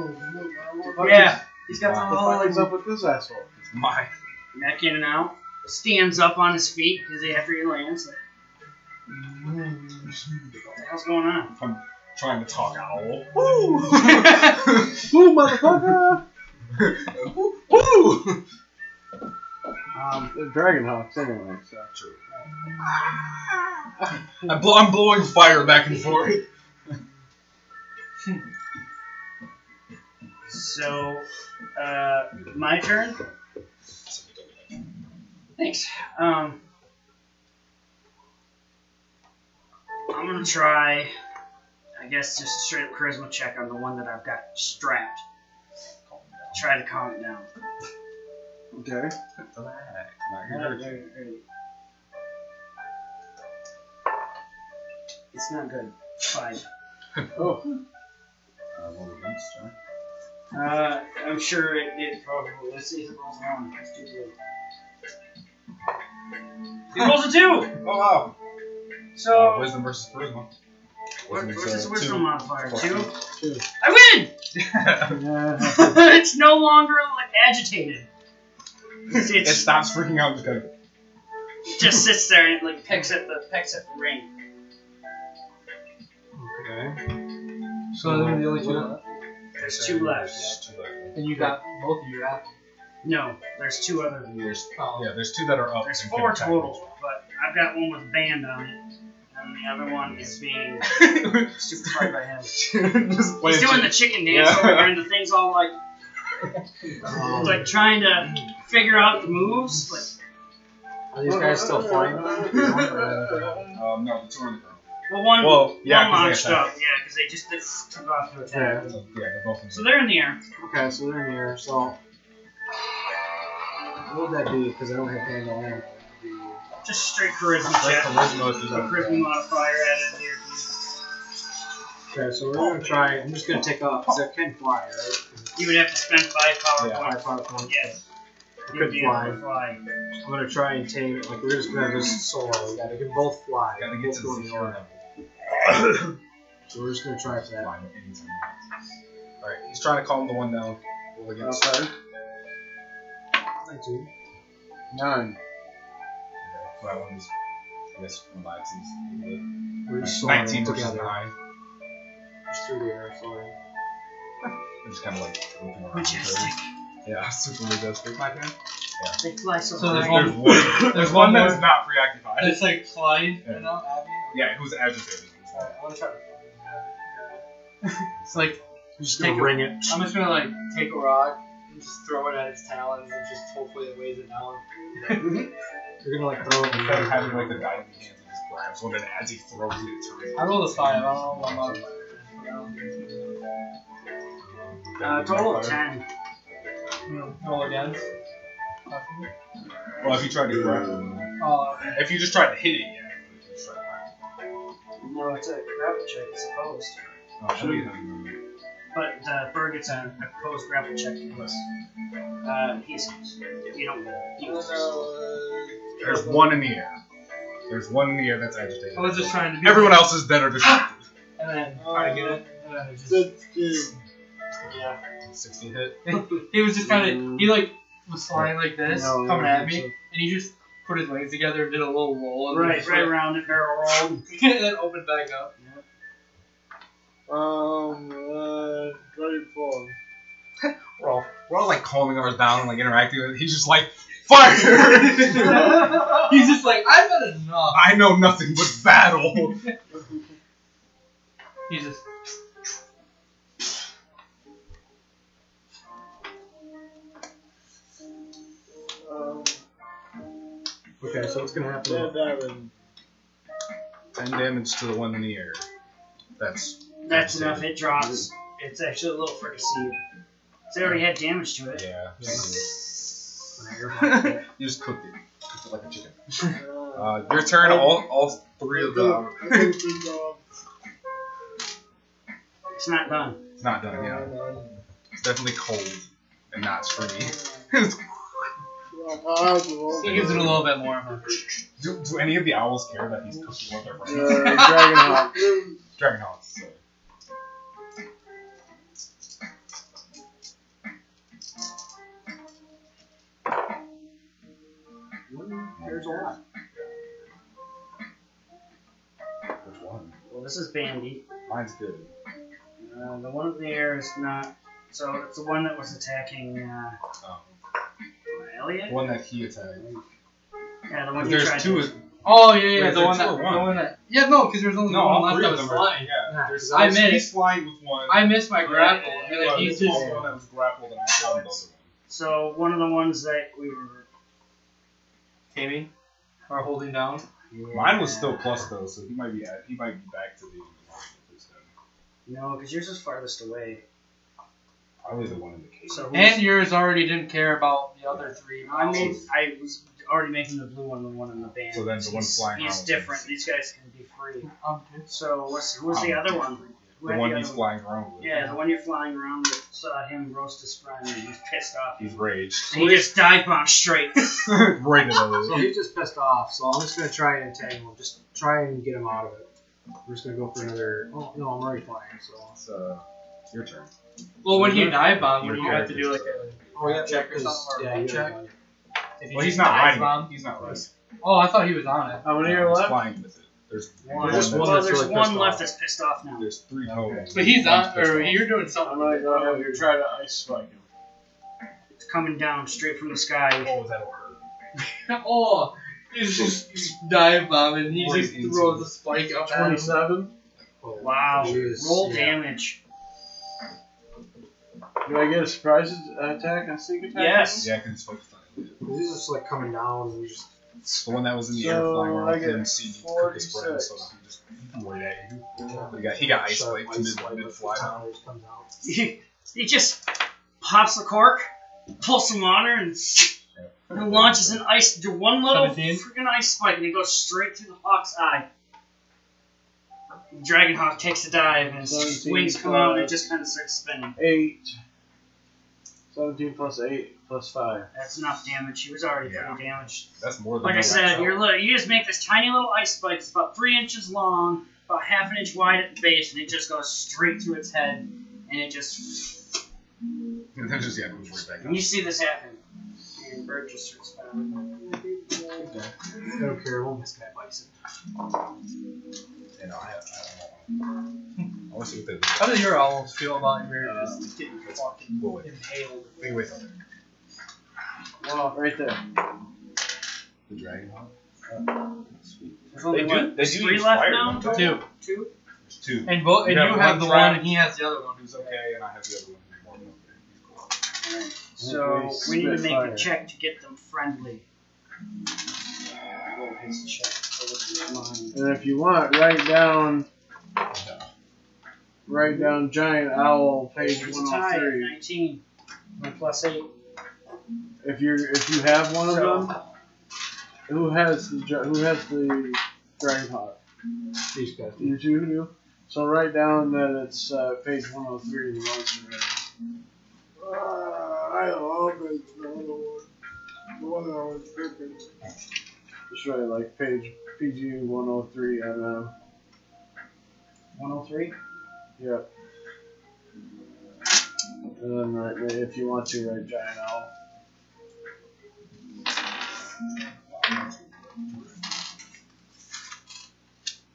D: want-
A: Oh,
B: yeah. He's got
E: Wow.
A: What the
B: all
A: fuck
B: like
A: is up with this asshole?
E: it's my.
B: neck in and out. Stands up on his feet because after he lands, like, what the hell's going on?
E: I'm trying to
B: *laughs*
E: talk owl. *laughs*
A: Woo! *laughs* Woo, motherfucker!
E: Woo!
B: Um,
A: They're Dragonhawks anyway, so.
E: I blow, I'm blowing fire back and
B: *laughs*
E: forth.
B: so uh, my turn. Thanks. Um, I'm gonna try. I guess just a straight up charisma check on the one that I've got strapped. Try to calm it down.
A: Okay.
B: It's not good. Five.
A: Oh,
B: Uh, I'm sure it did probably. Let's see if it rolls wrong. It's too good. It rolls a two.
E: Oh wow.
B: So
E: wisdom versus charisma.
B: what, what's
E: uh,
B: his
E: two.
B: wisdom
E: *laughs*
B: modifier?
E: Plus
B: Two.
A: two.
B: I win.
A: yeah.
B: *laughs* it's no longer like agitated. It's,
E: it
B: it's-
E: stops freaking out because
B: it just sits there and it, like pecks at the pecks at the ring.
E: Okay.
C: So those are the only two left.
B: There's two left.
E: Two left.
C: And you got both of Oh. you out.
B: No, there's two other than yours.
E: There's, yeah, there's two that are up.
B: There's
E: and
B: four
E: can attack
B: total, but I've got one with band on it, and the other one is *laughs* being stupefied by him.
E: each other. Just
B: *laughs*
E: play
B: He's
E: it
B: doing
E: to-
B: the chicken dance
E: Yeah.
B: over there, and the thing's all like,
C: Um,
B: like trying to figure out the moves. Like,
C: Are these guys still flying?
E: Um, no, the two are on the ground.
B: Well, one,
E: Well, yeah,
B: one
E: 'cause
B: launched
E: they
B: up,
E: attacked.
B: yeah, because they just did took off to
E: Yeah,
B: attack.
E: they're both in
B: So they're in the air.
F: *laughs* Okay, so they're in here, so. What would that be? Because I don't have handle on it.
B: Just straight charisma
E: Like
B: check.
E: charisma is
B: The
E: just
B: charisma modifier added here.
F: Okay, so we're gonna try. I'm just gonna take off because I can fly, right?
B: You would have to spend five power
E: Yeah.
B: points.
F: Five power points.
B: Yes.
F: I
B: You'd
F: could
B: be able
F: fly.
B: to fly.
F: I'm gonna try and tame it. Like we're just gonna have this solo. We gotta can both fly.
E: gotta get
F: both
E: to
F: go
E: the
F: in the
E: zero
F: air.
E: level.
F: So we're just gonna try for that.
E: Fly with anything. Alright, he's trying to calm the one down. Roll against
A: Okay.
F: Nineteen.
A: Nine.
E: So that one is, I guess, relaxes.
F: We're just soloing
E: 19 versus
F: together.
E: 9.
F: Just through the air, sorry.
E: We're just kind of like looking around.
B: Majestic.
E: Yeah, super majestic. My man.
B: They fly so,
C: So
E: There's
C: there's
B: high.
E: one,
C: one-
E: there's one that is not preoccupied.
C: It's like flying.
E: Yeah.
C: You know, at me.
E: Yeah, who's agitated?
C: Alright, I wanna try to *laughs* It's like
F: I'm just
C: Take
F: gonna
C: a-
F: ring it.
C: I'm just gonna like take a rock and just throw it at its talons and just hopefully it weighs it down.
F: We're gonna like throw it.
E: Instead of having like the guy in the hands, he just grabs one and as he throws it, it turns.
C: I rolled a five. I don't know what modifier. I don't think it's gonna work.
B: Uh, total of ten.
C: Hmm, Roll again. Possibly.
E: Well, if you tried to grab him.
C: Oh, okay.
E: If you just tried to hit it, yeah. but if you just tried to-
B: No, it's a grapple check, it's opposed.
E: Oh, that'd be nice.
B: But uh, Bird gets a a opposed grapple check to us. Uh, he's. You don't. He
D: And,
B: was,
D: uh,
E: There's one in the air. There's one in the air that's agitated.
C: I was just trying to do
E: Everyone else is dead or distracted.
C: And then try to get it. And then it just. *laughs*
D: that's good.
C: Yeah.
E: 60 hit.
C: He was just kind of. He like was flying like this,
F: No,
C: coming
F: no,
C: at
F: no,
C: me,
F: so-
C: and he just put his legs together and did a little roll. And
B: right,
C: just
B: right
C: like-
B: around it, barrel
F: *laughs*
B: rolled.
C: *laughs* and then opened back up.
D: Um, uh, 24.
E: We're all, we're all like calming ours down and like interacting with it. He's just like, fire! *laughs*
C: He's just like, I've had enough.
E: I know nothing but battle.
C: He's just.
D: Um,
F: Okay, so what's gonna happen?
D: yeah, diamond.
E: 10 damage to the one in the air. That's,
B: That's enough, it drops. It's actually a little fricasseed. So they already had damage to it.
E: yeah.
F: Yeah.
E: *laughs* you just cooked it. Cooked it like a chicken.
D: Uh,
E: Uh, your turn, all, all three of the.
D: I think we go
B: It's not done.
E: It's not done, yeah. It's definitely cold and not stringy. do,
D: hard to roll.
C: He gives it a little bit more of a.
E: *laughs* do any of the owls care that he's cooking with their
A: Uh,
E: friends?
A: Dragon Hawk.
E: Dragon Hawks. so-
F: There's a lot.
E: Which one?
B: Well, this is Bandy.
E: Mine's good.
B: Uh, the one there is not. So it's the one that was attacking uh,
E: Um, the
B: Elliot?
E: one that he attacked.
B: Yeah, the one
E: But
B: he
E: there's
B: tried
E: two.
B: to-
E: Is,
C: *laughs* Oh yeah, yeah,
E: Wait,
C: the
E: is
C: one
E: there
C: that,
E: two or
C: the
E: one?
C: one that. Yeah, no, because there's only
E: no,
C: one
E: all
C: left
E: three
C: that
E: of
C: was
E: them are.
C: flying.
E: Yeah,
F: Yeah,
E: there's
C: I
E: obviously-
C: missed.
E: He's flying with one.
C: I missed my grapple, and
E: Yeah,
C: then he
E: he's
C: just.
E: the one that was grappled and I found the other
B: So one of the ones that we were.
C: Taming, or holding down.
E: one. Mine was still plus though, so he might be at, he might be back to the.
B: No, because yours is farthest away.
E: I was the one in the cave.
B: So who's-
C: And yours already didn't care about the other three.
B: I made. I was already making the blue one the one in the band.
E: So then the one
B: He's-
E: flying
B: He's
E: around.
B: different. These guys can be free.
C: Um,
B: So what's who's the
E: Um,
B: other one? Who
E: the
B: had
E: one
B: the
E: he's
B: other
E: flying around with.
B: Yeah, the one you're flying around with saw him roast his friend and he's pissed off.
E: He's raged.
B: And he just dive bombed straight.
E: *laughs* right at those.
F: So he's just pissed off, so I'm just gonna try and entangle him. Just try and get him out of it. We're just gonna go for another. Oh no, I'm already flying, so.
E: It's uh, your turn.
C: well, when you dive bomb,
E: Your
C: what do you have to do? Like
E: character's-
C: a,
F: Oh yeah,
C: Check or
F: because-
C: something, or
F: yeah,
C: roll
F: you
C: check?
F: have-
C: if you
E: Well, he's
C: just
E: not
C: dive
E: riding.
C: bomb-
E: it. He's not riding.
C: Oh, I thought he was on it.
A: How many
E: Yeah,
A: are
E: he's
A: left?
E: flying with it. There's
B: One.
F: There's one
B: well,
F: that's
B: there's
F: really
B: one
F: pissed
B: left
F: off.
B: that's pissed off now.
E: There's three total.
C: But he's on,
E: pissed
C: or
E: off.
C: you're doing
A: I'm
C: something.
A: gonna go ahead and try to ice spike him.
B: It's coming down straight from the sky.
E: Oh, that'll hurt.
C: oh, he's just dive bombing. He
E: Forty
C: just
E: into
C: throws
E: it.
C: a spike up. at him.
A: 27.
F: Oh,
B: Wow.
F: jeez,
B: Roll
F: yeah.
B: damage. *laughs*
A: Do I get a surprise attack and sneak attack?
B: Yes.
E: Yeah, I can just focus on it.
F: He's just like coming down and just
E: It's the one that was in the
A: So,
E: air flying
A: I
E: around.
A: get
E: couldn't see you cook his bread,
A: 46.
E: so he just laid at you. But he got, he got ice like to mid, mid fly.
F: comes out.
B: he, he just pops the cork, pulls some water, and, *laughs* and launches an ice, do one little
C: 17?
B: freaking ice spike, and it goes straight through the hawk's eye. Dragonhawk takes a dive, and his
A: 17
B: wings come out, and it
A: plus-
B: just kind of starts spinning.
A: Eight. 17 plus 8 plus 5.
B: That's enough damage. He was already
E: Yeah.
B: pretty damaged.
E: That's more than
B: Like I
E: my
B: said,
E: lifestyle.
B: you're li- you just make this tiny little ice spike. It's about three inches long, about half an inch wide at the base, and it just goes straight through its head, and it just
E: And then just yeah, it was right back
B: And you see this happen. And Bird just starts spouting.
F: I don't care. We'll miss Matt Bison.
E: up. And I'll have, I don't know. I want to see what they look
C: How does your owls feel about your just getting
E: that's-
C: fucking
E: Go away.
C: impaled?
E: like. Wait, wait, wait.
A: Wow, right there.
E: The dragon hawk?
B: There's only what,
E: they do
B: three
E: use
B: left
E: fire,
B: now?
E: don't they?
C: Two.
B: Two?
E: There's two.
C: And both, and
E: You
C: you,
E: have one
C: have the
E: trap.
C: one, and he has the other one.
E: Who's okay, and I have the other one who's more than okay. He's cool.
B: So we need to make
A: Spitfire.
B: a check to get them friendly.
A: And if you want, write down.
E: Yeah.
A: Write down Giant Owl, page
B: There's a tie at
A: 103.
B: 19. One plus 8.
A: If you are if you have one of
B: So-
A: them, who has the dra- who has the dragon hawk?
F: These guys.
A: You two do. So write down that it's uh, page 103 of the monster. Manual.
D: Uh, I love it. The other one. The one I was picking.
A: Just write like page PG 103 MM.
B: 103?
A: Yep. And then write if you want to write Giant Owl.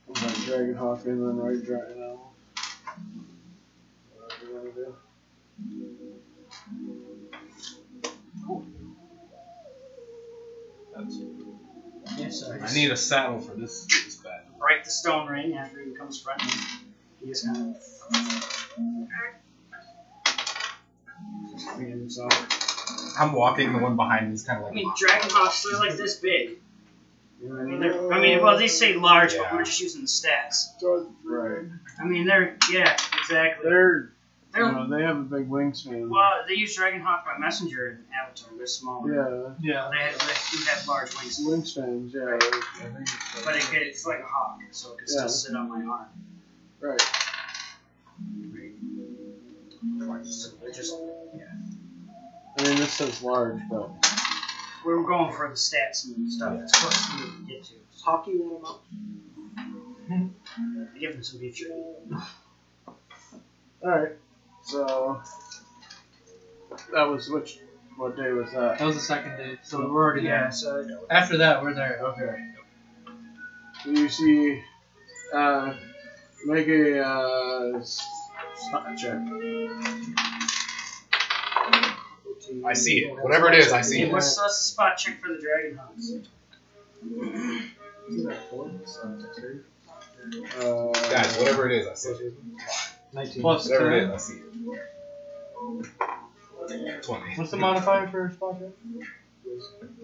A: And then Dragon Hawk and then write Giant Owl. Whatever you wanna do.
B: Yes, sir.
E: I need a saddle for this, this bad.
B: Break the stone ring after he becomes friendly. He just kind of. Freeing himself.
E: I'm walking, the one behind me is kind of
B: I
E: like.
B: mean, dragon hawks, they're like this big.
A: You know what
B: I
A: I
B: mean,
A: mean?
B: they're- I mean, well, they say large, but
E: Yeah.
B: we're just using the stats.
D: Start
A: Right.
B: I mean, they're yeah, exactly.
A: They're,
B: They're,
A: you know, they have a big wingspan.
B: well, they use Dragonhawk by messenger in Avatar. They're smaller.
A: Yeah,
C: Yeah.
B: They have they do have large wings,
A: wingspans, yeah.
B: but it could, it's like a hawk, so it could
A: Yeah.
B: still sit on my arm.
A: Right.
B: So they're just
A: I mean, this says large, but.
B: we were going for the stats and stuff. It's close to what we get to.
F: Hockey won him up.
B: I give them some future.
A: Alright, so. That was which. What day was that?
C: That was the second day, so we're already
B: Yeah,
C: there.
B: so
C: After that, we're there. Okay.
A: You see. Uh, make a. Uh, s- spot check.
E: I see it. Whatever it is, I see
B: hey,
E: it.
B: what's the spot check for the Dragonhawks?
A: Uh,
E: Guys, whatever it is, I see it.
F: Nineteen.
C: Plus
E: Whatever it is,
C: two.
E: I see it. 20.
C: What's the modifier for spot check?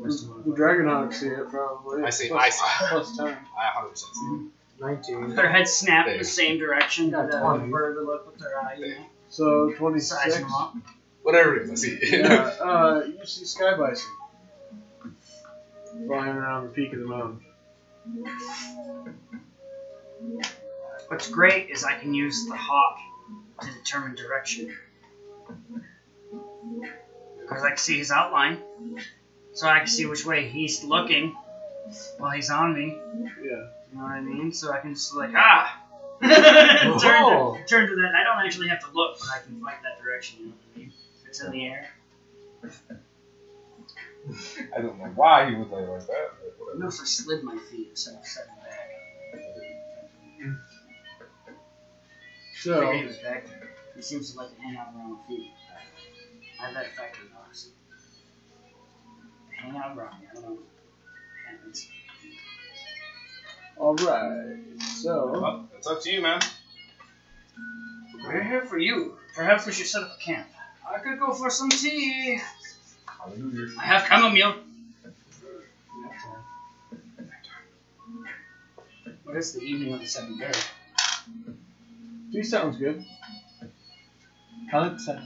A: The Dragonhawk see it probably.
E: I see-
A: Plus-
E: I see.
A: Plus 10.
E: I 100% see
F: Nineteen.
B: Their heads snap in the same direction.
F: Yeah,
B: that the
F: twenty.
B: bird would look with their eye. You know,
A: So
B: size
A: 26.
B: them up.
E: it. Whatever it is, I see
A: Yeah,
E: it.
A: uh, you see Sky Bison. Flying around the peak of the mountain.
B: What's great is I can use the hawk to determine direction. Because I can see his outline. So I can see which way he's looking while he's on me.
A: Yeah.
B: You know what I mean? So I can just like, ah! *laughs* Oh. turn, to,
F: Whoa.
B: turn to that. I don't actually have to look, but I can find that direction. You know what I mean? If it's in the air.
E: I don't know why he would lay like that. but
B: I
E: whatever.
B: notice I slid my feet instead of setting back. I
A: So.
B: figured he was back there. He seems to like to hang out around my feet. I have that effect on dogs. They Hang out around me. I don't know. what Happens.
A: Alright, so.
E: Well, It's up to you, man.
B: We're here for you. Perhaps we should set up a camp. I could go for some tea.
E: Hallelujah.
B: I have chamomile. This is the evening of the second day.
A: Three sounds good.
F: Cunt said.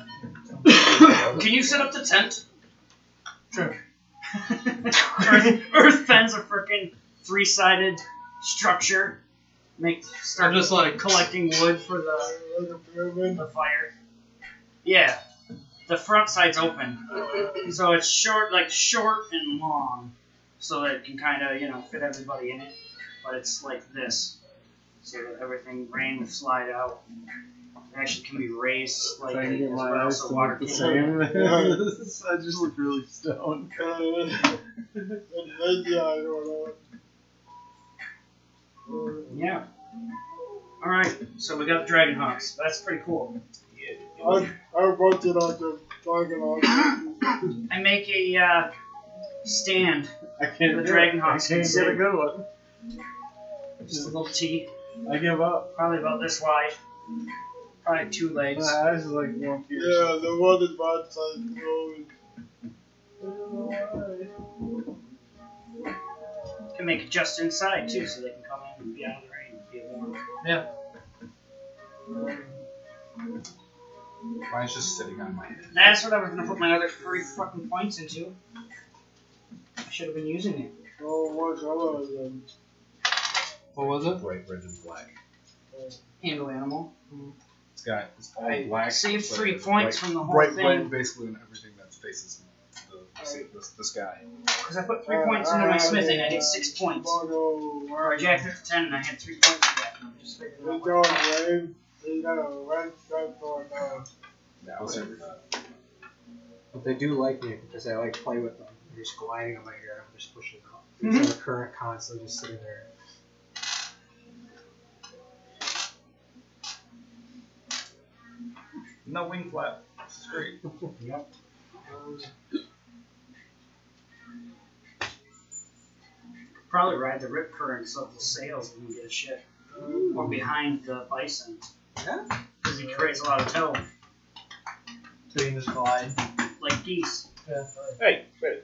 B: Can you set up the tent?
F: Sure.
B: Earth, Earth fence a freaking three sided structure. Make start
C: I'm just like
B: collecting wood for the,
D: Like a pyramid.
B: the fire. Yeah. The front side's open. So it's short like short and long. So that it can kinda, you know, fit everybody in it. But it's like this. So that everything rain would slide out. It actually can be raised
A: Trying to
B: slightly
A: get
B: as
A: my
B: well,
A: eyes
B: so
A: to
B: water
A: look the
B: can
A: same.
D: Yeah.
A: *laughs*
B: *laughs*
A: I just look really stoned.
D: Uh, and then, yeah, I don't know.
B: Yeah. All right. So we got the dragon hawks. That's pretty cool.
D: Uh, I, I wrote it on the dragon on.
B: I make a uh, stand,
A: I can't.
B: The
A: do
B: Dragon
A: it.
B: Hawks
A: I can't
B: can
A: get a
B: sing.
A: good one.
B: just a little T,
A: I give up.
B: probably about this wide, probably two legs.
A: My eyes is like one piece.
D: Yeah, the one is bad side. No, it's- I don't know why.
B: Can make it just inside too, so they can come in and be out of the rain, be warm.
E: Mine's just sitting on my head.
B: That's what I was gonna put my other three fucking points into. I should have been using it.
D: Oh, what color is it?
E: What was it? Bright red and black.
B: Handle animal.
E: It's got it's all
B: I
E: black.
B: saved
E: but
B: three
E: it's
B: points
E: bright-
B: from the whole
E: bright
B: thing
E: red basically in everything that faces the, the, the, the sky.
B: because I put three points into my smithing. I get six points.
D: Tobago,
B: Or I
D: orange.
B: jacked it to ten and I had three points. for that. and I just figured it
D: It's
B: out.
D: all red. They got a red stripe on now.
E: Yeah, I was
F: Okay.
E: that.
F: But they do like me because I like play with them. They're just gliding on my hair. I'm just pushing them out.
E: Mm-hmm.
F: There's a current constantly just sitting there.
E: No wing flap. It's great.
F: Yep.
B: Probably ride the rip current so the sails and get a shit. Or behind the bison.
F: Yeah.
B: Because he creates a lot of tail,
C: So you can just glide.
B: like geese.
C: Yeah.
A: Hey, wait.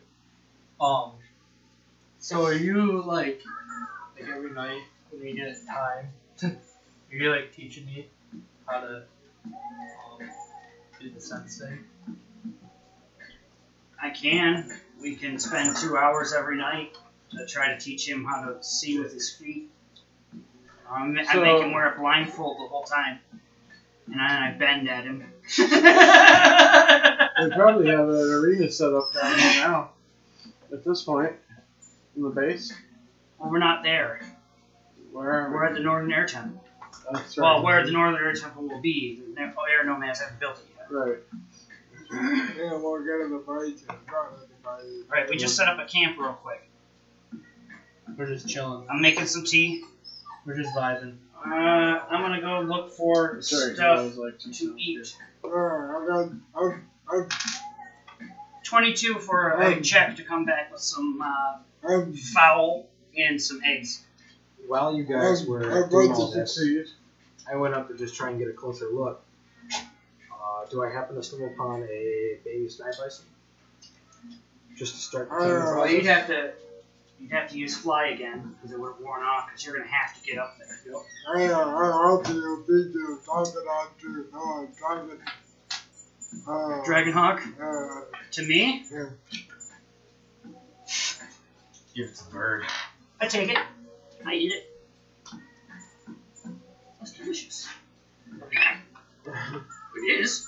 C: Um. So are you like like every night when you get time? *laughs* are you like teaching me how to um, do the sense thing?
B: I can. We can spend two hours every night to try to teach him how to see with his feet. Um, I
A: So-
B: make him wear a blindfold the whole time. And I, I bend at
A: *laughs*
B: him.
A: They probably have an arena set up down there now. At this point, in the base,
B: well, we're not there.
A: where
B: We're at the Northern Air Temple.
A: That's right.
B: Well, where the Northern Air Temple will be. The Air Nomads haven't built it yet.
A: Right.
D: Yeah, we'll get in the bite. Not in the bite.
B: Right, we just set up a camp real quick.
C: We're just chilling.
B: I'm making some tea.
C: We're just vibing.
B: Uh, I'm gonna go look for
A: Sorry, I
B: stuff
A: was like two
B: to
A: sounds
B: eat.
D: Alright, I got. I,
B: Twenty-two for a check to come back with some uh,
D: I'm.
B: fowl and some eggs.
F: While you guys
D: I'm,
F: were
D: I'm
F: doing
D: going
F: all
D: to
F: this,
D: succeed.
F: I went up to just try and get a closer look. Uh, do I happen to stumble upon a baby snipe bison? Just to start the
D: Uh,
B: Well,
F: process?
B: you'd have to you'd have to use fly again because it would have worn off. Because you're gonna have to get up there.
D: I, uh, I hope you beat the dragon on to no dragon. Uh,
B: Dragonhawk
D: Uh,
B: to me,
E: Give it to the bird.
B: I take it. I eat it. That's delicious. It is.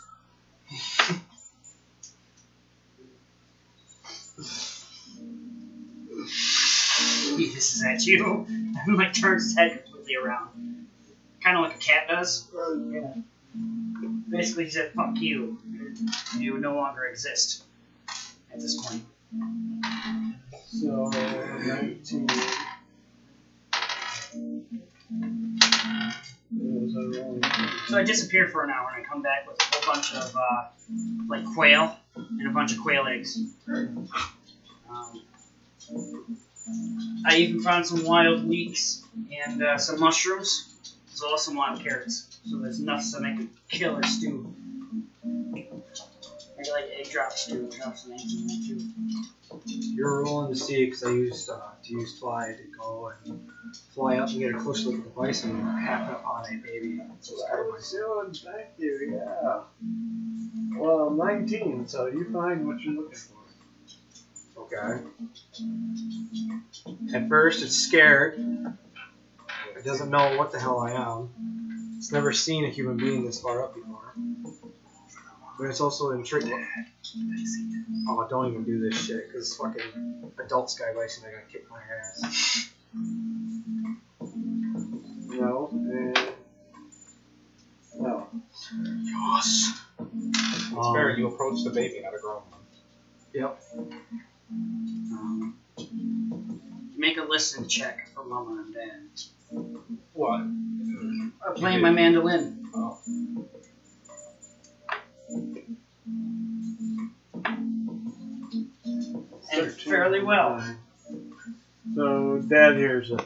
B: he hisses at you *laughs* and like turns his head completely around. Kind of like a cat does.
D: uh,
B: Basically, he said, fuck you. You no longer exist at this point.
A: So nineteen. Was I wrong?
B: So I disappear for an hour and I come back with a whole bunch of uh, like quail and a bunch of quail eggs. Um, I even found some wild leeks and uh, some mushrooms, as well as some wild carrots. So there's enough to make a killer stew. Make like egg drop stew, drop some eggs in there too.
F: You're rolling to see because I used uh, to use fly to go and fly up and get a close look at the device and hack up on it, maybe. So it's
A: I
F: out of my
A: was doing back there, yeah. Well, 19, so you find what you're looking for.
F: Okay. At first, it's scared. It doesn't know what the hell I am. It's never seen a human being this far up before. But it's also intrigued. Oh, don't even do this shit, because fucking adult Sky Bison are gonna kick my ass.
A: No, and. No.
E: It's fair. You approach the baby, not a grown one.
F: Yep.
B: Um, make a listen check for Mama and Dad.
E: What?
B: I'm playing my mandolin.
E: Oh.
B: And fairly well.
A: So, Dad hears it.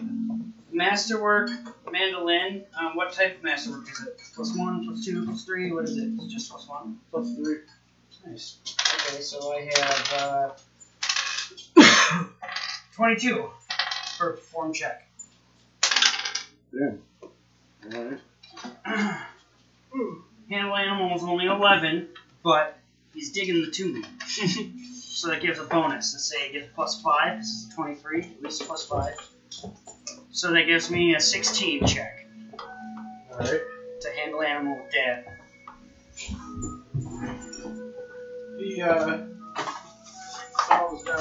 B: Masterwork, mandolin. Um, what type of masterwork is it? Plus one, plus two, plus three. What is it? Is it just plus one?
A: Plus three.
B: Nice. Okay, so I have uh, *coughs* 22 for a perform check.
A: Alright.
B: Handle animal is only 11, but he's digging the tuning. *laughs* so that gives a bonus. Let's say it gives plus 5. This is a 23, at least plus 5. So that gives me a 16 check
A: Alright.
B: to handle animal with dad.
A: He, uh. Falls down.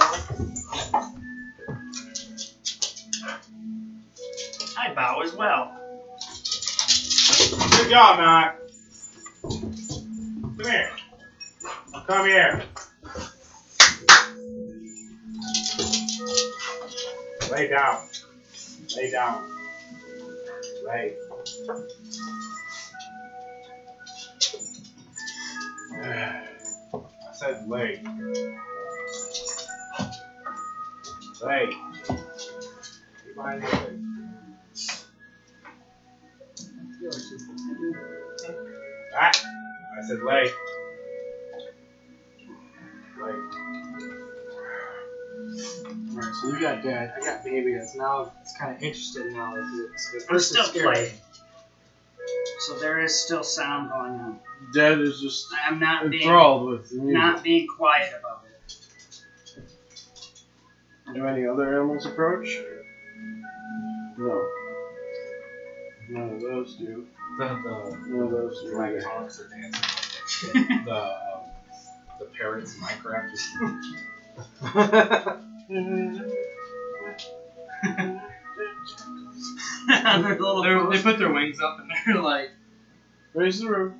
B: I bow as well.
G: Good job, Mac. Come here. Come here. Lay down. Lay down. Lay. I said lay. Lay. Keep my eyes open. Ah, I said lay. Lay.
F: Alright, so you got dad, I got baby, and it's now it's kind of interested now. It's, it's,
B: We're
F: it's
B: still
F: scared.
B: *laughs* playing. So there is still sound going on.
A: Dad is just
B: I'm not being
A: enthralled with the music.
B: not being quiet about it.
A: Do any other animals approach? No. None of those do.
E: The
A: None of those
E: the
A: do. either.
E: Magatonic's are dancing like that. the um, the parrots in Minecraft just
B: Their little
C: *laughs* They're,
B: post-
C: they put their wings up and they're like,
A: Raise the roof.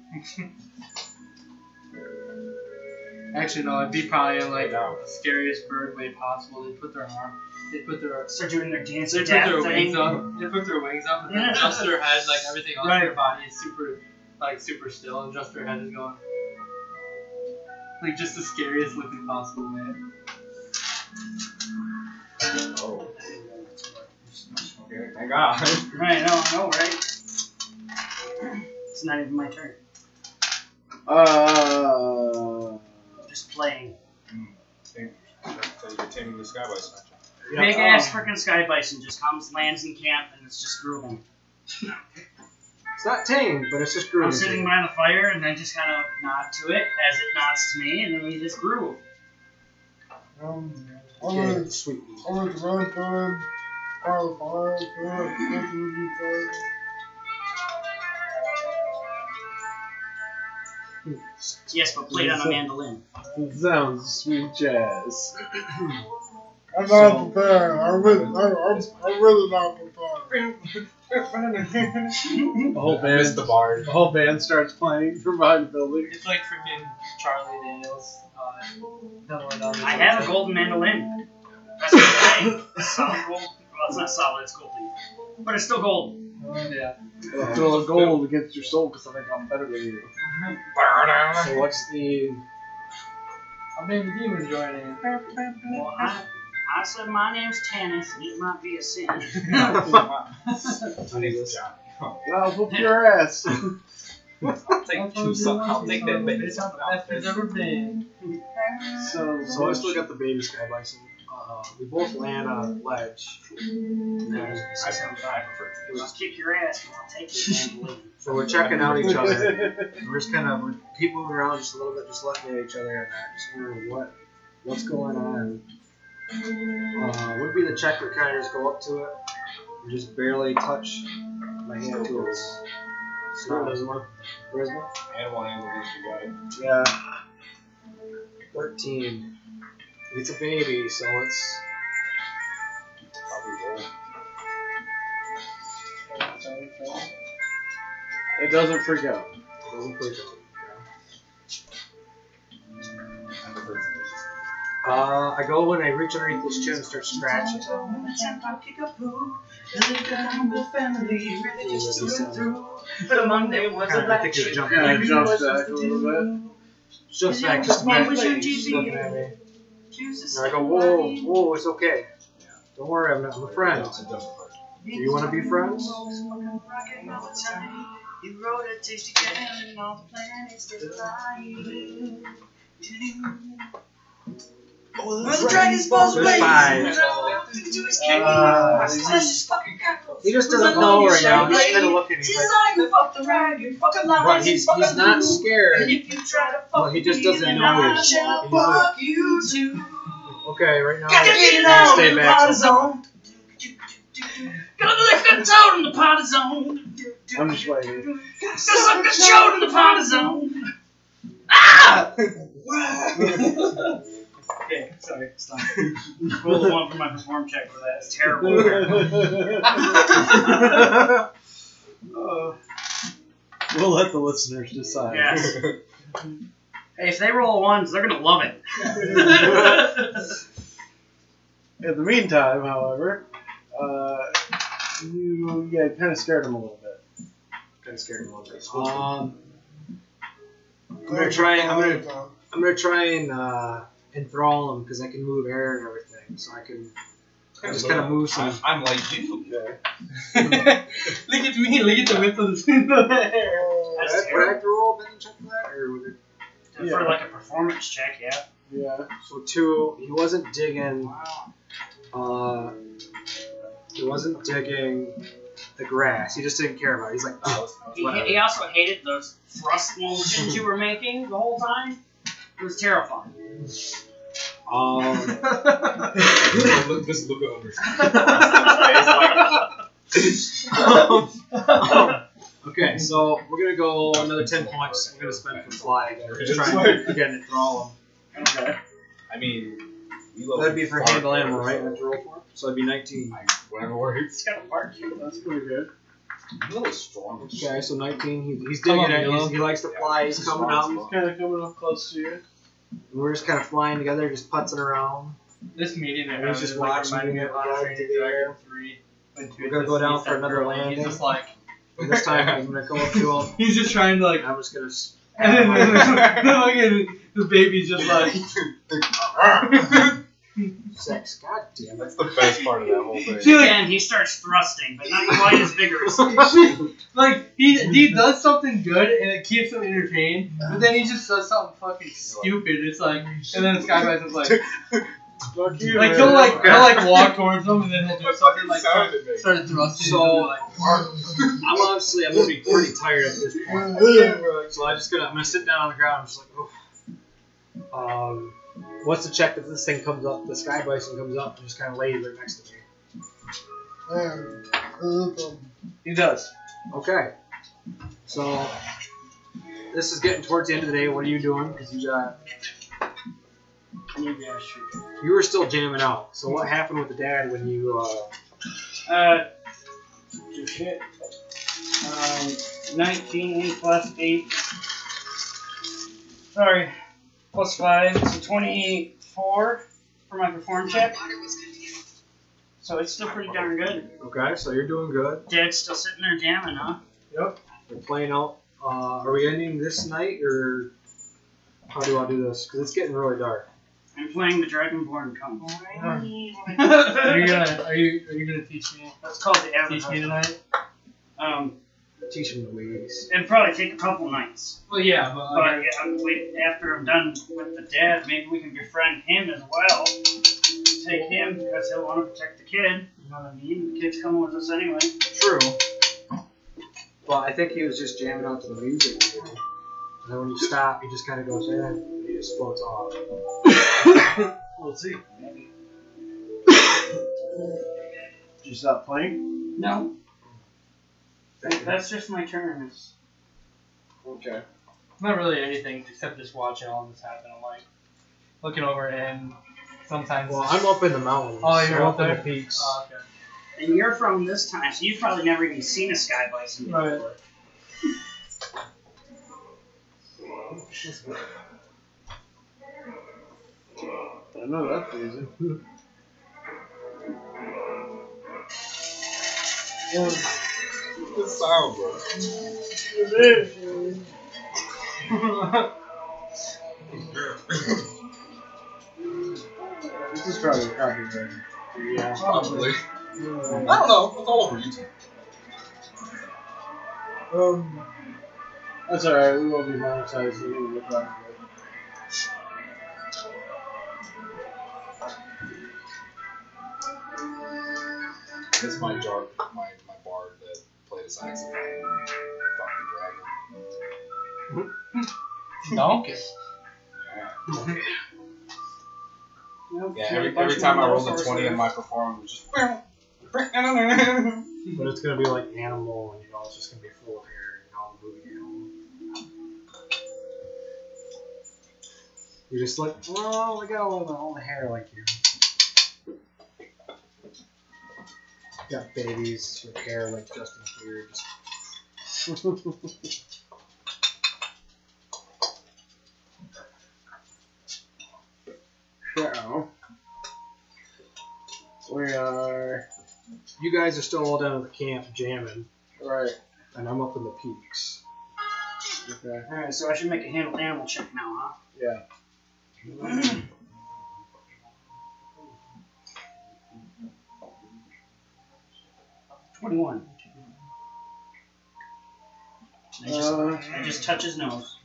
C: actually no, it'd be probably like
E: down.
C: the scariest bird way possible. They put their arm, they put their,
B: start doing their dance
C: they put
B: death
C: their
B: thing.
C: wings up, they put their wings up and then
B: Yeah.
C: adjust their head like everything else in their
B: Right.
C: body is super, like super still, and just their head is going, like just the scariest looking possible man.
E: *laughs* Oh. Okay, thank God. *laughs*
B: Right, no, I know, right? It's not even my turn.
A: Uh.
B: Just playing.
E: Mm, So you're taming the sky bison. aren't you?
B: Big
F: Oh.
B: ass freaking sky bison just comes, lands in camp, and it's just grooving.
F: It's not tame, but it's just groovy.
B: I'm sitting by the fire, and I just kind of nod to it as it nods to me, and then we just groove.
D: Um, I'm gonna,
F: Okay, sweet.
D: I'm gonna run for him. Fire, fire, fire, fire, fire,
B: Yes, but played on a mandolin.
A: It sounds sweet jazz.
D: I'm not prepared. I'm really, I'm, I'm, I'm really not prepared.
A: The whole
E: I missed
A: band,
E: the bard.
A: the whole band starts playing *laughs* from behind the building.
C: It's like freaking Charlie Daniels. Uh, no, no, no,
B: I have a golden mandolin. That's what I'm playing. Solid gold. Well, it's not solid, it's gold leaf. But it's still gold.
C: Oh, Yeah.
A: It's all gold against your soul because I think I'm better than you.
F: So what's the
C: I mean, the demon joining.
B: Well, I, I said my name's Tannis, and it might be a sin.
E: My name is John.
A: *laughs* I'll whoop your ass. *laughs*
E: I'll take two so- I'll take that bit.
C: Best it's ever been.
A: so,
F: So I still got the baby sky bison.
E: Uh, we both land on a ledge.
H: I prefer
B: I'll just kick your ass and I'll take it and leave.
E: So we're checking out each other.
A: *laughs*
E: We're just kind of we keep moving around just a little bit, just looking at each other and that, just wondering what what's going on. Uh, would be the check where kind of just go up to it and just barely touch my hand to its snot.
A: Charisma.
E: Charisma?
H: Animal handlers, you got it.
A: Yeah.
E: 13. It's a baby, so it's.
H: Probably will.
A: It doesn't freak out.
E: It doesn't freak out.
H: I prefer to
E: Uh, I go when I reach underneath this chin and start scratching.
B: But among them was
E: Kinda, I think it's jumping.
A: Yeah, it jumps back a little bit.
E: Just back, just
B: What
E: back.
B: was your
E: She's
B: GPA?
E: looking at me. And I go, whoa, whoa, it's okay. Don't worry, I'm not I'm a friend.
H: It's a double first.
E: Do you want to be friends?
B: Oh, Well, the dragon's balls
E: Goodbye.
B: away.
A: Uh,
E: He just doesn't know right now. He's kind of looking. He's like, but he's, he's not scared. But he just doesn't know it. He's like, okay, right now.
B: Gotta get it
E: I'll
B: out
E: stay
B: in the
E: back
B: pot
E: sometime.
B: zone. Gotta lift it out in the pot zone.
A: I'm just waiting.
B: Gotta lift it out in the pot zone. Ah! okay, sorry, stop. Roll one for my perform check for that. It's terrible.
C: *laughs*
A: Uh, *laughs* we'll let the listeners decide.
B: Yes. Hey, if they roll ones, they're gonna love
C: *laughs*
B: it.
A: *laughs* In the meantime, however, uh, you yeah, kind of scared him a little bit.
E: Kind of scared him a little bit. Um, I'm gonna try. I'm gonna. I'm gonna try and uh, enthrall him because I can move air and everything, so I can. I just kind of move some.
I: I'm, I'm like you.
C: Look at me, look at the whip of the, the hair.
B: That's
E: Would I- would I have to roll a check for that, or would it?
B: For like a performance check, yeah.
A: Yeah.
E: So two, he wasn't digging. Uh, he wasn't digging the grass. He just didn't care about. it. He's like, oh,
B: He, he also hated those thrust motions you were making the whole time. It was *laughs* terrifying.
E: um,
I: Don't look- Just look over.
E: *laughs*
B: *laughs*
E: okay. So we're gonna go another ten points. We're gonna spend for fly again. Just try and again enthrall him.
B: Okay.
I: I mean, you look
E: That'd be for
I: far
E: handle
I: better,
E: animal, right?
I: so
E: That's a roll for. it? So that'd be nineteen.
I: Whatever works.
B: It's got a bark.
A: That's pretty good.
I: You look strong. as shit.
E: Okay, so nineteen. He, he's
C: Come
E: digging
C: on,
E: it. He's,
C: Yellow.
E: he likes to fly. He's coming out.
A: He's kind of coming up close to you.
E: We're just kind of flying together, just putzing around.
C: This meeting I
E: He's
C: was
E: just
C: just like,
E: watching
C: reminded me
E: you
C: of How to Train
E: fly
C: Your Dragon
E: there.
C: 3. When
E: We're
C: Toothless
E: gonna go down
C: meets
E: for
C: that
E: another
C: girl, and
E: landing.
C: He's just like,
E: And this time I'm gonna come up to him.
C: he's just trying to like,
E: and I'm just gonna. s-
C: *laughs* and *laughs* then look
E: *laughs*
C: at the baby's just like, *laughs*
I: *laughs*
E: Six. God damn it.
I: That's the best part of that whole thing.
C: she like,
B: Again, he starts thrusting, but not quite as vigorously.
C: like he, he does something good and it keeps him entertained, but then he just does something fucking stupid. It's like, and then Skybase is like,
A: Fuck you.
C: like he'll like he'll
E: *laughs*
C: like walk towards him and then he'll do something like start, start thrusting.
E: So- *laughs*
C: and
E: *laughs* I'm obviously I'm gonna be pretty tired at this point. So I just gonna I'm gonna sit down on the ground. I'm just like, Oof. um, what's the check that this thing comes up? The sky bison comes up and just kind of lays right next to me.
A: He does.
E: Okay. So this is getting towards the end of the day. What are you doing? Because you got
B: Maybe I should.
E: you were still jamming out. So what happened with the dad when you? Uh,
B: Uh,
E: Oh,
B: do shit. Um, 19 plus 8. Sorry. Plus 5. So 24 for my perform check. So it's still pretty darn good.
E: okay, so you're doing good.
B: Dad's still sitting there jamming, huh?
E: You're playing out. Uh, are we ending this night or how do I do this? Because it's getting really dark.
B: I'm playing the Dragonborn Kung. *laughs*
C: he's like, are you gonna are you are you gonna teach me
B: That's called the
C: teach me
B: Avatar.
C: tonight?
B: Um,
E: Teach him the ways.
B: it'd probably take a couple nights.
C: Well, yeah, but
B: But
C: like,
B: yeah, I'm wait- after I'm done with the dad, maybe we can befriend him as well. just take him because he'll want to protect the kid. You know what I mean? The kid's coming with us anyway.
A: True. Well, I think he was just jamming out to the music. you know? And then when you stop, he just kind of goes in and he just floats off.
C: *coughs* We'll see.
F: Did you stop playing?
B: No. That's just my turn. It's-
F: Okay.
C: Not really anything except just watching all this happen. I'm like looking over at him. Sometimes.
A: Well, I'm up in the mountains.
C: Oh, you're
A: I'm
C: up
A: in
C: there?
A: the peaks.
C: Oh, okay. *laughs*
B: And you're from this time, so you've probably never even seen a sky bison before.
C: Right. Oh.
F: I know that's easy.
E: The sound, bro.
F: This is probably copyrighted.
B: Yeah.
E: Probably. I don't know. It's all over YouTube.
J: Um,
F: That's alright, we won't be monetized. We won't be copyrighted.
E: It's my jar, my, my bard that played a saxophone and fucked
C: Donkey.
E: the dragon. Yeah, every, every time I rolled a 20 in my performance, it was just.
A: But it's gonna be like animal, and you know, it's just gonna be full of hair, and all the movie animal. You're just like, whoa, look at all the, all the hair like you. Got babies with hair like Justin Bieber. Just *laughs*
F: So, we are.
A: you guys are still all down at the camp jamming,
F: Right,
A: and I'm up in the peaks.
F: okay.
B: Alright, so I should make a handle animal check now,
F: Yeah.
B: huh? Twenty-one. I just,
F: Uh,
B: I just touch his nose.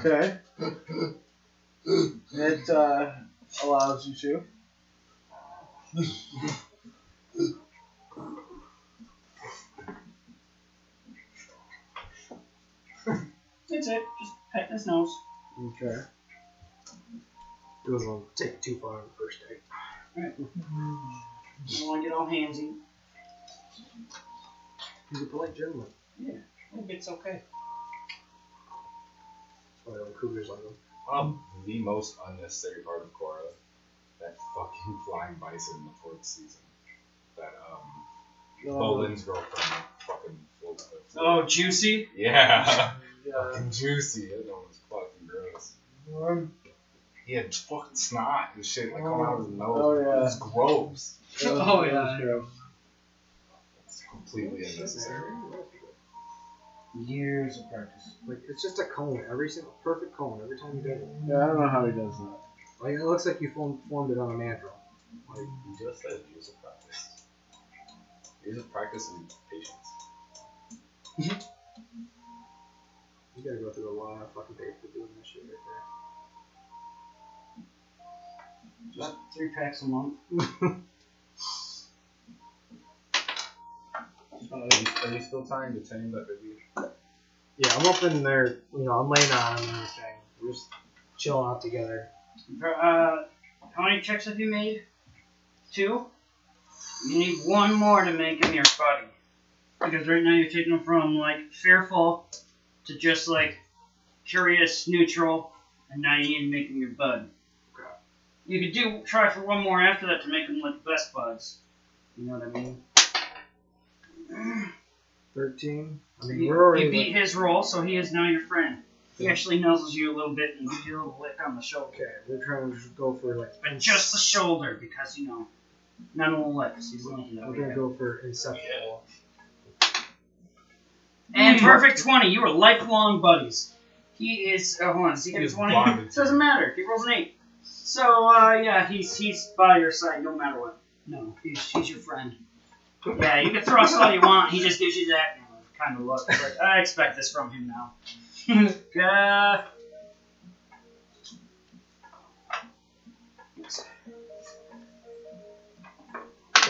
F: okay. It uh, allows you to.
B: That's it. Just pet his nose.
F: Okay.
A: It was not take it too far on the first day.
B: I don't want to get all handsy.
A: He's a polite gentleman.
B: It's okay.
A: That's why Oh, the cougars like him.
E: Um, the most unnecessary part of Korra, that fucking *laughs* flying bison in the fourth season. That, um,
F: Oh,
E: Bolin's girlfriend fucking floats the
B: Oh, juicy.
E: Yeah.
F: Yeah.
E: *laughs*
F: Oh,
E: fucking juicy. That one was fucking gross.
J: um,
E: He had fucking snot and shit like coming out of his nose.
F: Oh, yeah.
E: It was gross.
C: Oh, yeah.
E: It's completely unnecessary.
F: Years of practice.
A: Like it's just a cone, every single perfect cone every time you do it.
F: Yeah, I don't know how he does that.
A: Like it looks like you formed, formed it on a mandrel.
E: Like you just said, years of practice. Years of practice and patience.
A: You gotta go through a lot of fucking paper for doing that shit right there.
B: About three packs a month.
E: Uh, Are you, are you still trying to tame that baby?
A: Yeah, I'm up in there, you know, I'm laying on him and everything. We're just chilling out together.
B: Uh, how many checks have you made? Two? You need one more to make him your buddy. Because right now you're taking him from like fearful to just like curious, neutral, and now you need to make him your bud. You could do try for one more after that to make him like best buds. You know what I mean?
A: 13. I mean,
B: You,
A: we're already.
B: you beat
A: like-
B: his roll, so he is now your friend. He
A: Yeah.
B: actually nuzzles you a little bit and gives you a little lick on the shoulder.
A: okay, we're trying to go for like.
B: But just the shoulder, because you know, none will let us. He's linking
A: We're gonna
B: it.
A: go for inseparable.
B: And perfect twenty. You are lifelong buddies. He is. Uh, hold on, is he
E: He
B: get
E: is
B: twenty?
E: bonded to
B: Doesn't matter. He rolls an eight. So uh, yeah, he's he's by your side no matter what. No, he's he's your friend. Yeah, you can thrust all you want. He just gives you that kind of look. Like, I expect this from him now. uh,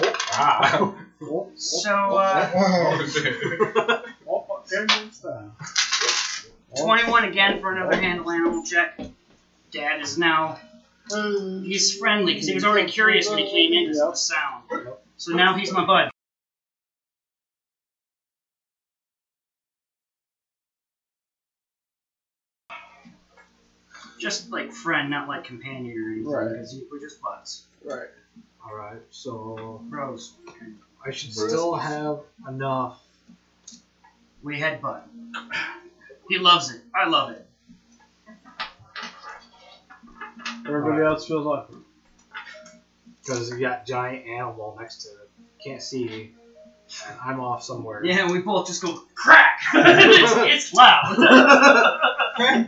E: *laughs* Ah.
B: So, uh,
E: Oh, *laughs*
B: twenty-one again for another handle animal check. Dad is now he's friendly because he was already curious when he came in because of the sound. So now he's my bud. Just like friend, not like companion or anything.
A: Right.
B: Because we're just buds,
A: Right.
F: Alright, so
B: bros.
F: I should
E: Bruce.
F: still have enough.
B: We had Bud. He loves it. I love it.
A: Everybody else feels awkward.
F: Because you got giant animal next to it. Can't see. And I'm off somewhere.
B: Yeah, we both just go crack. *laughs* it's, it's loud.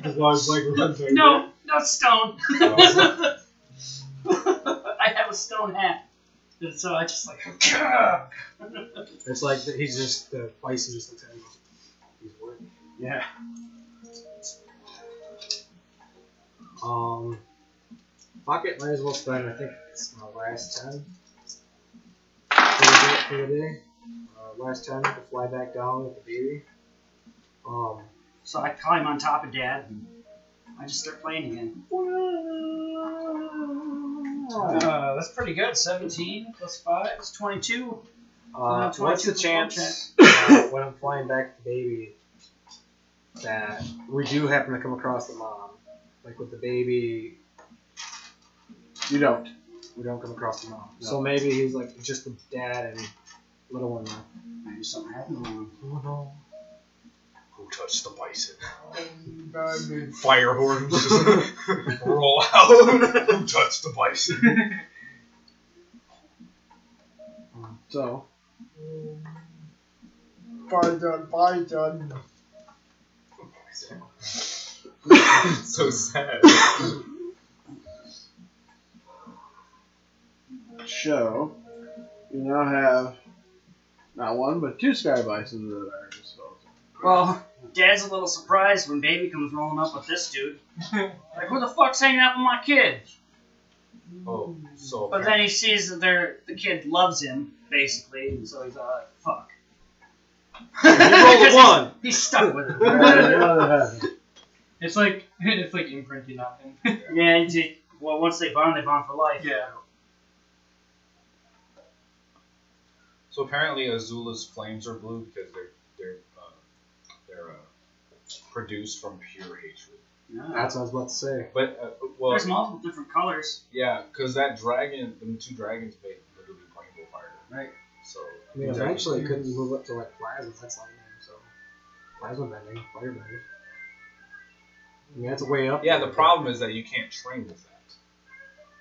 F: As long as like we're
B: no, no *laughs* stone.
E: Oh.
B: I have a stone hat, and so I just like. *laughs*
F: It's like that he's just the bison just looks at him. He's working.
A: Yeah.
F: Um, fuck it, might as well spend. I think it's my last ten for the day. For the day. Uh, last ten to fly back down with the baby. Um,
B: so I climb on top of Dad, and I just start playing again.
C: Uh, that's pretty good. 17 plus 5.
B: It's 22.
F: uh,
B: Uh,
F: what's the
B: 22
F: chance uh, when I'm flying back with the baby that we do happen to come across the mom? Like with the baby,
A: You don't.
F: we don't come across the mom.
A: No.
F: So maybe he's like just the dad and little one. left.
B: Maybe something happened. to him.
F: Oh no.
E: Who touched the bison?
D: Diamond.
E: Fire horns just roll out. *laughs* Who touched the bison?
A: So
D: Python, Python.
E: *laughs* so sad. *laughs*
A: show you now have not one but two sky bisons at our
C: *laughs*
A: disposal.
B: Well, Dad's a little surprised when Baby comes rolling up with this
F: *laughs*
B: dude. like, who the fuck's hanging out with my kid?
E: Oh, so
B: But then he sees that they're, the kid loves him, basically, and so he's all like, fuck. *laughs*
F: rolled a one.
B: He's stuck with it.
A: Yeah, you know that happened.
C: It's like *laughs* it's like imprinting nothing. *laughs*
B: Yeah, and he- well, once they bond, they bond for life.
C: yeah.
E: So apparently, Azula's flames are blue because they're they're uh, they're uh, produced from pure hatred.
B: Yeah.
F: That's what I was about to say.
E: But uh, well,
B: There's multiple different colors.
E: yeah, because that dragon, the two dragons, made literally flame fire.
B: Right.
E: So
F: I mean,
E: Exactly.
F: eventually it could move up to like plasma. That's lightning, so plasma bending, fire bending. I mean, that's way up.
E: yeah,
F: there.
E: the problem is that you can't train with that.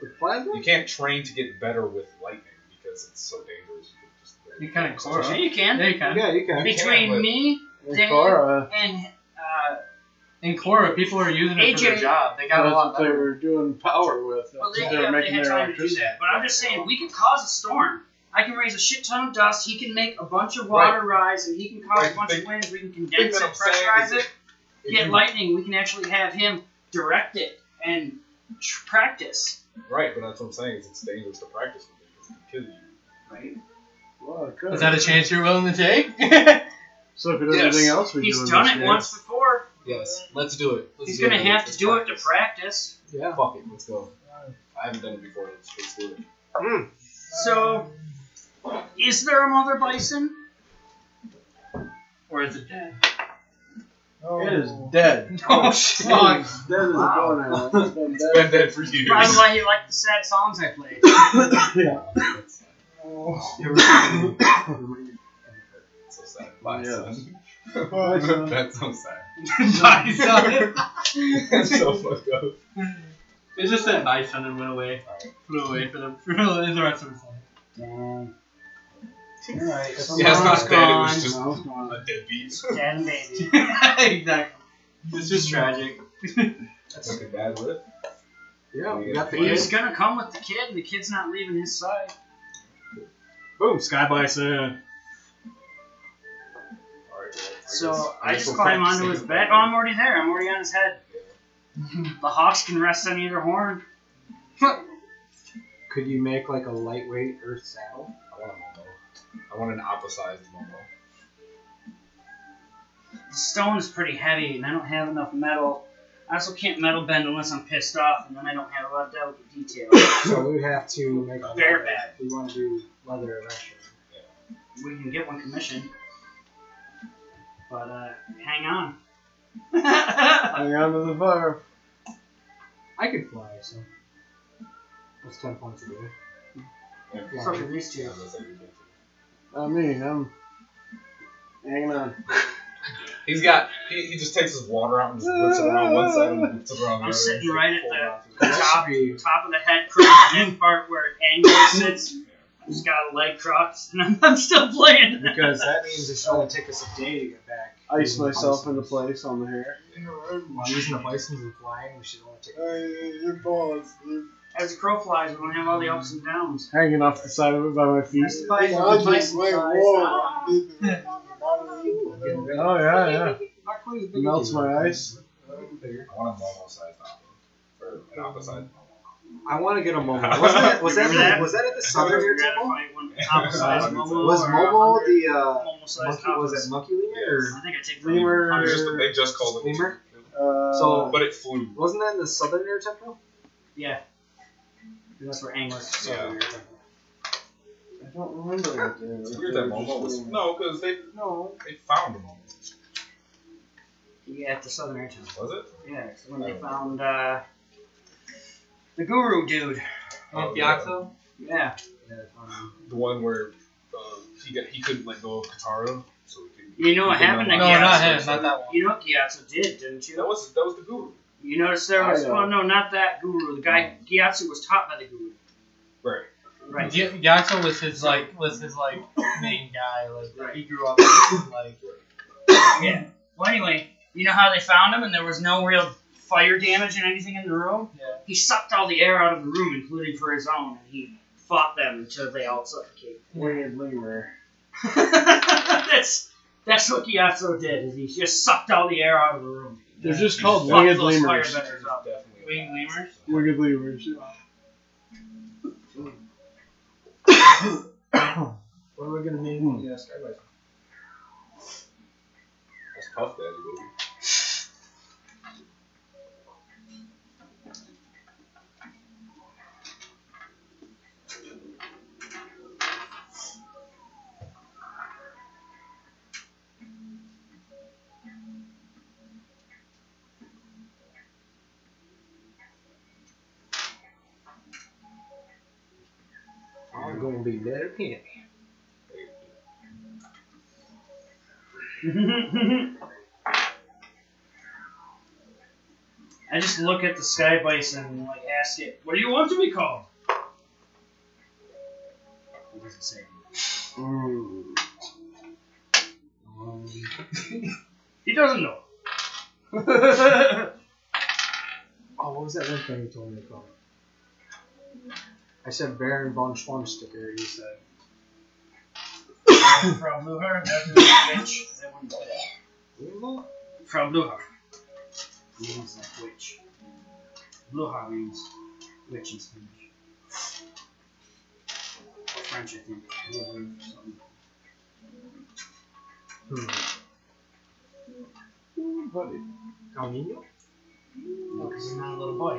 F: with plasma.
E: You can't train to get better with lightning because it's so dangerous. You could just
C: You kind of
B: So
C: close.
B: you can.
C: Yeah, you can.
F: Yeah, you can.
B: Between
E: but-
B: me
A: And
B: Damn.
A: Cora,
B: and uh,
C: In Cora, people are using it for
B: AJ
C: their job. They got a
A: that's
C: lot
A: what they
C: better.
A: were doing power with.
B: well, they,
A: That's what
B: yeah,
A: were
B: they had time to do
A: electricity.
B: that. But I'm just saying, we can cause a storm. I can raise a shit ton of dust. He can make a bunch of water rise, and he can cause
E: Right,
B: a bunch
E: but-
B: of winds. We can condense
E: what
B: it,
E: I'm saying
B: pressurize
E: is
B: it,
E: if
B: get
E: you-
B: lightning. We can actually have him direct it and tr- practice.
E: Right, but that's what I'm saying. Is it's dangerous to practice with it because it can kill you.
B: Right?
A: Well, it could.
C: Is that a chance you're willing to take? *laughs*
A: so could everything
E: Yes.
A: else we do.
B: He's
A: in
B: done
A: this
B: it
A: game.
B: once before.
E: Yes, let's do it. Let's
B: He's
E: do
B: gonna
E: it.
B: have
E: Let's
B: to do it to
E: practice.
B: practice.
F: Yeah.
E: Fuck it, let's go. I haven't done it before. Let's, let's do it.
F: Mm.
B: So, is there a mother bison? Or is it dead?
D: Oh.
A: It is dead.
C: *laughs*
A: It
B: Oh,
A: is dead as
B: Wow. *laughs*
A: a doornail. It's been dead.
E: Been dead for years.
B: Probably why he liked the sad songs I played.
E: *laughs*
D: Oh.
E: so sad. Bye, son.
D: Bye, son.
E: *laughs* That's so sad.
C: *laughs* Bison.
E: That's so fucked up.
C: They just said bison and went away. Put it away for them for the *laughs* rest of his life.
B: Dang.
E: Yeah,
F: Alright.
E: it's
B: Mom's
E: not dead. It
B: gone.
E: was just
A: No, it's not.
E: a dead beast.
B: Dad and baby.
C: *laughs* exactly. It's just tragic.
E: That's like a bad lip.
F: Yeah, we got the
B: He's
F: kid.
B: gonna come with the kid, and the kid's not leaving his side.
F: Boom, sky bison.
E: Alright, well, I guess-
B: So I
E: guess
B: just
E: we'll
B: climb
E: practice
B: onto his
E: it.
B: back. Oh, I'm already there. I'm already on his head. The hawks can rest on either horn.
F: Could you make like a lightweight earth saddle?
E: I want a moment. want an apple-sized Momo.
B: The stone is pretty heavy, and I don't have enough metal. I also can't metal bend unless I'm pissed off, and then I don't have a lot of delicate detail.
F: So we would have to make a
B: Bear
F: leather
B: bag.
F: if we want to do leather eventually.
B: we can get one commissioned. But uh, hang on. I
A: Hang on to the fire.
F: I could fly, so that's ten points a day.
E: Yeah.
F: Fly.
B: Fucking these two.
E: Yeah, that's how you get to-
A: Not me. I'm hanging on.
E: He's got. He, he just takes his water out and just whips it around one side and whips it around the
B: I'm
E: other.
B: sitting
E: It's like
B: right at
E: full
B: the-
E: mountain.
B: The top, top of the head, crew, that part where it angles sits. Just got a leg crossed, and I'm, I'm still playing.
F: Because that means it's only take us a day to get back.
A: Ice
F: Using the
A: myself into
F: bisons.
A: place on the hair.
D: You know, I'm-
F: While using the bisons and flying, we should only take.
D: I- you pause. You-
B: As the crow flies, we don't have all the ups and downs.
A: Hanging off the side of it by my feet.
D: I just went
A: Ah.
D: *laughs* whoa.
F: Getting
A: Oh yeah, yeah.
F: Not quite as big as
A: Melts
F: you.
A: my ice.
E: I want a Momo-sized apple. Or an apple-sized Momo.
F: I want to get a *laughs* Momo. Wasn't that, was that,
B: Remember that?
F: was that at the Southern Air Temple?
B: Gratify one apple-sized Momo
F: Was
B: or uh, a
F: Momo
B: hundred
F: the uh,
B: Momo-sized
F: monkey? Was it
B: apples.
F: monkey lemur?
B: I think I take the
A: Lemur.
E: They just, they just
F: Or
E: called it.
F: lemur?
A: Uh,
F: So-
E: But it flew.
F: Wasn't that in the Southern Air Temple?
B: Yeah. That's where anglers.
E: Yeah.
A: I don't remember what they were.
E: It's weird that Momo was. No, because they no they found the Momo.
B: Yeah, at the Southern Air Temple.
E: Was it?
B: Yeah, it's when
C: Oh.
B: they found uh, the guru dude.
E: Oh,
C: the
E: yeah.
C: oxo?
B: Yeah.
E: The one where uh, he got, he couldn't let go of Katara, so he could.
B: You know what
E: he couldn't
B: happened
E: unlock
B: to
E: the
B: Gyatso?
E: master,
C: No, not him,
E: so-
C: not that one.
B: You know what Gyatso did, didn't you?
E: That was that was the guru.
B: You noticed there
A: I
B: was
A: know.
B: well no not that guru. The guy Gyatso was taught by the guru.
E: Right.
B: Right.
C: Gy- Gyatso was his like was his like main guy. Like
B: Right.
C: he grew up with, like *laughs*
B: Yeah. Well anyway, you know how they found him and there was no real fire damage and anything in the room?
C: yeah.
B: He sucked all the air out of the room, including for his own, and he fought them until they all suffocated.
A: Winged lemur.
B: *laughs* that's that's what Gyatso did. Is he just sucked all the air out of the room. *laughs*
A: They're just called
B: Fuck
A: winged
B: those
A: lemurs.
B: firebenders up.
E: Definitely.
B: Winged lemurs?
A: Winged lemurs.
F: What are we gonna name?
A: Hmm.
F: Yeah, Sky Bison.
E: That's tough, Daddy. Baby.
F: I'm gonna be better peanut.
B: I just look at the sky bison and like ask it, "What do you want to be called?" It doesn't say.
A: Mm.
B: He doesn't know.
F: Oh, what was that one thing you told me about? I said Baron von Schwarmsticker. You said
B: Frau Luhar, that's the witch. That wouldn't say that. Frau Luhar means like witch. Luhar means witch in Spanish. Or French, I think. Luhar or something.
A: Ooh, buddy.
F: El Oh, Nino.
B: No, because he's not a little boy.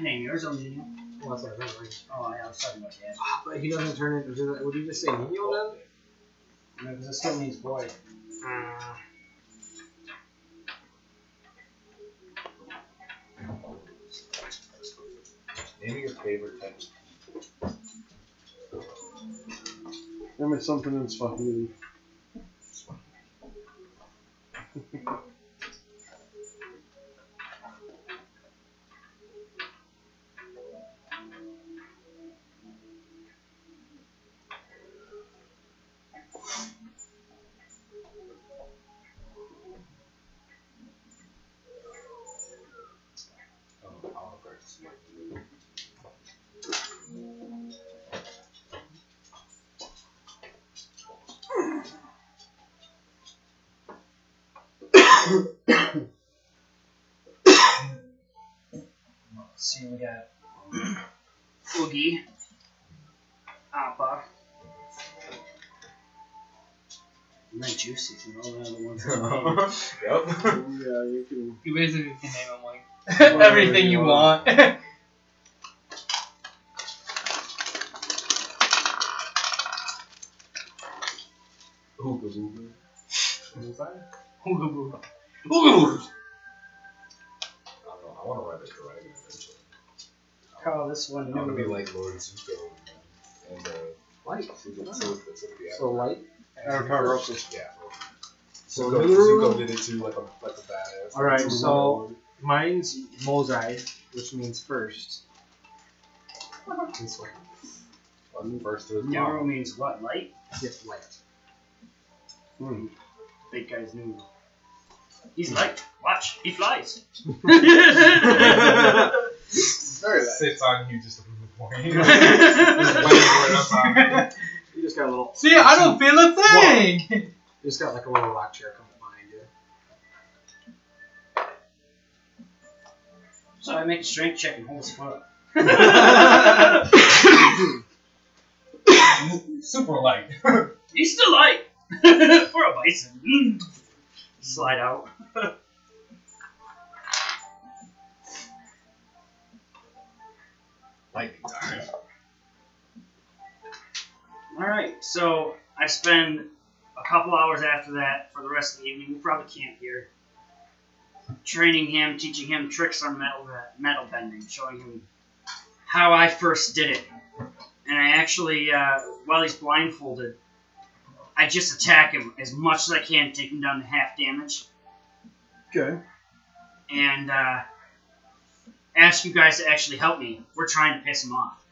B: Name yours, Elgin.
F: Well, that's what I meant, right?
B: Oh, yeah, I was talking about dad.
F: Ah, But he doesn't turn into. does it- Would you just say Nino then?
B: No, because it still means boy. Uh,
E: Name your favorite type of
A: Give me something in Swahili.
E: um, olive garden.
B: let's see, we got Ah, Oogie, Appa,
F: And then juices and all the other ones.
G: yep.
A: Yeah, you can.
C: You basically can name them like
A: Whatever
C: *laughs* everything you
A: you
C: want. *laughs*
G: Ooga booga. What was that?
C: Ooga booga.
G: I don't know. I want to ride a dragon eventually.
B: Call this one
G: I want to be like Lord Zuko and, and uh, Light. So that's so, that's what the
F: So light.
G: Avatar Yeah.
F: So
G: Zuko,
F: Nuru-
G: Zuko did it too, like a like a badass.
F: All right,
G: Like a
F: so-
G: warlord.
F: Mine's Mozai, which means first.
G: This one. Wasn't first to his mom.
B: Narrow means what? Light? Hmm.
F: Yes, light.
B: Big guy's new. He's light. Watch. He
F: *laughs*
B: flies. *laughs*
A: Very nice.
G: *laughs* Sits on you just to prove a point.
F: You just got a little.
C: See, I don't feel a thing.
F: You just got like a little rock chair coming behind you.
B: so I make a strength check and hold his foot.
G: Super light.
B: He's still light *laughs* for a bison. Slide out.
G: Lightning dive.
B: All right. So I spend a couple hours after that for the rest of the evening. We'll probably camp here. Training him, teaching him tricks on metal uh, metal bending, showing him how I first did it. And I actually, uh, while he's blindfolded, I just attack him as much as I can, take him down to half damage.
A: Okay.
B: and uh, ask you guys to actually help me. We're trying to piss him
C: *coughs*
B: off.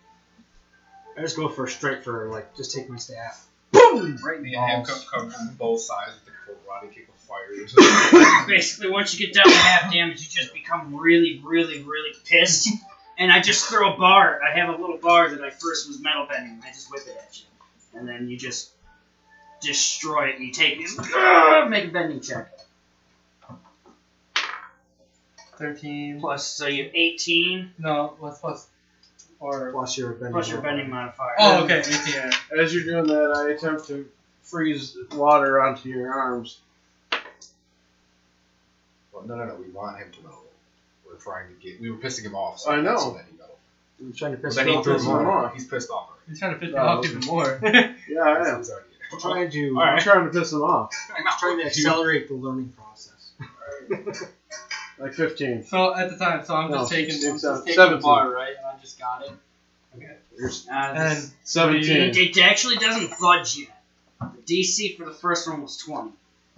F: I just go for straight for like just take my staff.
B: Right in
G: The
B: the
G: hand
B: balls.
G: comes from both sides with the karate kick of fire.
B: Basically, once you get down to half damage, you just become really, really, really pissed. And I just throw a bar. I have a little bar that I first was metal bending. I just whip it at you, and then you just destroy it. And you take it. Make a bending check.
C: Thirteen.
B: Plus, so you have 18
C: No, what's plus? Or
F: Plus your bending.
B: plus your
F: level.
B: bending modifier.
C: oh, okay, eighteen.
A: As you're doing that, I attempt to freeze water onto your arms.
G: well, no, no, no. We want him to know. We're trying to get. We were pissing him off.
A: I know.
G: So that he got-
F: I'm trying to
G: But
F: piss
G: then
F: you
G: he
F: off.
G: threw
A: pissed
G: him
A: him
F: more.
G: off.
A: off.
G: He's pissed off. already.
C: You're trying to piss me
A: No.
C: off even more.
A: Yeah, I am.
G: He's already-
F: I'm trying to.
G: All
A: I'm
G: right.
A: trying to piss them off.
F: I'm trying to accelerate the learning process.
A: Like 15.
C: *laughs* so at the time, so I'm just
A: No,
C: taking, I'm
A: sixteen,
C: just taking the
A: seventeen.
C: bar, right? And I just got it.
B: Uh, this-
C: Oh, And
B: It,
A: 17.
B: it actually doesn't budge yet. The DC for the first one was 20.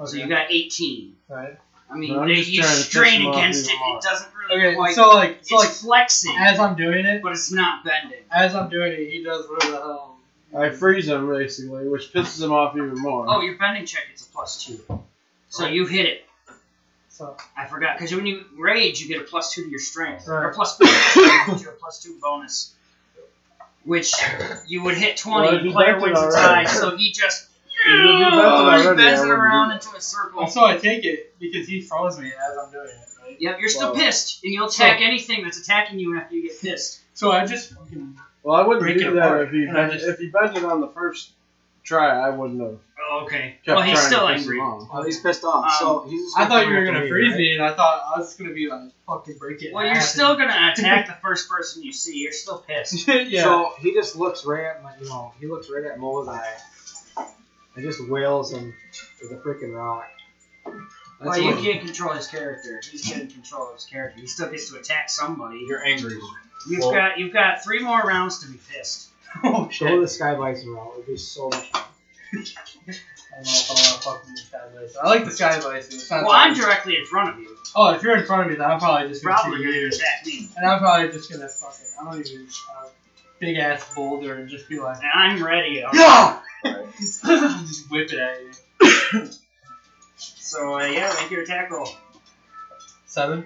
B: So you
C: okay,
B: got 18.
C: right.
B: I mean,
A: No, I'm
B: they,
A: just
B: you
A: trying to piss
B: strain
A: him off
B: against it,
A: even more.
B: it doesn't really
C: Okay,
B: quite.
C: so like,
B: it's
C: so like,
B: flexing,
C: as I'm doing it,
B: but it's not bending.
C: as I'm doing it, he does whatever the hell.
A: I freeze him, basically, which pisses him off even more.
B: Oh, your bending check it's a plus two. So you hit it.
C: So
B: I forgot because when you rage, you get a plus two to your strength or
C: Right.
B: plus four to your strength, you get a plus two bonus, which you would hit
A: Well,
B: twenty.
A: if you
B: player
A: bent it
B: wins a tie,
A: alright.
B: so he just
A: If you bent it already,
B: *laughs* he bends
A: I
B: it
A: wouldn't
B: around
A: do
B: into a circle.
C: so I take it because he froze me as I'm doing it, right?
B: Yep, you're still
A: Wow.
B: pissed, and you'll attack anything that's attacking you after you get pissed.
C: So I just fucking
A: Well, I wouldn't
C: Break
A: do
C: it
A: that
C: apart.
A: if he
C: And I
A: bent,
C: just-
A: if he bent it on the first try. I wouldn't have
B: Oh, okay.
A: kept
B: well, he's
A: trying
B: still
A: to piss
B: angry.
A: him off.
F: Oh, he's pissed off. so he's. just
C: Um, I thought you
F: come
C: were
F: after
C: gonna
F: me,
C: freeze
F: right?
C: me, and I thought I was gonna be like fucking break it.
B: Well,
C: in
B: you're
C: half *laughs*
B: still gonna attack the first person you see. You're still pissed.
C: and- yeah.
F: So he just looks right at my, you know, he looks right at Mozai and just wails him with a freaking rock. That's
B: well, you
F: what-
B: can't control his character. He's getting control of his character. He still gets to attack somebody.
G: You're angry.
B: You've
G: Well-
B: got you've got three more rounds to be pissed.
C: *laughs* oh
F: Go the Sky Bison route. It'd be so
C: *laughs*
F: much fun.
C: I don't know if I want to fuck with the sky bison. I like the sky bison. It's not
B: Well, I'm directly in front of you.
C: oh, if you're in front of me, then I'm probably just gonna
B: Probably
C: shoot
B: gonna
C: you.
B: attack me,
C: and I'm probably just gonna fucking I don't even uh, big ass boulder and just be like
B: and I'm ready. I'm-
C: *laughs* yeah, just, just whip it at you.
B: So uh, yeah, make your attack roll.
C: Seven.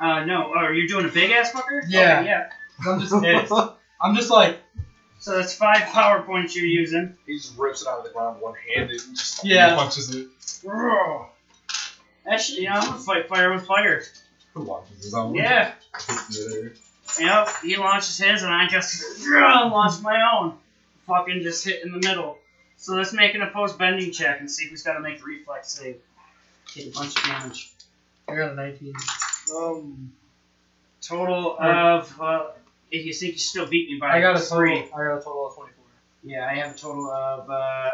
B: Uh, no, oh, you're doing a big ass fucker.
C: Yeah.
B: Okay, yeah.
C: 'Cause I'm just pissed. I'm just like
B: So that's five power points you're using.
G: He just rips it out of the ground one handed and just
C: Yeah.
G: punches it.
B: Actually, yeah, I'm gonna fight fire with fire.
G: Who launches his own?
B: Yeah.
G: Hits it there.
B: Yep, *laughs* he launches his, and I just launch my own. Fucking just hit in the middle. So let's make an opposed bending check and see who's got to make the reflex save. Take a bunch of damage.
C: I got a 19.
D: Um,
B: Total of. Uh, if you think you still beat me by
C: I got a
B: three.
C: three. I got a total of 24.
B: Yeah, I have a total of. Uh,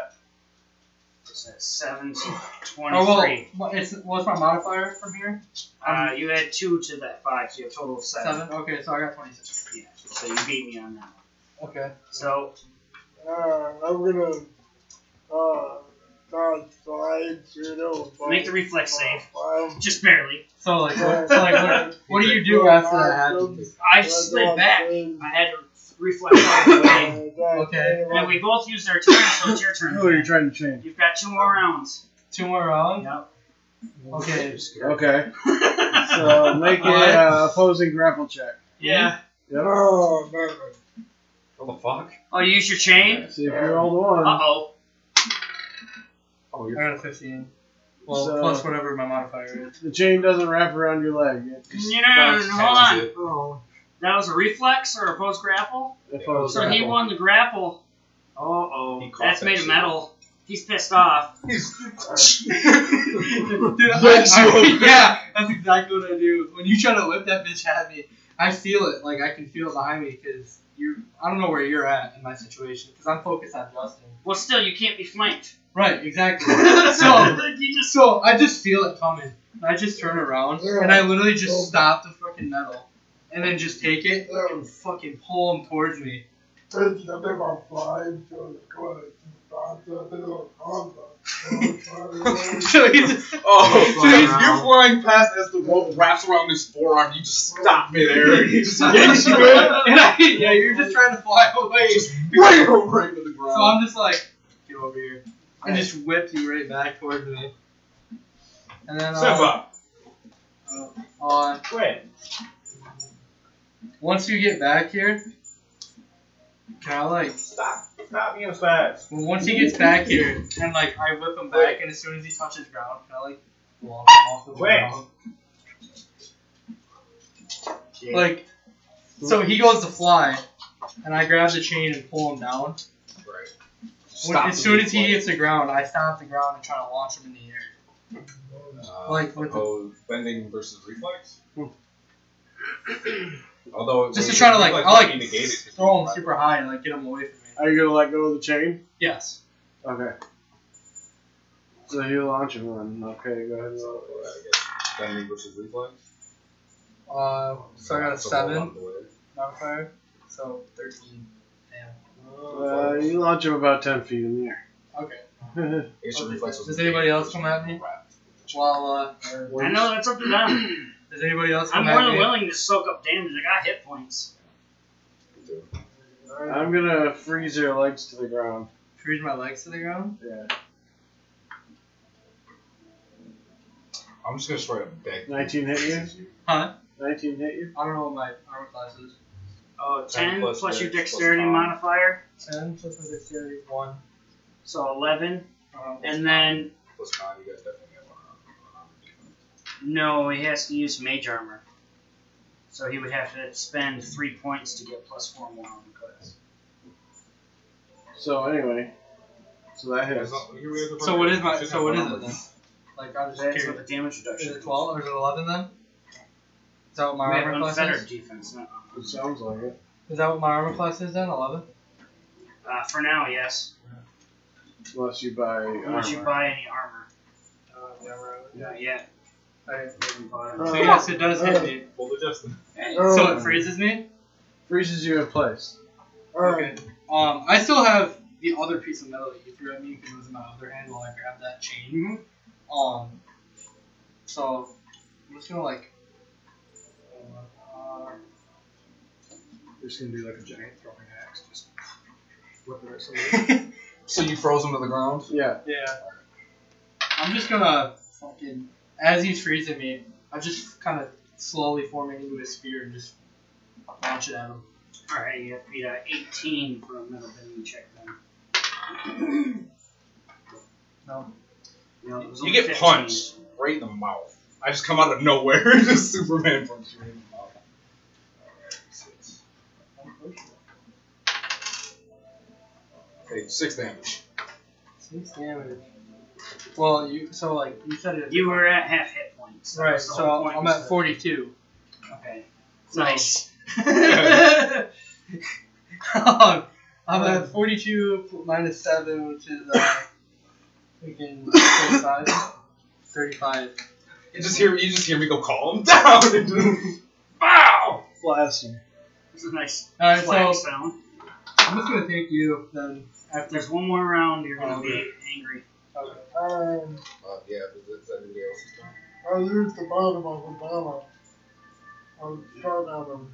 B: what's that? Seven to
C: Oh, well,
B: twenty-three.
C: what- it's, what's my modifier from here?
B: uh, you had two to that five, so you have a total of seven.
C: Okay, so I got 26.
B: Yeah. So you beat me on that. one.
C: Okay.
B: So
D: uh, I'm gonna, uh, not slide through those.
B: make the
D: Uh,
B: reflex save,
D: Five.
B: just barely.
C: So, like, what, so like what, what do you do after that happens?
B: I slid back. *laughs* I had to reflex all the way.
C: Okay.
B: And we both used our turn, so it's your
A: *laughs* Who are you
B: turn.
A: trying to change?
B: You've got two more rounds.
C: Two more rounds?
B: Yep.
C: Okay.
A: Okay.
C: *laughs*
A: So make a uh, opposing grapple *laughs* check.
B: yeah.
A: Yep.
D: Oh, man.
G: What the fuck?
B: *laughs* Oh, you use your chain?
A: See if you rolled one.
B: Uh oh.
G: Oh,
C: I
G: you're
C: got a 15. Well,
A: So-
C: plus whatever my
A: *laughs*
C: modifier is.
A: The chain doesn't wrap around your leg. It just
B: No, no, no, no, hold on.
G: That's it.
F: Oh.
B: That was a reflex or a post grapple?
A: opposed.
B: So he
A: grapple.
B: won the grapple. Uh
G: He
B: oh.
G: caught
B: That's
G: that
B: made of
G: shit.
B: metal. He's pissed off.
C: Dude, I, I, yeah, that's exactly what I do. When you try to whip that bitch at me, I feel it. Like I can feel it behind me because you. I don't know where you're at in my situation because I'm focused on Justin.
B: Well, still, you can't be flanked. *laughs*
C: Right, exactly. so,
B: you just.
C: so I just feel it coming. And I just turn around and I literally just stop the fucking metal and then just take it and fucking pull him towards me. *laughs*
D: There's nothing about flying to the toilet.
C: so he's
G: *laughs*
C: just,
G: Oh, so
F: Flying
G: he's-
F: around.
G: you're flying past as the rope wraps around his forearm. You just stop midair.
A: *laughs*
G: You just yanks you in.
C: *laughs* and I, yeah, you're just trying to fly away.
G: Just *laughs* right over into the
C: So
G: ground.
C: I'm just like, get over here. I just whipped you right back towards me. And then
G: Step
C: uh,
G: up.
C: uh,
B: Wait.
C: once you get back here, can I like?
G: Stop. Stop being fast.
C: well, Once he gets back here, and like I whip him back, and as soon as he touches ground, can I like walk him off the
B: Wait.
C: ground? Like, so he goes to fly, and I grab the chain and pull him down.
G: Right.
C: When, as soon as he hits the ground, I stop the ground and try to launch him in the air.
G: Uh,
C: like, with the-
G: opposed- bending versus reflex.
A: Hmm.
G: *clears throat* Although
C: Just to try to, like, I like
G: negated.
C: Throw him super high and like get him away from me.
A: Are you gonna let go of the chain?
C: Yes.
A: Okay. So you launch him one. Okay, go ahead. And roll.
G: So, uh, I guess bending versus reflex.
C: Uh, so I got a
G: So roll
C: seven
G: out the way.
C: modifier, so thirteen. Damn.
G: Oh,
A: Uh, you launch him about ten feet in the
C: Okay.
A: air. *laughs*
G: It's your reflex was
C: Does anybody else come at me? Well, uh,
B: I know that's up to them.
C: does anybody else
B: I'm
C: come
B: more
C: at
B: than
C: me?
B: willing to soak up damage. I got hit points.
A: I'm gonna freeze your legs to the ground.
C: Freeze my legs to the ground.
A: Yeah.
G: I'm just gonna straight up beg.
A: 19 hit you?
C: Huh?
A: Nineteen hit you.
C: I don't know what my armor class is.
B: Oh,
G: 10
B: 10
G: plus
B: plus, your
G: dex plus
B: dexterity
G: con.
B: modifier,
C: Ten plus my dexterity is one.
B: so 11.
C: Um,
B: And then,
G: Plus con, you guys definitely have one arm.
B: no, he has to use mage armor. So he would have to spend 3 points to get plus 4 more armor class.
A: So anyway, so that
G: Guys,
A: hits.
G: not- you guys are
C: so what is my?
G: fucking-
C: So what is it then? Like I'm just
B: That's with
C: curious.
B: the damage
C: Is
B: reduction.
C: it twelve or is it eleven then? Is that what my
B: We have
C: armor class
B: unfettered
C: is?
B: defense. Not armor.
A: It sounds like it.
C: Is that what my armor class is then? Eleven.
B: uh, for now, yes.
A: Unless you buy
B: Unless you
A: armor.
B: buy any armor.
C: Uh, yeah,
B: Not yet.
C: right.
A: Uh,
C: So yes, it does hit me.
G: Well, the Justin.
C: So it freezes me.
A: freezes you in place.
C: Okay. Um, I still have the other piece of metal that you threw at me because it was in my other hand while I grabbed that chain.
E: Mm-hmm.
C: Um, so I'm just gonna like. Uh,
F: You're just gonna be like a giant throwing axe, just whipping it so
E: *laughs* So you froze him to the ground?
A: Yeah.
C: yeah. I'm just gonna fucking as he's freezing me, I'm just kind of slowly forming into a spear and just launch it at him.
B: Alright, you have to beat a 18 for a metal bending check then.
C: No.
B: No, it was
G: You
B: only
G: get
B: 15.
G: punched right in the mouth. I just come out of nowhere. *laughs* just Superman punch you right in the mouth. Take six damage.
C: Six damage. Well, you so like you said it.
B: You were at half hit points.
C: right.
B: That's the
C: So
B: whole point
C: I'm
B: was
C: at
B: to-
C: forty-two.
B: Okay. Nice.
C: *laughs* I'm at forty-two pl- minus seven, which is uh, freaking thirty-five. Thirty-five.
K: You just hear you just hear me go calm
E: *laughs*
K: down. Wow.
A: Blasting.
B: This is a nice
C: All right,
B: flag
C: so
B: sound.
C: I'm just gonna take you then. *laughs*
B: If there's one more round, you're gonna be angry.
D: Um,
E: Uh, yeah, but that's everybody else's turn.
D: I lose the bottom of Obama. I'm shot at him.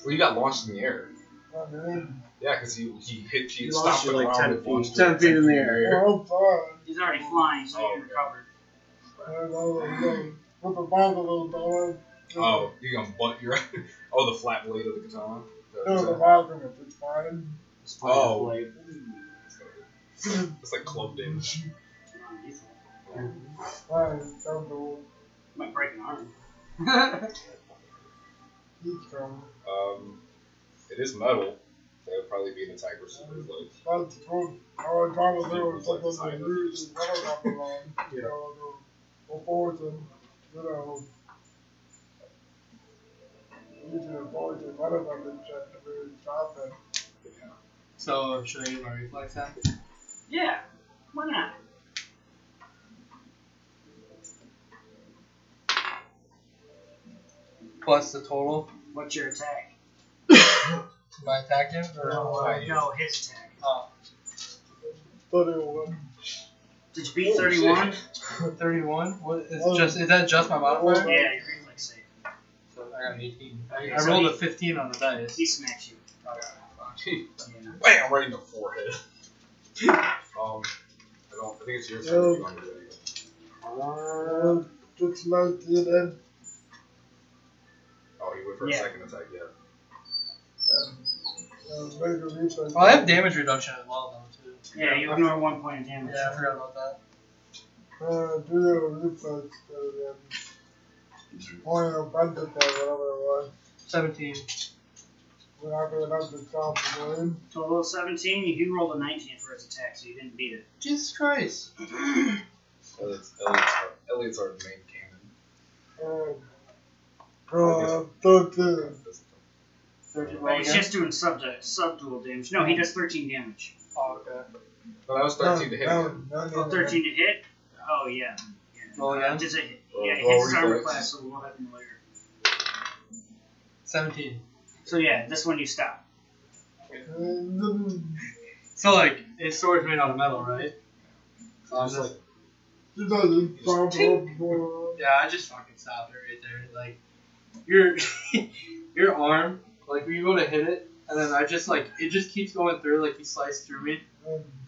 E: Well, you got launched in the air.
D: And then,
E: Yeah, because he, he hit you.
F: You
E: stopped
F: launched you
E: the
F: like
E: round
F: 10
E: and
F: feet.
E: launched you
A: 10 feet in the air.
D: how far?
B: He's already flying, so you're covered.
D: I don't know. I'm going With the bottom of Obama.
E: Oh, you're gonna butt your. *laughs* Oh, the flat blade of the katana.
D: No, the bottom of the spine.
E: Oh. It's like club damage.
B: Um, he's like,
D: Right, down the wall.
B: might break an arm.
D: He's coming.
E: Um, it is metal. So it would probably be an attack versus like.
D: That's what our Obama there was something we lose. I don't know how long. You know, go forward and, you know. We need to avoid it. One of them is trying to really stop it.
C: So should I use my reflex then?
B: Yeah. Why not?
C: Plus the total.
B: What's your attack?
C: My attack damage. Or
B: No, no, his attack.
C: Oh,
D: But it was.
B: Did you beat 31?
C: 31? What is
D: Oh.
C: just is that just my
B: Yeah,
C: modifier?
B: your reflex save.
C: So I got an 18. I,
B: Okay,
C: I
B: so
C: rolled
B: he-
C: a 15 on the dice.
B: He smacks you. Yeah.
K: Bam! Right in the forehead.
E: *laughs* Um, I don't. I think it's your
D: No.
E: turn. if
D: Uh, Looks like it and
E: Oh, you went for a
B: Yeah.
E: second attack. Yeah.
D: uh, made a reflex.
C: Oh, I have damage reduction as well though too.
B: Yeah, you ignore one point of damage.
C: Yeah, I forgot about that.
D: Uh, do a reflex to them. Or a bunch of them, whatever it was.
C: 17.
D: We're not going to have to stop the game.
B: Total of 17, you do roll a 19 for his attack, so you didn't beat it.
C: Jesus Christ.
E: Elliot's, Elliot's, our, Elliot's our main cannon.
D: Uh, uh, 13.
B: Well, he's just doing sub uh, subdual damage. No, he does 13 damage.
C: Oh, okay.
E: But I was 13 to hit
D: No,
E: again.
D: no, no,
B: Oh,
D: no,
B: 13 to hit? Oh, yeah. yeah.
C: Roll again.
B: Does it hit?
E: Roll-
B: Yeah, it
E: roll
B: hits his armor
E: reflex.
B: class, so we'll have him later.
C: 17.
B: So, yeah, this one you stop.
D: no. Uh,
C: So like, his sword's made out of metal, right? So I'm just,
D: He doesn't stop for
C: yeah, I just fucking stopped it right there. Like, your *laughs* your arm, like when you go to hit it, and then I just like it just keeps going through, like he sliced through me.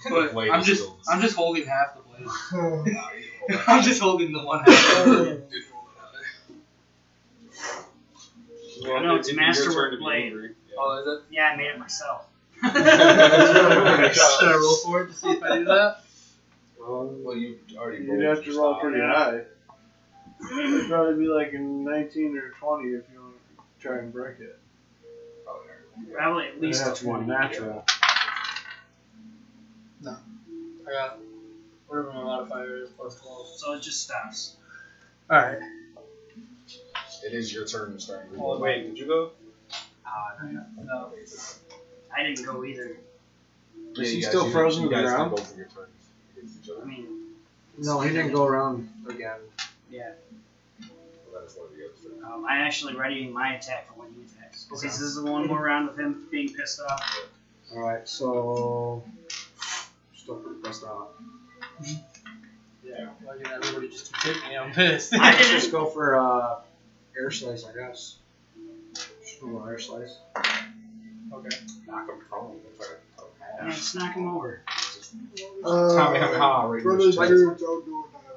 C: But
E: Blade
C: I'm
E: is
C: just
E: still-
C: I'm just holding half the blade. *laughs*
D: uh,
C: I'm just holding the one half.
B: *laughs* I know it's
E: your
B: Masterwork
E: turn to be
B: Blade.
A: Uh,
E: angry. Yeah.
C: Oh, is
B: *laughs*
C: it? *laughs*
B: Yeah, I made it myself.
E: Good job.
C: Should I roll for it to see if I do that?
E: Well, you already rolled.
A: You'd have to
E: your
A: roll
E: stop.
A: pretty high. It'd probably be like a 19 or 20 if you want to try and break it.
E: Oh, yeah.
B: Probably at least
A: It'd
B: a
A: have to be
B: 20.
A: Natural.
C: I got whatever my modifier is plus twelve.
B: So it just stops.
C: All right.
E: It is your turn to start.
C: Oh,
E: wait, did you go?
C: No.
B: Uh, I didn't go either.
A: Is he still frozen to the ground?
E: Both of your turns against each
B: I
E: other.
B: mean,
F: No, he didn't go around again.
B: yeah.
E: Well, that is one of the other turns.
B: Um, I'm actually readying my attack for when he attacks. Because this is the one more round of him being pissed off.
F: Alright, so. Still pretty pissed off.
C: Yeah. Like everybody just keeps hitting me. I'm pissed.
B: I
F: Let's
B: didn't.
F: just go for uh, air slice, I guess. Just roll air slice.
C: okay.
E: Knock him prone. That's right. Oh,
B: Yeah, just knock him over.
E: Kamehameha right in his
D: 22
E: chest.
D: don't do damage.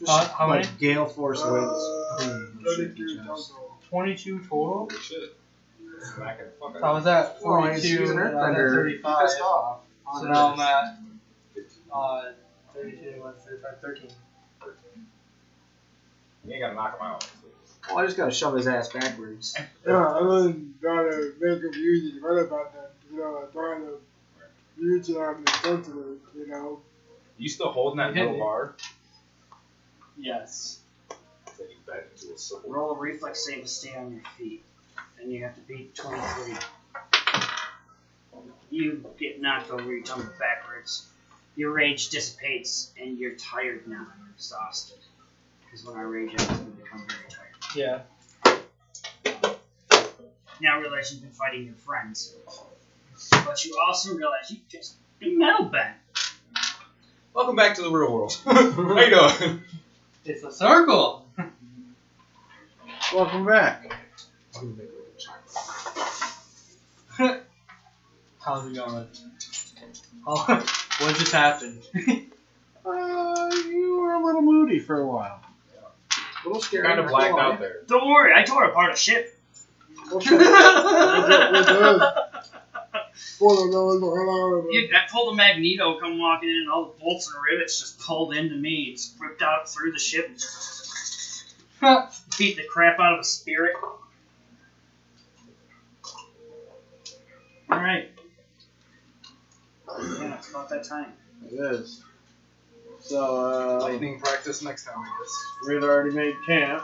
F: Just
C: Huh? How
F: like gale force
D: Uh,
F: winds. Boom.
D: 22 don't do
C: 22 total.
E: Holy shit. Smacking the fuck out
C: I
E: of
C: was at
F: Well, he's
C: 42
F: using
C: and I was at
F: Earthbender.
C: 35.
F: Pissed off.
C: So now I'm at
E: him.
C: uh, 32, what's 35, 13.
E: You ain't gotta knock him out.
F: Oh, I just gotta shove his ass backwards.
D: Yeah, I was gonna make him use his right about that. You know, I trying to usually I'm insensitive, you know.
G: You still holding that
C: Yeah.
G: little bar?
B: Yes.
G: That you bent into a circle.
B: Roll a reflex save to stay on your feet, and you have to beat 23. You get knocked over, you tumble backwards. Your rage dissipates, and you're tired now. You're exhausted. Because when I rage out, we become very tired.
C: Yeah.
B: Now realize you've been fighting your friends. But you also realize you just been metal bent.
E: Welcome back to the real world. *laughs* How you doing?
C: It's a circle.
A: Welcome back.
C: How's it going? *laughs* Oh, what just happened?
A: Uh, you were a little moody for a while. A little scary.
G: Kind of
A: but
G: blacked
A: go on.
G: out there.
B: Don't worry, I tore apart a ship.
D: Okay. We're good.
C: *laughs*
D: Well, no, no, no, no.
B: You, I pulled a magneto, come walking in, and all the bolts and rivets just pulled into me. It's ripped out through the ship. *laughs* Beat the crap out of a spirit. Alright. Yeah, it's about that time.
A: It is. So, uh,
E: Lightning practice next time, I guess.
A: we had already made camp,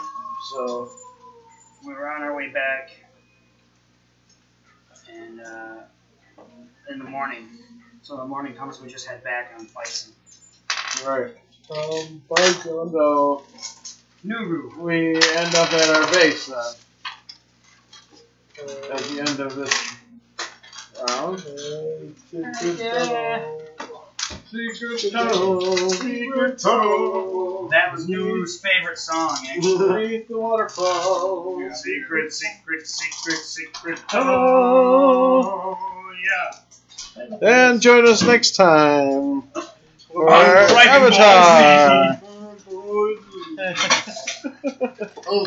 A: so
B: we were on our way back, and uh, in the morning. So the morning comes, we just head back on Bison.
A: right.
D: Um, bye, John.
A: So
B: Nuru.
A: we end up at our base then
D: Uh,
A: at the end of this round.
D: uh, secret tunnel. Secret
A: Tunnel,
D: tunnel.
A: secret tunnel.
B: That was Nuru's favorite song, actually.
A: Beneath the waterfall.
B: secret, secret, secret, secret.
A: Tunnel.
B: Oh, yeah.
A: And join us next time for
B: Dragon Ball Z.
A: Avatar.
B: *laughs*
D: Oh, boy. Oh,